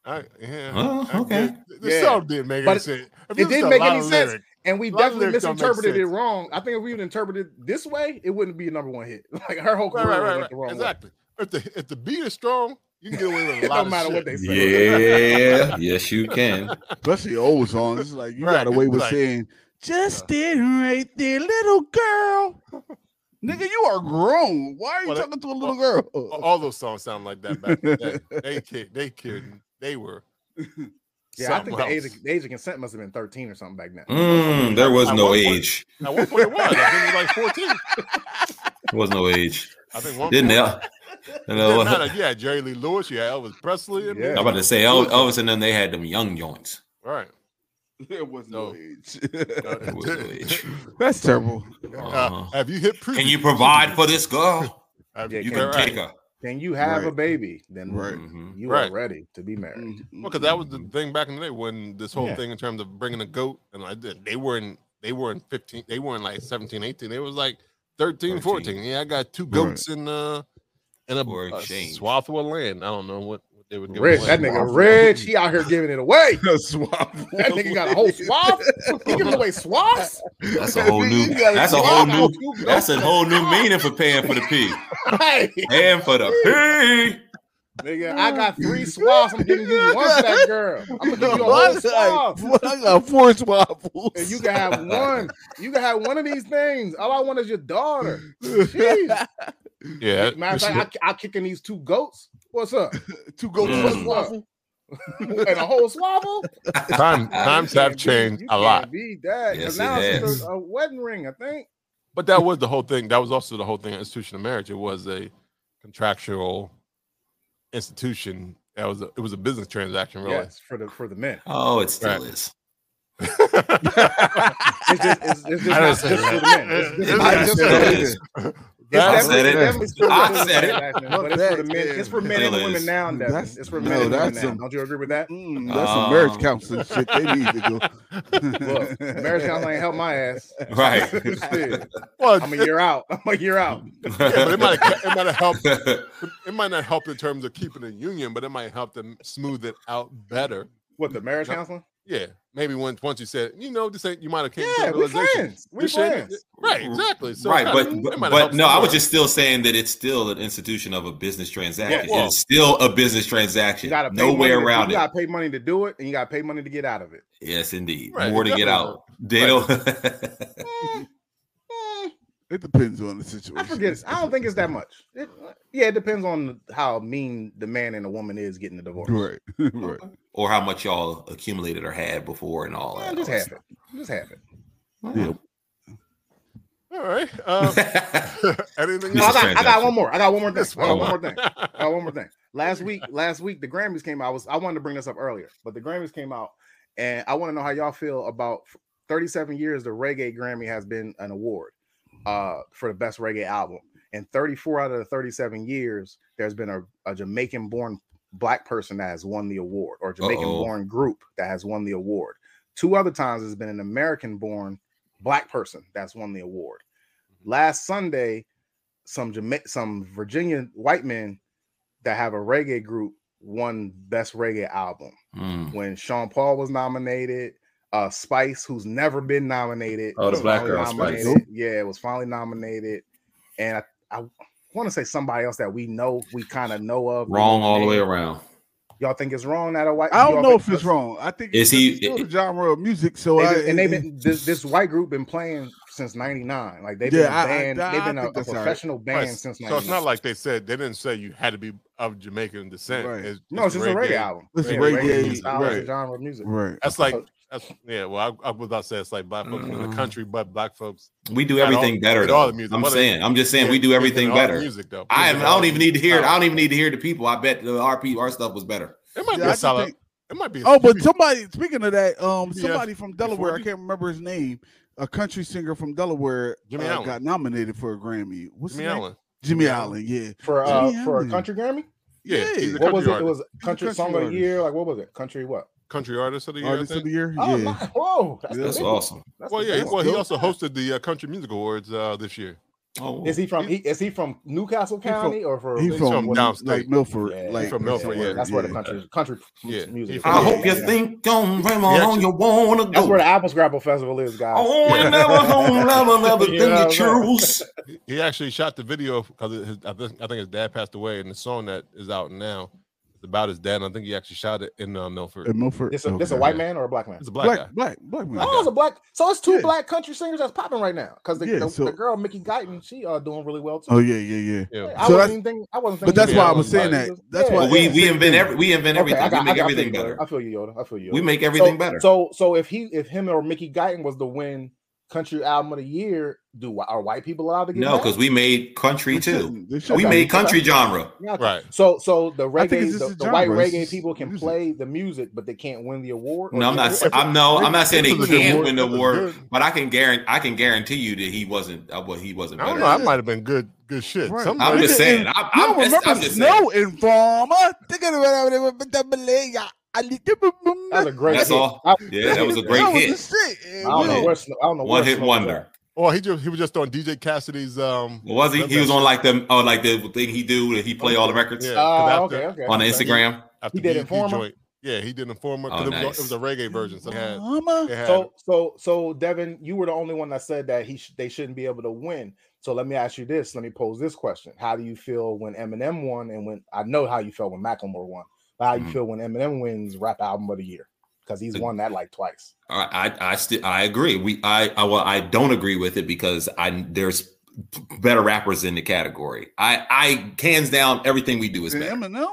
I, yeah, Oh, I okay. did- The Yeah. song didn't make But any it- sense. If it was didn't a make lot any of sense, lyrics- And we A lot of definitely lyrics don't make misinterpreted it sense. wrong. I think if we would interpreted it this way, it wouldn't be a number one hit. Like her whole Right, career right, went right, the right. wrong Exactly. If the if the beat is strong, you can get away with way. a It lot don't of matter what shit. they say. Yeah, yes, you can. Especially old songs. It's like you Right, got away it's with like- saying, just stand right there, little girl. Nigga, you are grown. Why are you Well, that- talking to a little girl? All those songs sound like that back in the day. They kid, they kid, they were. Yeah, I something think the age, else. of, the age of consent must have been 13 or something back then. Mm, there was no age. At one point it was. I think it was like fourteen. There was no age. I think one. Didn't point- El- you It know, didn't matter. You had Jerry Lee Lewis. You had Elvis Presley. I mean, Yeah. I'm about to say El- Elvis and then they had them young joints. Right. There was No. age. There was no age. That's terrible. Uh, Uh-huh. have you hit? Can you provide for this girl? Have, Yeah, You they're can take her. Then you have a Right. baby, then Right. Mhm. you Right. Mm. are ready to be married. Well, because that was the thing back in the day when this whole Mm-hmm. Yeah. thing in terms of bringing a goat and like that, they weren't they weren't 15, they weren't like 17, 18. They was like 13, 13. 14. Yeah, I got two Right. goats in uh in a, For a exchange. swath of land. I don't know what, what they would give Rich, away. that nigga rich, he out here giving it away. swap. That nigga got a whole swap. He giving away swaps. That's a whole new. You gotta That's a take whole her new. That's a whole new meaning for paying for the pee. Hey, Paying for the pee. nigga, I got three swaps. I'm giving you one for that girl. I'm gonna give you a whole swap. I got four swaffles. And you can have one. You can have one of these things. All I want is your daughter. Jeez. Yeah. Matter of fact, I, I'm kicking these two goats. What's up? two goats Mm. one waffle. And a whole swaffle? time times have changed a lot. Be that. Yes, 'Cause it now has. it's a, a wedding ring, I think. But that was the whole thing. That was also the whole thing. of Institutional marriage. It was a contractual institution. That was a, it was a business transaction, really. Yes, for the for the men. Oh, it still is. It's just, it's, it's just I not just didn't for say the that. men. It's, I it's not just for said it. I That's- the men. That's- said it. It's still I for the said it. men, But it's for the men. It's for men and Still women is. now, Devin. That's- It's for no, men and women that's now. a- Don't you agree with that? Mm, that's some marriage counseling shit they need to do. Look, marriage counseling ain't help my ass. Right. Shit. well, I'm a it- year out. I'm a year out. yeah, but it might it might have helped it might not help in terms of keeping a union, but it might help them smooth it out better. What the marriage counseling? Yeah, maybe once once you said, you know, this ain't you might have came Yeah, to the we realization. friends. We this shit- friends. right? Exactly. So right, I but mean, but, it might have but helped no, I was somewhere. just still saying that it's still an institution of a business transaction. Yeah, well- it's still a business You transaction. gotta pay No way money to- around You it. gotta pay money to do it, and you gotta pay money to get out of it. Yes, indeed. Right, More to get definitely. out. They Mm-hmm. Right. don't. It depends on the situation. I forget. I don't think it's that much. It, uh, yeah, it depends on how mean the man and the woman is getting the divorce. Right, right. or how much y'all accumulated or had before and all Yeah, that. just all that happen. Just happen. Yeah. All right. Um, anything No, I else? is got, I got transaction. one more. I got one more thing. This I one. got one more thing. Oh, I got one more thing. Last week, last week the Grammys came out. I was I wanted to bring this up earlier, but the Grammys came out, and I want to know how y'all feel about 37 years. The Reggae Grammy has been an award uh, for the best reggae album, and 34 out of the 37 years, there's been a, a Jamaican-born black person that has won the award, or Jamaican-born group that has won the award. Two other times it's been an American-born black person that's won the award. Mm-hmm. Last Sunday, some Jama- some Virginia white men that have a reggae group won best reggae album Mm. when Sean Paul was nominated. Uh, Spice, who's never been nominated, Oh, the was black finally girl, Spice. nominated. Yeah, was finally nominated, and I, I want to say somebody else that we know, we kind of know of. Wrong all the way around. Y'all think it's wrong that a white? I y'all don't know think- if it's wrong. I think Is it's he- still the genre of music. So They've I, been- and they've been this, this white group been playing since '99. Like they've Yeah, I- been a I- band, I they've been a, think a that's all right. professional band Right, since So it's 99. not like they said they didn't say you had to be of Jamaican descent. Right. It's- No, it's just a reggae album. Uh, It's Yeah, reggae, is a solid right. genre of music. right. That's like that's yeah. Well, I, I was about to say it's like black folks in Mm. the country, but black folks. We do At all- everything better. at all Though. the music. I'm What- saying. I'm just saying we do Yeah, everything all the better. Music though. I, am, I don't even need to hear it. Oh. I don't even need to hear the people. I bet the RP our stuff was better. It might Yeah, I be a just solid. think- it might be. A Oh, but huge- somebody speaking of that, um, Yeah. somebody from Delaware, I can't remember his name, a country singer from Delaware, Jimmy uh, Allen. got nominated for a Grammy. What's Jimmy his name? Allen. Jimmy Yeah. Allen, yeah, For uh, Jimmy for a Allen. country Grammy, Yeah, Yeah. he's a what was country it? It artist. was country, country song of artist. the year. Like what was it? Country what? country artist of the year. I artist of think. the year. Oh, my, yeah, whoa, that's, That's big- awesome. that's Well, the yeah. big Well, he one. also hosted the uh, Country Music Awards uh, this year. Oh, Is he from? He, is he from Newcastle from- County or for? he he's from, from downstate. like Milford, Yeah, like he's from Milford, somewhere. yeah. That's where the country country Yeah, music. he is. from- Oh. I hope you Yeah. think on Raymond Yeah. on your wanna go. That's where the Apple Scrabble Festival is, guys. Oh, and never gonna love another You thing you know what I'm saying? choose. He actually shot the video because I think I think his dad passed away, and the song that is out now is about his dad. And I think he actually shot it in uh, Milford. in Milford. This a, this a Okay. white man or a black man? It's a black, guy. black, black, black man. Oh, it's a black. So it's two Yeah. black country singers that's popping right now. Because the, Yeah, the, so- the girl Mickey Guyton, she uh doing really well too. Oh yeah, yeah, yeah. Yeah. I So that's- wasn't even thinking. I wasn't But thinking. that's Yeah, why I I was was saying like- that. That's Yeah. why But we yeah, we same invent thing. every we invent Okay, everything. I got- we make I got- I everything feel you, better. Yoda. I feel you, Yoda. I feel you. We Yoda. make everything so, better. So, so if he, if him or Mickey Guyton was to win country album of the year, do wh- are white people allowed to get no, mad? because we made country They too. shouldn't- they We shouldn't. made country genre. Yeah, Right. So, so the I think reggae, it's just the, a the white genre, it's reggae just people can music. play the music, but they can't win the award. No, I'm not. Or- I'm no. I'm not saying they This is a good can't word. win the This is award, good. but I can guarantee. I can guarantee you that he wasn't. Uh, well, he wasn't. I don't Better. know. I might have been good. Good shit. Right. Something I'm like just that. saying. I'm, You I'm, don't just, remember I'm just saying. Snow Informer? Thinking about it, but that belay, I- I need to remember. That's a great. That's hit. all. I, Yeah, that was a great That was hit. the shit. I And don't know Yeah. Will- where. Snow- I don't know where One hit Snow was at. wonder. Or he just he was just on DJ Cassidy's um Was he? Love He was that on like the oh, like the thing he do that he play all the records Yeah, 'cause Ah, after- okay, okay. on the okay. Instagram. after did DDP Informer? joint. Yeah, he did Informer. 'cause Oh, it, was, nice. it was a reggae version. So they had, Mama. they had So, so, so, Devin, you were the only one that said that he sh- they shouldn't be able to win. So let me ask you this. Let me pose this question: How do you feel when Eminem won, and when I know how you felt when Macklemore won? But how Mhm. you feel when Eminem wins Rap Album of the Year? Because he's won that like twice. I I, I still I agree. We I, I well I don't agree with it because I there's better rappers in the category. I I hands down everything we do is And better. Eminem.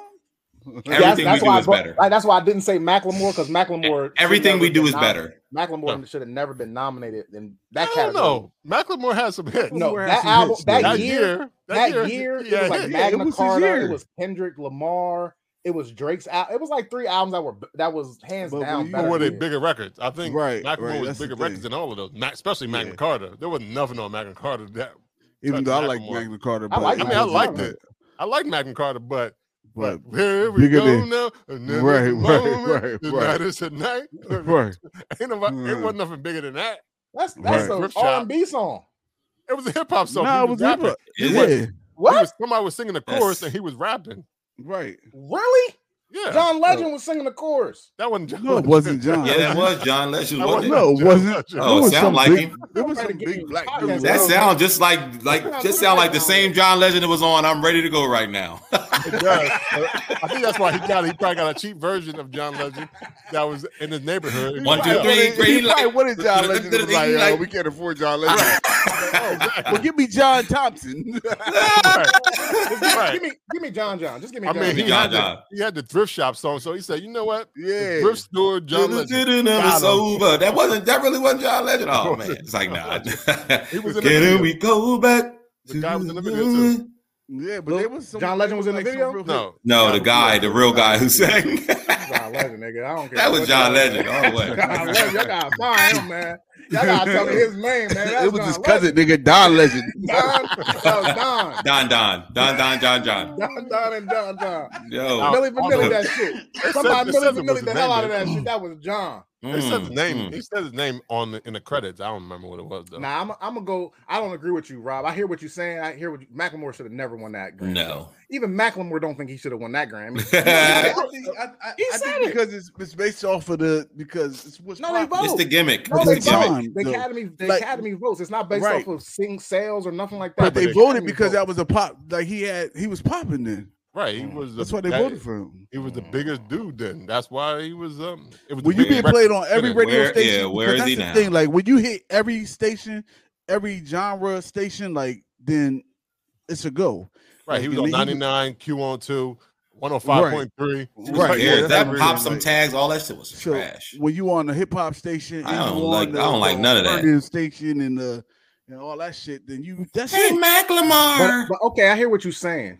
Everything we do why I is brought- better. I- that's why I didn't say Macklemore because Macklemore. should Everything never we have do been is better. nominated. Macklemore should have never been nominated in I that don't category. know. Macklemore had some hits. No, Macklemore had that some album, hits, though. that, that year, year, that year, yeah, it was like yeah, it Magna was his Carta, year. it was Kendrick Lamar, it was Drake's album. It was like three albums that were that was hands But when down. you- Or better were they than- bigger records? I think Right, Macklemore right, was that's the bigger thing. records than all of those, Mac, especially Magna Yeah. Carta. There was nothing on Magna Carta that Even though I Macklemore. like Magna Carta, I but like I mean, I Magna liked Carta. it. I like Magna Carta, but But but here we bigger go than- now. another Right, right, moment, right, the right. night is a night. right, Ain't nobody, It Mm. wasn't nothing bigger than that. That's that's Right. an Rip Shop. R and B song. It was a hip hop song. Nah, He it was rapping. hip-hop. Is yeah, it? He What was- somebody was singing the chorus That's- and he was rapping. right. really? Yeah, John Legend was singing the chorus. that wasn't. John No, it Legend. wasn't John. Yeah, that was John Legend. That wasn't wasn't it? No, it John wasn't. Legend. Oh, It was sound some like big, him. It was Nobody some getting big black podcast dude. That Well, sound just like put like out- just put sound out like the John same Legend. John Legend that was on. I'm ready to go right now. It does. Uh, I think that's why he got. He probably got a cheap version of John Legend that was in his neighborhood. One, two, Right. three, He great probably like- wanted John Legend. It was like, like- oh, we can't afford John Legend. well, give me John Thompson. Just give, Right. give me, give me John John. Just give me. I John mean, he had, John. the, he had the thrift shop song, so he said, "You know what? yeah. The thrift store, John Legend." It's Got him. over. That wasn't. That really wasn't John Legend. Oh man, it's like nah. He was in the Can video. we go back? The guy was in the video, too. Yeah, but Lil- there was some, John Legend was in the like some video? real- No, No, the guy, the real guy who sang. John Legend, nigga. I don't care. that was what John y'all- Legend. Oh, all the John way. Legend, y'all gotta find him, man. Y'all gotta tell me his name, man. That's it was John his cousin, nigga, Don Legend. Legend. Don, that was Don. Don, Don, Don, Don, John, John. Don, Don, and Don, Don. Yo, Oh, Millie Vanilli awesome. that shit. it Somebody says Millie it was his Vanilli the hell name, out of that shit. That was John. he said his Mm, name. mm. He said his name on the, in the credits. I don't remember what it was though. Nah, I'm I'm gonna go. I don't agree with you, Rob. I hear what you're saying. I hear what you, Macklemore should have never won that. Grammy. mm. No. Even Macklemore don't think he should have won that Grammy. it's He said it. because it's, it's based off of the because it's what's No, they popular. both. the gimmick. No, It's they the It's gimmick. vote. John, The though. Academy, the Like- Academy votes. It's not based Right. off of sing sales or nothing like But that. they The voted Academy because votes. that was a pop. Like he had, he was popping then. Right, he was. the- That's why they that- voted for him. He was the biggest dude then. That's why he was. Um, it was. the When you biggest being Yeah. record. played on every Where- radio station, yeah, where is because that's he the now? thing. Like when you hit every station, every genre station, like then it's a go. Right, he was I on mean, he was- ninety nine, Q on two, one hundred five point three. Right, Yeah, yeah, that that's pop the some reason, tags. All that shit was So trash. when you on the hip hop station, I and don't you on like- I the, don't like none of that. alternative Station and the and all that shit, then you that's Hey, it. Macklemore. But, but okay, I hear what you're saying.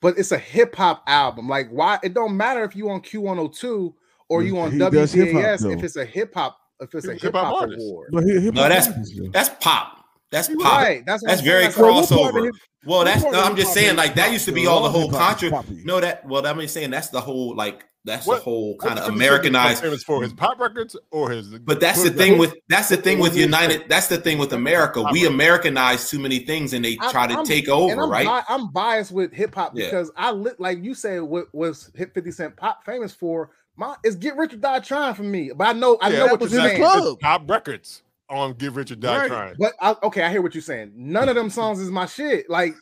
But it's a hip hop album. Like why? It don't matter if you on Q102 or you on He does hip-hop, WBAS. If though. it's a hip hop, if it's He a was a hip hip-hop hop artist. award. But hip hop, No, that's- That's pop. That's pop. That's what That's I'm very saying. That's like, what part of crossover. hip- Well, that's part no, of I'm just hip-hop saying is like that used to be popular? all the whole Hip hop is contra. popular. No, that well, I'm just saying that's the whole like that's What- the whole What kind of the Philly Americanized. Phillies famous for his pop records or his. But that's the thing with that's the thing with United. That's the thing with America. We Americanize too many things and they I'm- try to I'm- take and over, I'm, right? bi- I'm biased with hip hop Yeah. because I lit like you said what was hip 50 Cent pop famous for. My it's get rich or die trying for me, but I know I Yeah, know that what you're was in the saying. club. It's pop records on Give Richard Die Right. Trying. But I, okay, I hear what you're saying. None of them songs is my shit. Like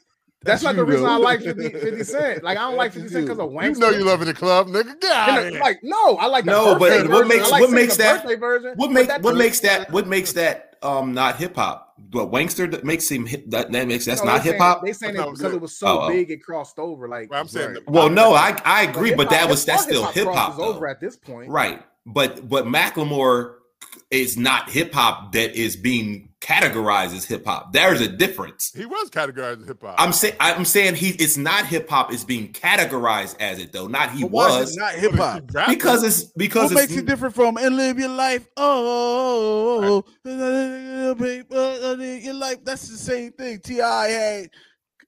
That's that's, not you, the reason though. I like 50, 50 Cent. Like I don't like That's 50 Cent you. because of You Wangsta. know you love in the club, nigga. Get out of And, here. uh, like no, I like the No, but birthday what version. I makes- what like singing makes the that- birthday version. What but makes that- what makes that what makes that um not hip hop? But Wangster that makes him hip, that, that makes that's no, not they hip hop. saying- They saying That's it not because good. it was so Oh, oh. big it crossed over. Like Well, I'm saying the- Well, no, I I agree, but that hip-hop- was that's all still hip hop crosses over though, at this point. right? But but Macklemore is not hip hop that is being categorized as hip hop. There's a difference. he was categorized as hip hop. I'm saying I'm saying he it's not hip hop. It's being categorized as it though. Not he But why is was it not hip hop? because it's because What it's makes it different from and live your life? Oh, live your life. That's the same thing. Ti had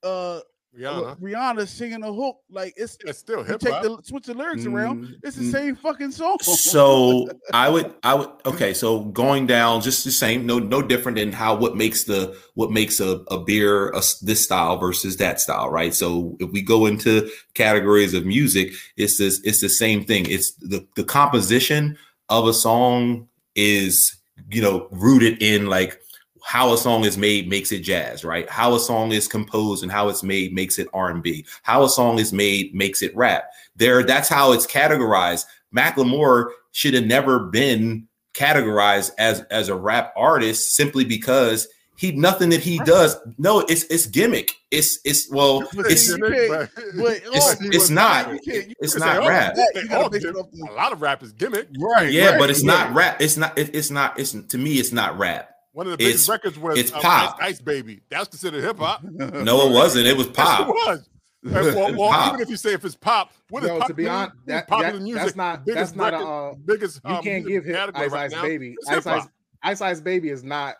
uh, Rihanna. Rihanna singing a hook. Like it's It's still you hip take hop. the switch the lyrics around. Mm, It's the mm. same fucking song. so I would I would okay. So going down just the same, no no different than how what makes the what makes a, a beer a, s- this style versus that style, right? So if we go into categories of music, it's this it's the same thing. It's the the composition of a song is you know rooted in like how a song is made makes it jazz right how a song is composed and how it's made makes it r&b how a song is made makes it rap there that's how it's categorized Macklemore should have never been categorized as as a rap artist simply because he nothing that he does. No, it's it's gimmick. It's it's well, it's you can't- but it's oh, it's not you can't- you it's could say, not oh, rap. that- you They gotta all base it did. off the- A lot of rap is gimmick. Right. Yeah, right, but it's yeah. not rap. It's not it, it's not it's to me it's not rap. One of the biggest It's- records was it's um, pop. Ice, Ice Baby. That's considered hip hop. No, it wasn't. It was Yes, it pop. was. And, well, well, Pop. even if you say if it's pop, what is Yo, pop? to be honest, that- popular that- music, that's not- biggest that's not a, record, uh, biggest. You um, can't music give him category Ice right Ice now. Baby. It's Ice hip-hop. Ice, Ice Ice Baby is not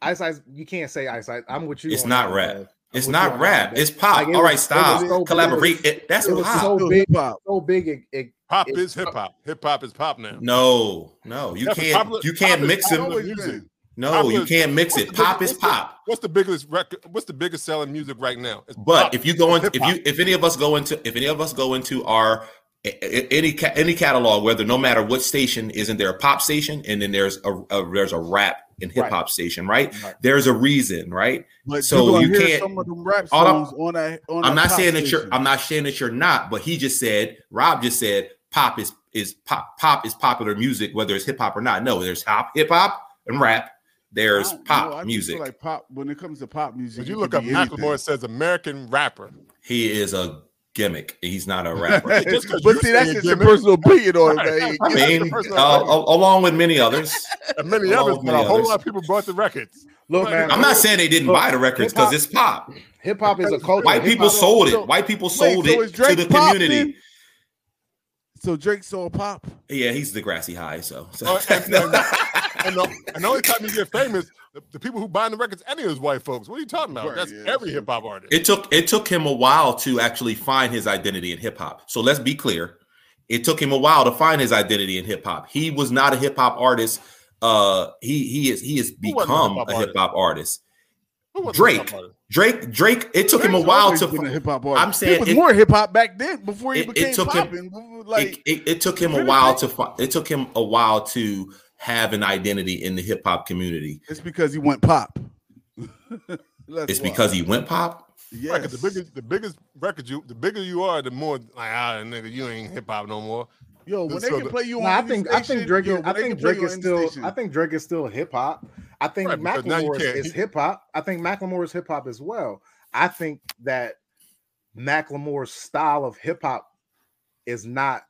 Ice Ice. You can't say Ice Ice. I'm with you. It's on not that, rap. man. It's What you not on rap. that? It's pop. Like, it All right, was- it stop. was so- Collaborate. It, that's it was pop. so Still big, hip hop. so big. It, it Pop It- is hip hop. Hip hop is pop now. no, no, you That's what can't. popular- you can't pop is- mix pop them. always been. No, Pop you is- can't mix what's it. the Pop is biggest- pop. What's the biggest record? What's the biggest selling music right now? It's But pop. if you go into if Hip-hop. you if any of us go into if any of us go into our a- a- any ca- any catalog, whether no matter what station isn't there a pop station, and then there's a, a there's a rap and hip hop station, right? Right. There's a reason, right? But So gonna you hear can't- Some of them rap all I'm- songs on that. On I'm that not pop saying that you're station. I'm not saying that you're not, but he just said Rob just said pop is is pop pop is popular music, whether it's hip hop or not. No, there's hop hip hop and rap. There's I don't know. pop I just music. feel like pop when it comes to pop music. If you it look could up be Macklemore, anything. it says American rapper. he is a gimmick. He's not a rapper. Just 'cause but you see, that's saying just your gimmick- personal opinion on Right. it, man. I mean, Personal uh, opinion. al- along with many others. And many Along others, with but many a whole others. lot of people bought the records. Look, man, I'm not saying they didn't Look, buy the records because it's pop. hip hop is a culture. White people Hip-hop- sold so- it. White people sold so is it to Drake the pop community. then? So Drake saw pop. Yeah, he's the grassy high. So, so- Oh, and- And the, and the only time you get famous, the, the people who buying the records, any of those white folks. What are you talking about? Right, That's yeah, every sure. hip hop artist. it took it took him a while to actually find his identity in hip hop. So let's be clear. It took him a while to find his identity in hip hop. He was not a hip hop artist. Uh, he he is he has Who wasn't a become hip-hop a hip hop artist. Who was the hip-hop Drake. artist? Drake Drake. It took him a Drake's while always to. been a fi- hip hop I'm artist. saying he was it- more hip hop back then before he it- it became took him- popping. Like it, it, it took him a Really? while to find. It took him a while to have an identity in the hip hop community. it's because he went pop. That's It's why. because he went pop. yes. Right, 'cause the biggest, the biggest record you, the bigger you are, the more like ah nigga, you ain't hip hop no more. Yo, when they So can the- play you on, Nah, I any think I think station, Drake. yo, Is, when I they think can play Drake you is on any still. station. I think Drake is still hip hop. I think Right, because now you Macklemore can't- is, hip hop. I think Macklemore is hip hop as well. I think that Macklemore's style of hip hop is not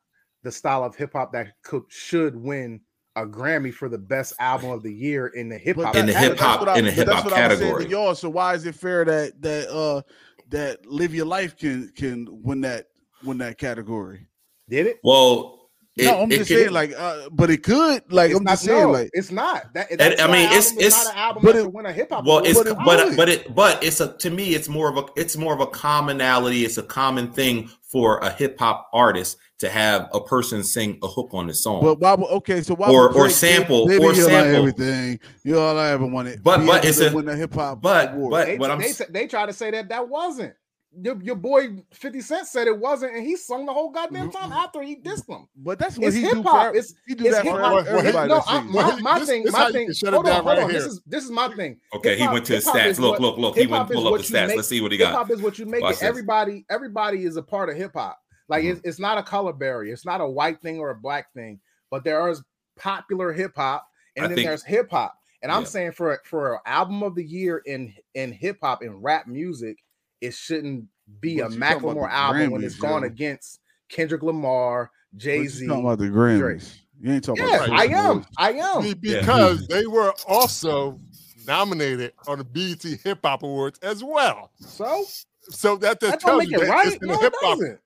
the style of hip hop that could should win a Grammy for the best album of the year in the hip hop. that- In the that's hip hop- what I- in the but hip that's hop what I was saying category. to Y'all, so why is it fair that that uh that live your life can can win that win that category? Did it? Well, it, no, I'm it just can- saying like, uh, but it could like It's I'm not, just saying no, like it's not. That, And, I why mean, it's- album is it's- not an album but that it- could win a hip hop. well, award. it's But but it but, uh, would. it but it's a to me it's more of a it's more of a commonality. It's a common thing for a hip hop artist to have a person sing a hook on the song. But why? would- Okay, so why? Or- would or Drake get sample- Baby, or You Like sample. everything. You all I ever wanted. But- Be but able it's to a- win the hip hop. but award. but they, what I'm they, s- sa- they try to say that that wasn't your, your boy 50 Cent said it wasn't, and he sung the whole goddamn Mm-hmm. time after he dissed him. but that's what It's he hip do. For, hop. It's he do it's that hip for hip-hop. hop. everybody. No, that I, sings. Well, my, he- my this- thing, this how my you thing. can shut it Hold down on, hold right on. This here. is this is my thing. okay, he hip-hop- went to his hip-hop stats. is Look, what- look, look. He hip-hop went is pull up the what you stats. make- Let's see what he Hip got. hop is what you make Watch it. this. Mm-hmm. Everybody, everybody is a part of hip hop. Like it's, it's not a color barrier. It's not a white thing or a black thing. But there is popular hip hop, and I then think- there's hip hop. And I'm Yeah. saying for for an album of the year in in hip hop and rap music, it shouldn't be But a you talking about Macklemore the album when Grammys, it's gone yo. against Kendrick Lamar, But Jay you Z. talking about the Drake. Grammys. You ain't talking Yeah, about. the I Grammys. am. I am. Be- Because they were also nominated on the BET Hip Hop Awards as well. So So that just that don't tells make you it that right. it's in No, it hip hop. doesn't.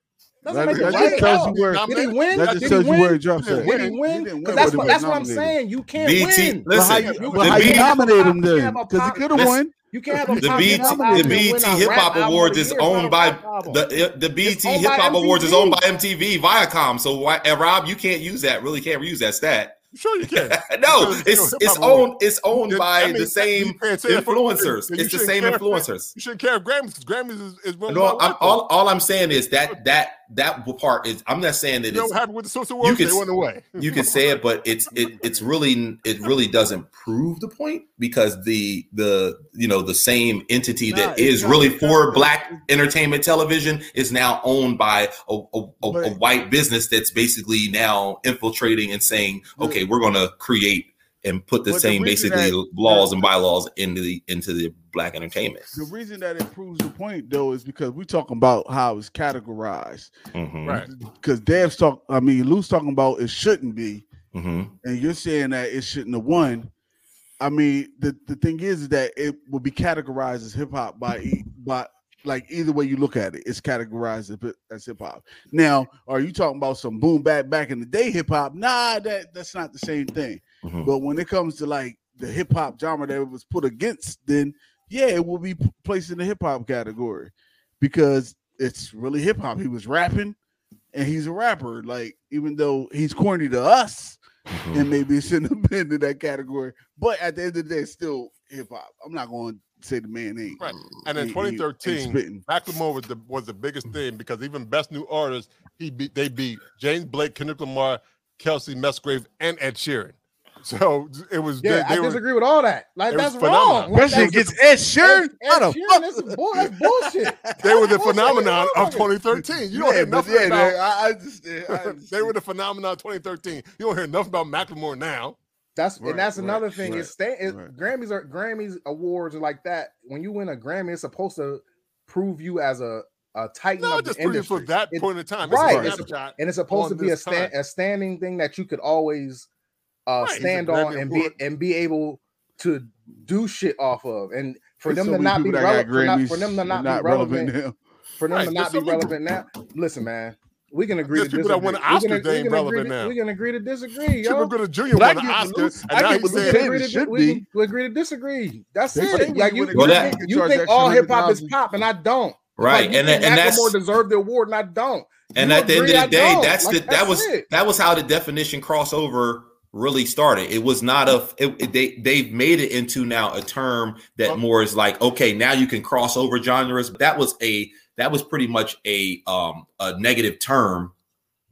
Doesn't That- make it that right. just at tells all. you where- Did he Nominated? That win? Did just he tells you win? where it drops Did at. he Did he He win? didn't 'Cause win, that's but he what was that's what I'm nominated. saying. You can't BT win. Listen, But how you- you, you but how you can't- nominate him you can't then? have a Because he pop- could have Listen, won. You can't have a The pop BT, album and the win BT a Hip rap Hop album of Awards the is year. It's not a owned by rap album. the the BT owned Hip by Hop Awards is MTV. owned by MTV, Viacom. So why, and Rob, you can't use that. Really, can't use that stat. Sure, you can. no, Because, you know, it's hip-hop it's awards. owned it's owned Then- by I mean, the you same can't say that for- influencers. then you It's the shouldn't same care if- influencers. You shouldn't care if Grammys. 'cause Grammys is, is one of No, my I'm, all all I'm saying is that that that part is I'm not saying that You know it's what happened with the social awards? could They s- went away. you can say it, but it's it it's really it really doesn't prove the point because the the you know the same entity Nah, that it's is not- really it's for not- black entertainment television is now owned by a, a, a, a But- white business that's basically now infiltrating and saying, The- okay, we're gonna create and put the But the same reason basically that- laws and bylaws into the into the black entertainment. The reason that it proves the point though is because we're talking about how it's categorized. Mhm, Right. Because Dev's talk, I mean, Lou's talking about it shouldn't be, mhm. and you're saying that it shouldn't have won. I mean, the, the thing is, that it will be categorized as hip hop by e- by like either way you look at it, it's categorized as, as hip hop. Now, are you talking about some boom back back in the day hip hop? Nah, that that's not the same thing. Mhm. But when it comes to like the hip hop genre that it was put against, then yeah, it will be p- placed in the hip hop category because it's really hip hop. He was rapping and he's a rapper. Like, even though he's corny to us, Mhm. and maybe it shouldn't have been in that category. But at the end of the day, it's still hip hop. I'm not going to say the man ain't. Right. And in ain't- ain't- ain't 2013, spitting. Macklemore was the was the biggest thing because even best new artists, he beat they beat James Blake, Kendrick Lamar, Kelsey Musgrave, and Ed Sheeran. So it was Yeah, they, I they were disagree with all that. Like they was that's phenomenal. wrong. Like, that's- Ed Ed- Ed Sheeran, that's bull- that's bullshit. they were the Bullshit. phenomenon of Motherfucker. 2013. You don't yeah, hear but nothing yeah, about I, I understand. I they were understand. the phenomenon of 2013. You don't hear nothing about Macklemore now. That's Right, and that's right, another thing. right, It's sta- it- right. Grammys are Grammys awards are like that. When you win a Grammy, it's supposed to prove you as a a titan No, of the just pretty industry, for that It- point in time. right, It's it's a snapshot. and it's supposed to on be a, this sta- time. a standing thing that you could always uh, Right, it's a stand Grammy on and be award. and be able to do shit off of. And for There's them so to many not be people that relevant, got for, not- Grammys for them to and not, be relevant, now. for them Right, to there's not be so many- relevant now. Listen, man, we can agree. There's to people that won disagree. We can- Oscars, they we ain't can agree relevant to- now. We can agree to disagree, Triple yo. Gooder Jr. But I won an get what Oscar, Luce- and I now get he what Luce said, said. agree to, it should we, be. can- we agree to disagree. That's They say it. we Like you, would Well, you that- think, you think all hip hop is pop, and I don't. right? Like, you and think and that's Macklemore deserved the award, and I don't. and You at the end of agree, the I day, don't. that's Like, the that that's was it. that was how the definition crossover really started. It was not a it, it- they they've made it into now a term that Well- more is like okay now you can cross over genres. That was a that was pretty much a um a negative term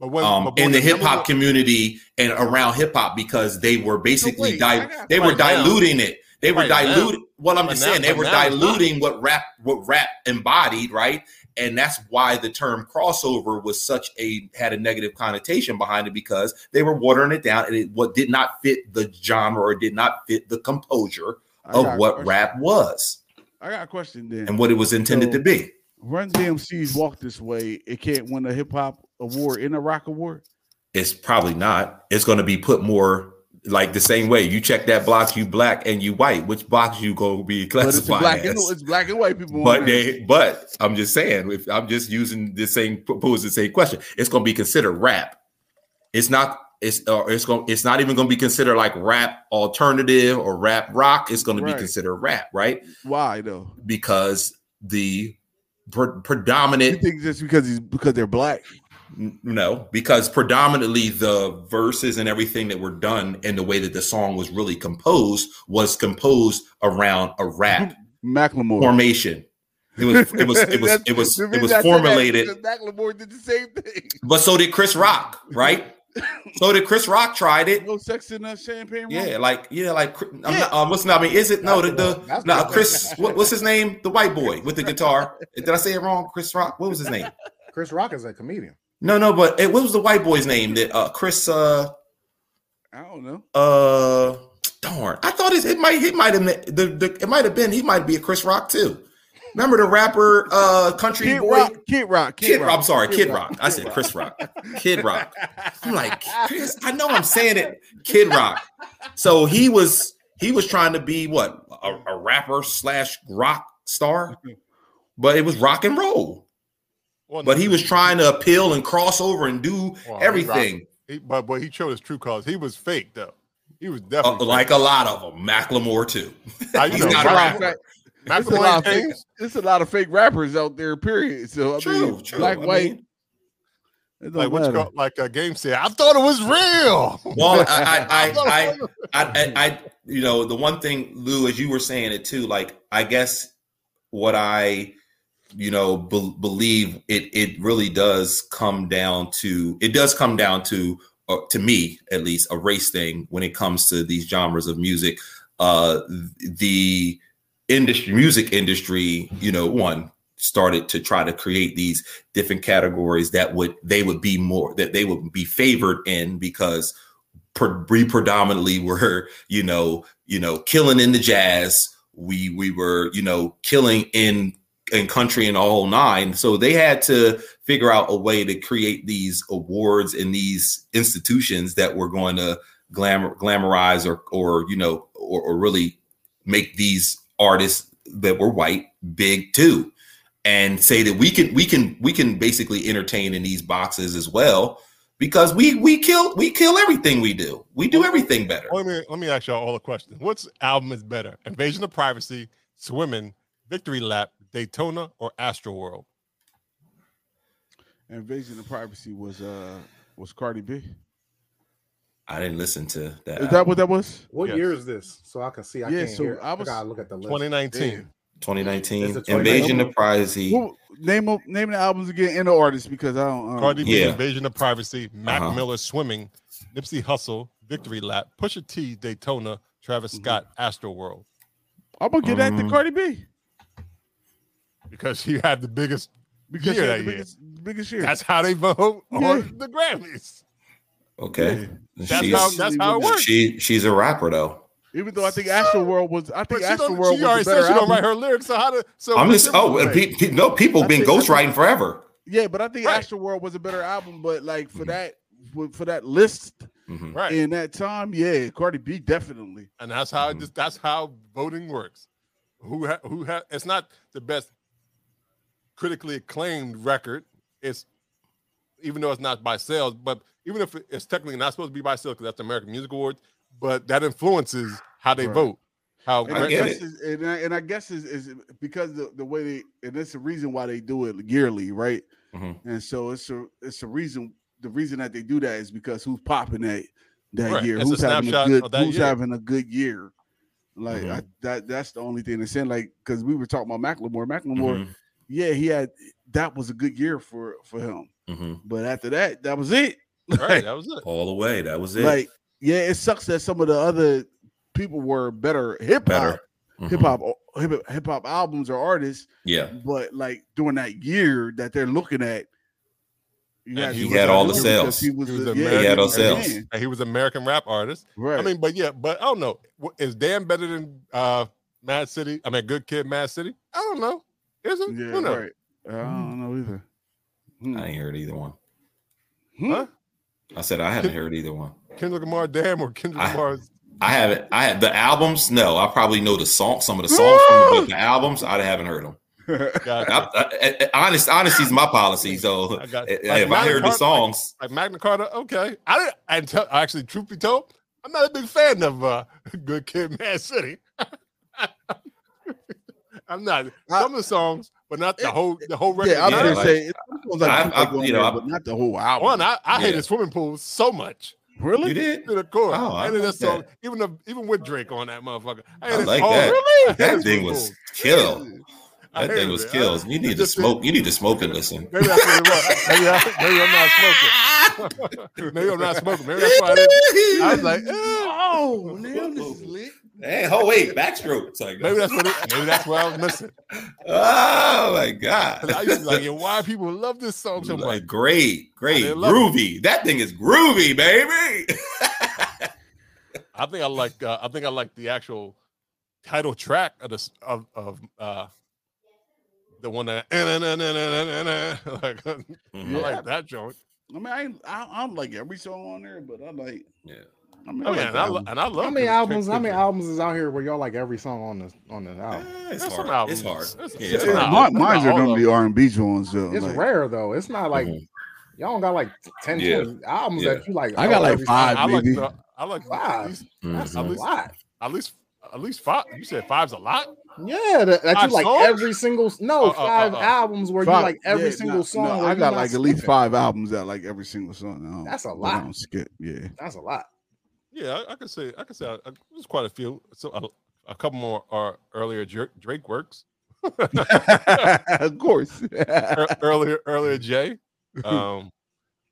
but when- um but in when the hip hop number community and around hip hop because they were basically wait, di- I got- they were right now- diluting it. They were right now- diluting. Well, I'm but just now- saying they but were now it's not. diluting what rap what rap embodied, right? And that's why the term crossover was such a had a negative connotation behind it because they were watering it down and it what did not fit the genre or did not fit the composure I got of a what question. rap was I got a question then. and what it was intended So- to be. Run DMC's Walk This Way, it can't win a hip hop award in a rock award. It's probably not. It's going to be put more like the same way you check that box, you black and you white. Which box you going to be But it's classified black and as? it's black and white people. on but there. they, but I'm just saying, if I'm just using the same pose the same question, it's going to be considered rap. It's not. It's or it's going. It's not even going to be considered like rap alternative or rap rock. It's going to Right. be considered rap, right? why though? Because the pre- You predominant think just because he's because they're black? N- No, because predominantly the verses and everything that were done and the way that the song was really composed was composed around a rap Macklemore. formation. It was it was it was That's- it was the it reason was I said that is formulated. because Macklemore did the same thing. But so did Chris Rock, right? so did Chris Rock tried it. No sex in a champagne. Yeah, like yeah, like Chri- I'm Yeah. not um, what's not I mean, is it no the, That's the one. the That's no the one. Chris what, what's his name? The white boy with the guitar. Did I say it wrong? Chris Rock, what was his name? Chris Rock is a comedian. No, no, but it, what was the white boy's name that uh Chris uh I don't know. Uh, darn. I thought it, it might it might have the, the it might have been he might be a Chris Rock too. Remember the rapper uh country Kid boy Rock, Kid Rock, Kid, Rock. I'm sorry, Kid, Rock. I said Chris Rock. Kid Rock. I'm like Chris, I know I'm saying it. Kid Rock. So he was he was trying to be what a, a rapper slash rock star, but it was rock and roll. one- But he was trying to appeal and cross over and do Well, he everything. He, but but he showed his true colors. He was fake though. He was Uh, definitely like a lot of them, Macklemore too. fake. I, you he's know, not a Mac- rapper. It's a, lot Macklemore of fake, changed. it's a lot of fake rappers out there, period. So I True, mean, true. black, I white, mean- it don't Like what you matter. call, like a game said. I thought it was real. Well, I, I, I thought I, it was- I, I, I, you know, the one thing, Lou, as you were saying it too, like I guess what I, you know, be- believe it, it really does come down to, it does come down to, uh, to me at least, a race thing when it comes to these genres of music. Uh, the industry, music industry, you know, one started to try to create these different categories that would they would be more that they would be favored in because pre- we predominantly were you know you know killing in the jazz we we were you know killing in in country and all nine so they had to figure out a way to create these awards and these institutions that were going to glamour glamorize or or you know or, or really make these artists that were white big too and say that we can we can we can basically entertain in these boxes as well because we we kill we kill everything we do. We do everything better. let me let me ask y'all all a question. What's album is better, Invasion of Privacy, Swimming, Victory Lap, Daytona, or Astroworld? Invasion of privacy was uh was Cardi B. I didn't listen to that. Is that what that was? What Yes. year is this? So I can see. I Yeah, can't so hear. I I, was- gotta look at the list. 2019. 2019 It's a 2019. Invasion of Privacy. What, name of name the albums again and the artist because I don't. Um, Cardi B, Yeah. Invasion of Privacy, Mac Uh-huh. Miller Swimming, Nipsey Hussle, Victory Lap, Pusha T, Daytona, Travis Mm-hmm. Mhm. Scott, Astroworld. I'm gonna give that to Mm. Cardi B Because he had the biggest. because she Yeah, had the yeah. biggest, biggest year. That's how they vote Yeah. on the Grammys. Okay. That's she's, how that's how it works. she she's a rapper though. Even though I think Astro World was, I But think she, Astro don't, World she already was a said better she don't write album. her lyrics. So how to? So I'm what's just the oh and difference? pe- pe- no people I been think- I think- ghostwriting forever. Yeah, but I think Right. Astro World was a better album. But like for Mhm. that, for- for that list Mhm. right, in that time, yeah, Cardi B definitely. and that's how it Mm-hmm. Mhm. just that's how voting works. Who ha- who ha- It's not the best critically acclaimed record. It's even though it's not by sales, but even if it- it's technically not supposed to be by sales because that's the American Music Awards, but that influences how they Right. vote. How And I I, get guess it. is, and, I, and I guess is, is because the, the way they and that's the reason why they do it yearly, right? Mhm. Mm-hmm. And so it's a it's a reason the reason that they do that is because who's popping that that Right, year, it's a who's having a snapshot good of that who's year. having a good year. Like I, that that's the only thing they saying. Like because we were talking about Macklemore, Mm-hmm. Macklemore, Mhm. yeah, he had that was a good year for for him, Mhm. but after that, that was it. right, that was it. All the way. That was it. Like yeah, it sucks that some of the other people were better hip Better. hop Mhm. hip hop hip hop albums or artists. Yeah. but like during that year that they're looking at, you And got- he you had got all the to look at sales. because He was, He was the- a yeah, man. He had all was the sales. man. And he was an American rap artist. Right. I mean, but yeah, but I don't know. Wha- Is Dan better than uh Mad City? I mean, Good Kid, Mad City. I don't know. Is it? yeah, Who knows? right. I don't know either. Hmm. I didn't hear it either one. Hmm? Huh? I said I haven't heard either one. Kendrick Lamar, damn, or Kendrick I- Lamar's I haven't. I had the albums. No, I probably know the song, some of the songs from it, but the albums. I haven't heard them. got I, I- I- honest, honesty's my policy. So I got- eh, eh, like, if I Magna heard the Carta- songs, like Magna Carta. Okay, I didn't. I tell, actually, truth be told, I'm not a big fan of uh Good Kid, Mad City. I'm not. I- Some of the songs, but not the whole the whole record. yeah, I'm Yeah, gonna like- say it's almost like I- you I- like on you know, there, I- but not the whole album. One, I, I Yeah. hated swimming pools so much. really? you did. to the core. Oh, I I hated like that song, even the, even with Drake on that motherfucker. I, hated like all- that. Really? I That hated thing Swimming was Pools. kill. I That hated thing was it. I- kills. You it need to just smoke. You need to smoke and listen. Maybe that's what it was. Maybe, I, maybe I'm not smoking. maybe I'm not smoking. Maybe that's why I, didn't- I was like, eh. Oh, now this is lit. Hey, oh wait, backstroke. It's like, maybe that's what it, maybe that's why I was missing. oh my 'Cause I god, used to be like, yo, why people love this song so much? like, great, great, I love it. groovy. That thing is groovy, baby. I think I like uh, I think I like the actual title track of the s- of, of uh the one that like, I Yeah. like that joint. I mean, I, ain't- I I'm like every song on there, but I'm like, Yeah. I mean, Oh yeah, like and the I, lo- album. and I love How many Kendrick- albums? How Kendrick many Lamar. albums is out here where y'all like every song on this on the album? Eh, It's There's some hard. It's hard. albums. There's- Yeah, it's there's hard. not- Mine, mine's are all gonna of be R&B joints though. It's like- Mm-hmm. rare though. It's not like y'all don't got like 10, Yeah. 20 albums that you like. I got, oh, like, every song. I, five. I like maybe. the, I like Five. at least That's Mhm. At a least- lot. at least at least five. You said five's a lot. Yeah, that, that you Five like songs? every single no Uh, Oh, oh, five oh, oh. albums where Five- you like every yeah, single no, song. no, where I you got not like at least skipping. five albums that like every single song. I don't- That's a that lot. I don't skip. Yeah. That's a lot. Yeah, I, I could say I could say I, I, there's quite a few. So a, a couple more are earlier Jer- Drake works. of course. Ear- earlier earlier Jay. Um,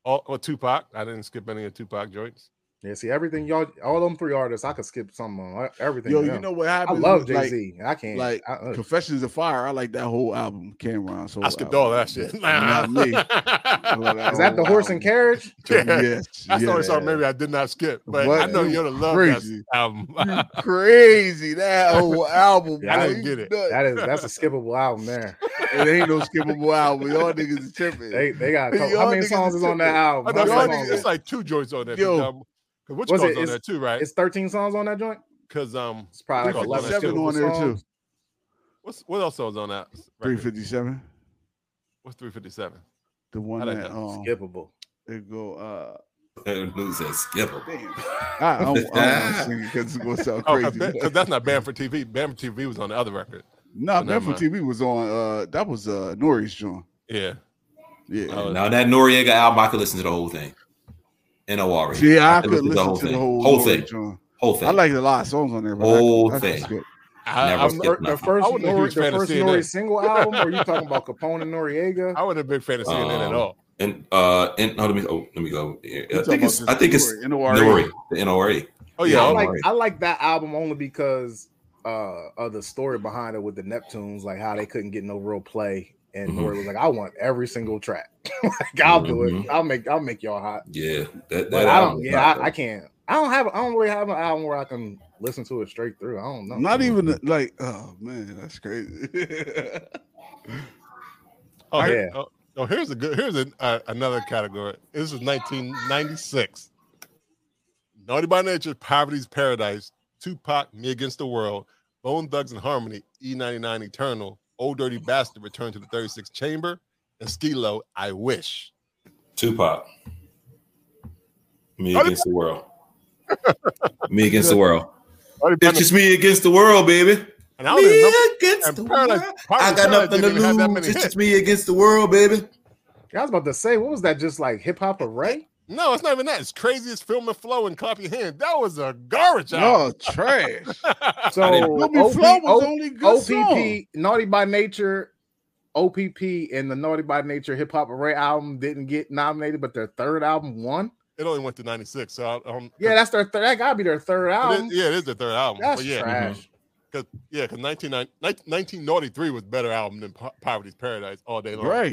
all, well, Tupac. I didn't skip any of Tupac joints. Yeah, see everything y'all, all them three artists, I could skip some on e- everything. Yo, to you them. know what I happened? love Jay Like, Z. I can't like, I, uh, Confessions of Fire. I like that whole album. Cameron's whole I skipped album. all that shit. Not me. I love is that the whole horse and album. carriage? Yeah. Yes. That's the only yes. song maybe I did not skip, but I What? know You you're the love crazy. that album. You crazy. That whole album. Yeah, I boy, didn't you get it. nuts. That is that's a skippable album there. It ain't no skippable album. Y'all niggas is tripping. They they got a couple, Y'all how many niggas songs is is on tripping. that I album? know, Y'all How it's, many like, songs niggas- it's like two joints on that. Yo. Because which Was it- one's on it's- there too, right? It's thirteen songs on that joint. Because um, It's probably like There's 357 eleven skippable on there too. songs. what's what else was on that? Three record? fifty seven. What's three fifty seven? The one I like that. that um, Skippable. it go uh Who's that skipper? Damn. I, I don't, I don't sing it because it's gonna sound Oh, crazy. because that's not banned for TV. Banned for TV was on the other record. no, never Memphis mind. TV was on. Uh, that was uh Nori's joint. Yeah, Yeah. Oh, Now that Noriega album, I could listen to the whole thing. N O R E. See, I, I could listen to the whole whole Nori thing. joint. Whole thing. I like a lot of songs on there. But Whole I, I, thing. skip. I, Never I'm- skip. Or nothing. the first I wasn't a Nori, huge fan the of first CNN. Nori single album, or you talking about Capone and Noriega? I wasn't a big fan of CNN at Um, all. And uh, and oh, let me oh, let me go. I You talking think it's about I just think it's Nori, N.O.R.E.. Nori, the N O R E. Oh yeah, yeah, I I'm- like alright. I like that album only because uh of the story behind it with the Neptunes, like how they couldn't get no real play And Mm-hmm. Mhm. Nori was like, I want every single track. like I'll do it. Mm-hmm. Mhm. I'll make I'll make y'all hot. Yeah, that, But that I album don't is yeah, not- I, I can't. I don't have I don't really have an album where I can listen to it straight through. I don't know. Not even the- like, oh man, that's crazy. Oh, I- here- oh, oh, here's a good. Here's a, uh, another category. This is 1996. Naughty by Nature, Poverty's Paradise, Tupac, Me Against the World, Bone Thugs and Harmony, E99 Eternal, Old Dirty Bastard, Return to the 36th Chamber, and Skilo, I Wish. Tupac. Me against the world. Me against the world. Naughty by It's just me against the world, baby. And I don't even Me know. against and the Paradise- world. Paradise I got Paradise nothing to didn't even have that lose. many It's hits. just me against the world, baby. I was about to say, what was that just like hip hop array? No, it's not even that. It's crazy as film and flow and clap your hand. That was a garbage album. oh, trash. So I didn't- Let me flow was OP, only good song. OPP, Naughty by Nature, OPP, and the Naughty by Nature Hip Hop Array album didn't get nominated, but their third album won. It only went to 96. So I, um, Yeah, that's their third. That gotta be their third it album. is, yeah, it is their third album. That's but yeah, trash. Cause yeah, because 1993 was better album than Po- Poverty's Paradise all day long. Right.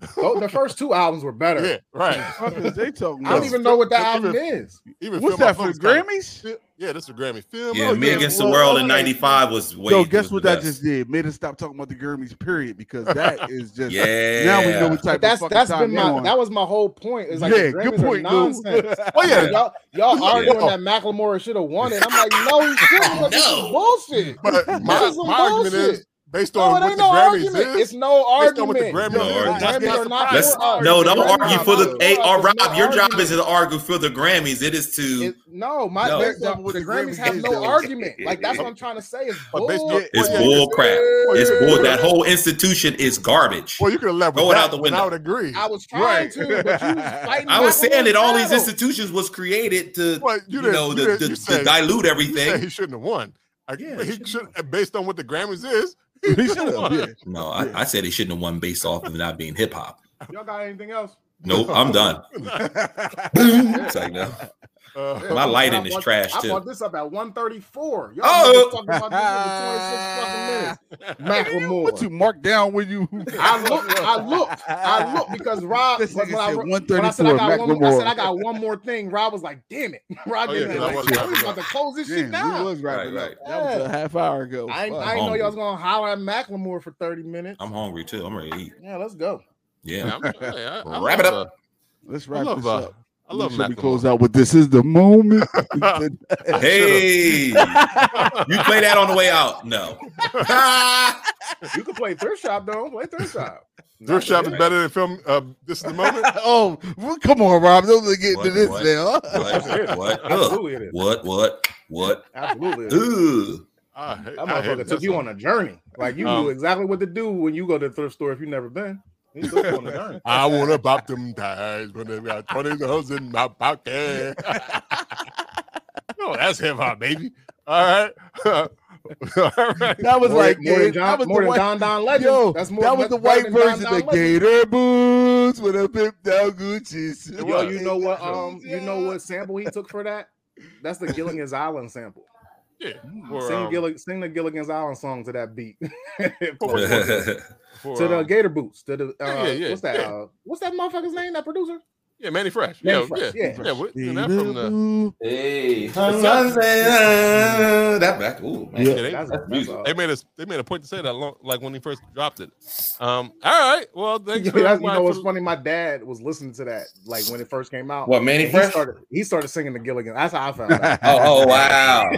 Mm-hmm. Both their first two albums were better. Yeah, right. Fuck is they talking I don't about? even know what that Even- album is. Even What's Feel My that for Funk the was kinda- Grammys? Yeah, this is a Grammy. Feel Yeah, My me Funk. against the world in '95 was way. Yo, was guess the what that best. just did? Made us stop talking about the Grammys, period, because that is just Yeah. now we know what type But that's of fucking that's time been they're my on. that was my whole point. It's like yeah, the good Grammys are point, nonsense. dude. Oh yeah, Y'all, y'all Yeah. arguing that Macklemore should have won it. I'm like, no, he shouldn't. but This is No. bullshit. but This my, is some my argument bullshit. is based No, on it what ain't the no Grammys argument. is. It's no Based on what the argument. Grammys No, is. that's- That's not Grammys are not surprising. Let's for no, us. The don't Grammys argue are for not the hey, us. or It's Rob. not Your job argument. isn't to argue for the Grammys. It is to It- no, my No. the, the- What the the Grammys Grammys have is, no though. argument. Like that's what I'm trying to say. It's But based on- bull. it's yeah, bull crap. Well, It's you- bull. That whole institution is garbage. Well, you could have left Throw with it that, out the and I window. would agree. I was trying Right. to, but you was fighting. I was Macklemore's saying that all these battle. institutions was created to Well, you you, didn't- know you to, didn't- to, you to said- dilute You said he everything. shouldn't have won. I, Yeah, but he he shouldn't should, based on what the Grammys is. He should have. Yeah. No, I, I said he shouldn't have won based off of not being hip hop. Y'all got anything else? Nope, I'm done. it's like no. Uh, My lighting I is brought- trash, I too. brought this up at 1:34. Y'all Oh. oh. talking about this for 26 fucking minutes. What you Macklemore. mark down when you? I looked, I looked, I looked because Rob This when nigga I, said wrote- when I said I 1:34, got one, more, I said I Macklemore. got one more thing. Rob was like, "Damn it!" Rob Oh, gave yeah, me 'cause I that. wasn't Like, we wrapping about to close this Damn, shit we down. was wrapping Right, up. That was a half hour ago. I, ain't- Fuck. I didn't know Hungry. y'all was gonna holler at Macklemore for 30 minutes. I'm hungry too. I'm ready to eat. yeah, let's go. Yeah. yeah, I'm- yeah, I- I Wrap it love, up. Let's uh, I wrap love. this Uh, up. I love Should we Macklemore. close out with this is the moment. Hey, you play that on the way out? No. You can play thrift shop though. Play thrift shop. Thrift Shop is Right. better than film. Uh, this is the moment. oh, well, come on, Rob. Don't get into What, this what? now. what? What? Ugh. Absolutely, it is. What? What? What? Absolutely. it is. Ooh. I hate- That I hate motherfucker this took you one. on a journey. Like you Um, knew exactly what to do when you go to the thrift store if you never been. He took you on a journey. I want to pop them tags when they got twenty dollars in my pocket. no, that's hip hop, baby. All right, all right. That was More, like more than, yeah, John, that was more the than white- Don Don Legend. Yo, that's more. that was that's the better white than version of Legend. Gator Boots with a pimp down Gucci's. Yo, you know what? Um, you know what sample he took for that? That's the Gilligan's Island sample. Yeah, for, sing, um, Gillig- sing the Gilligan's Island song to that beat. to Who for, the um, Gator Boots. To the uh, yeah, yeah, what's that? yeah. Uh, what's that motherfucker's name? That producer? yeah, Manny Fresh. Manny yeah, Fresh, yeah, yeah. yeah. what- and that from the that back. Ooh, man. Yeah, they- That's- that's that's uh, music. all. they made a they made a point to say that long, like when he first dropped it. Um, all right. Well, thanks. Yo, for that's- you everybody know for- what's funny? My dad was listening to that like when it first came out. What Manny And he Fresh? Oh, started he started singing the Gilligan. That's how I found out. oh wow.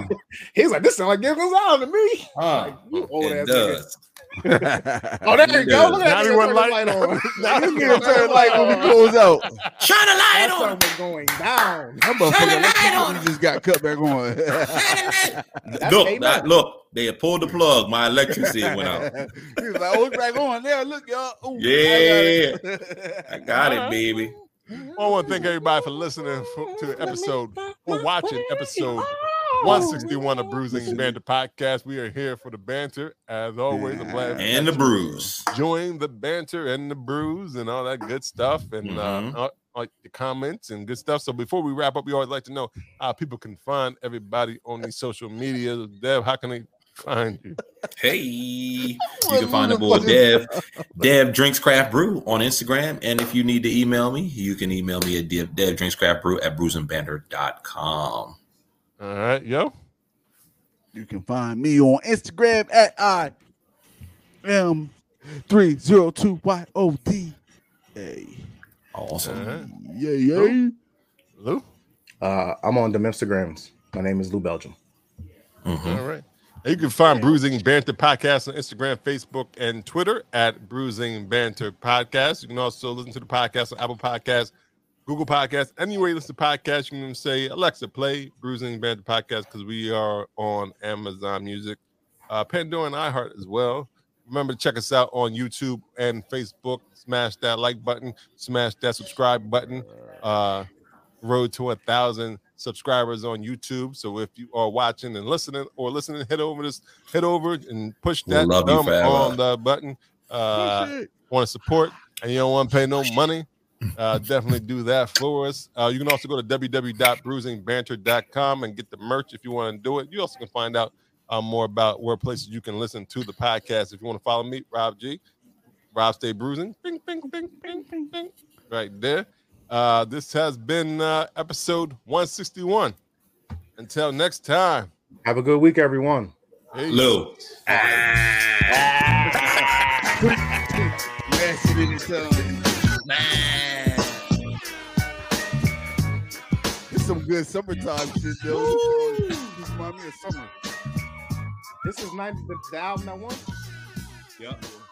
He was like, "This sounds like Gilligan's Island to me." Huh. You old It ass. nigga. does. Oh, there you go. Look at that. Johnny nigga One turn the Light. light on. Now That you Get can nigga turn turned the light when we close out. Shine a light That on. song was going down. That motherfucker, let's see light what on we just got cut back on. it. That's Look, Amen. that, look, they had pulled the plug. My electricity went out. He was like, oh, it's back on there. Look, y'all. Ooh, Yeah, I got it. I got it, baby. I want to thank everybody for listening for, to the episode, for watching episode Oh. Oh, 161 of Bruising Banter Podcast. We are here for the banter, as always. I'm glad And the bruise. join the banter and the brews and all that good stuff and Mhm. uh, uh, like the comments and good stuff. So before we wrap up, we always like to know how people can find everybody on these social media. Dev, how can they find you? Hey, you can find the boy Dev, Dev Drinks Craft Brew on Instagram. And if you need to email me, you can email me at Dev, Dev Drinks Craft Brew at bruisingbander.com. All right, yo. You can find me on Instagram at I am 302YOD. Hey, Awesome. All right. yeah, yeah. Lou? Uh, I'm on them Instagrams. My name is Lou Belgium. Mhm. All right. And you can find Bruising Banter Podcast on Instagram, Facebook, and Twitter at Bruising Banter Podcast. You can also listen to the podcast on Apple Podcasts, Google Podcasts, anywhere you listen to podcasts. You can say, Alexa, play Bruising Banter Podcast because we are on Amazon Music, uh, Pandora, and iHeart as well. Remember to check us out on YouTube and Facebook. Smash that like button, smash that subscribe button. Uh, road to a thousand subscribers on YouTube. So if you are watching and listening or listening, head over this, head over and push that Love you thumb forever. on the button. Uh, Appreciate it. want to support and you don't want to pay no money, uh, definitely do that for us. Uh, you can also go to www.bruisingbanter.com and get the merch if you want to do it. You also can find out uh, more about where places you can listen to the podcast. If you want to follow me, Rob G, Rob Stay Bruising, bing, bing, bing, bing, bing, bing, right there. Uh, this has been uh, episode 161. Until next time. Have a good week, everyone. peace. Lou. Mastered in his tongue. It's some good summertime shit, though. This song- This reminds me of summer. This is 90, the, the album that won. Yep.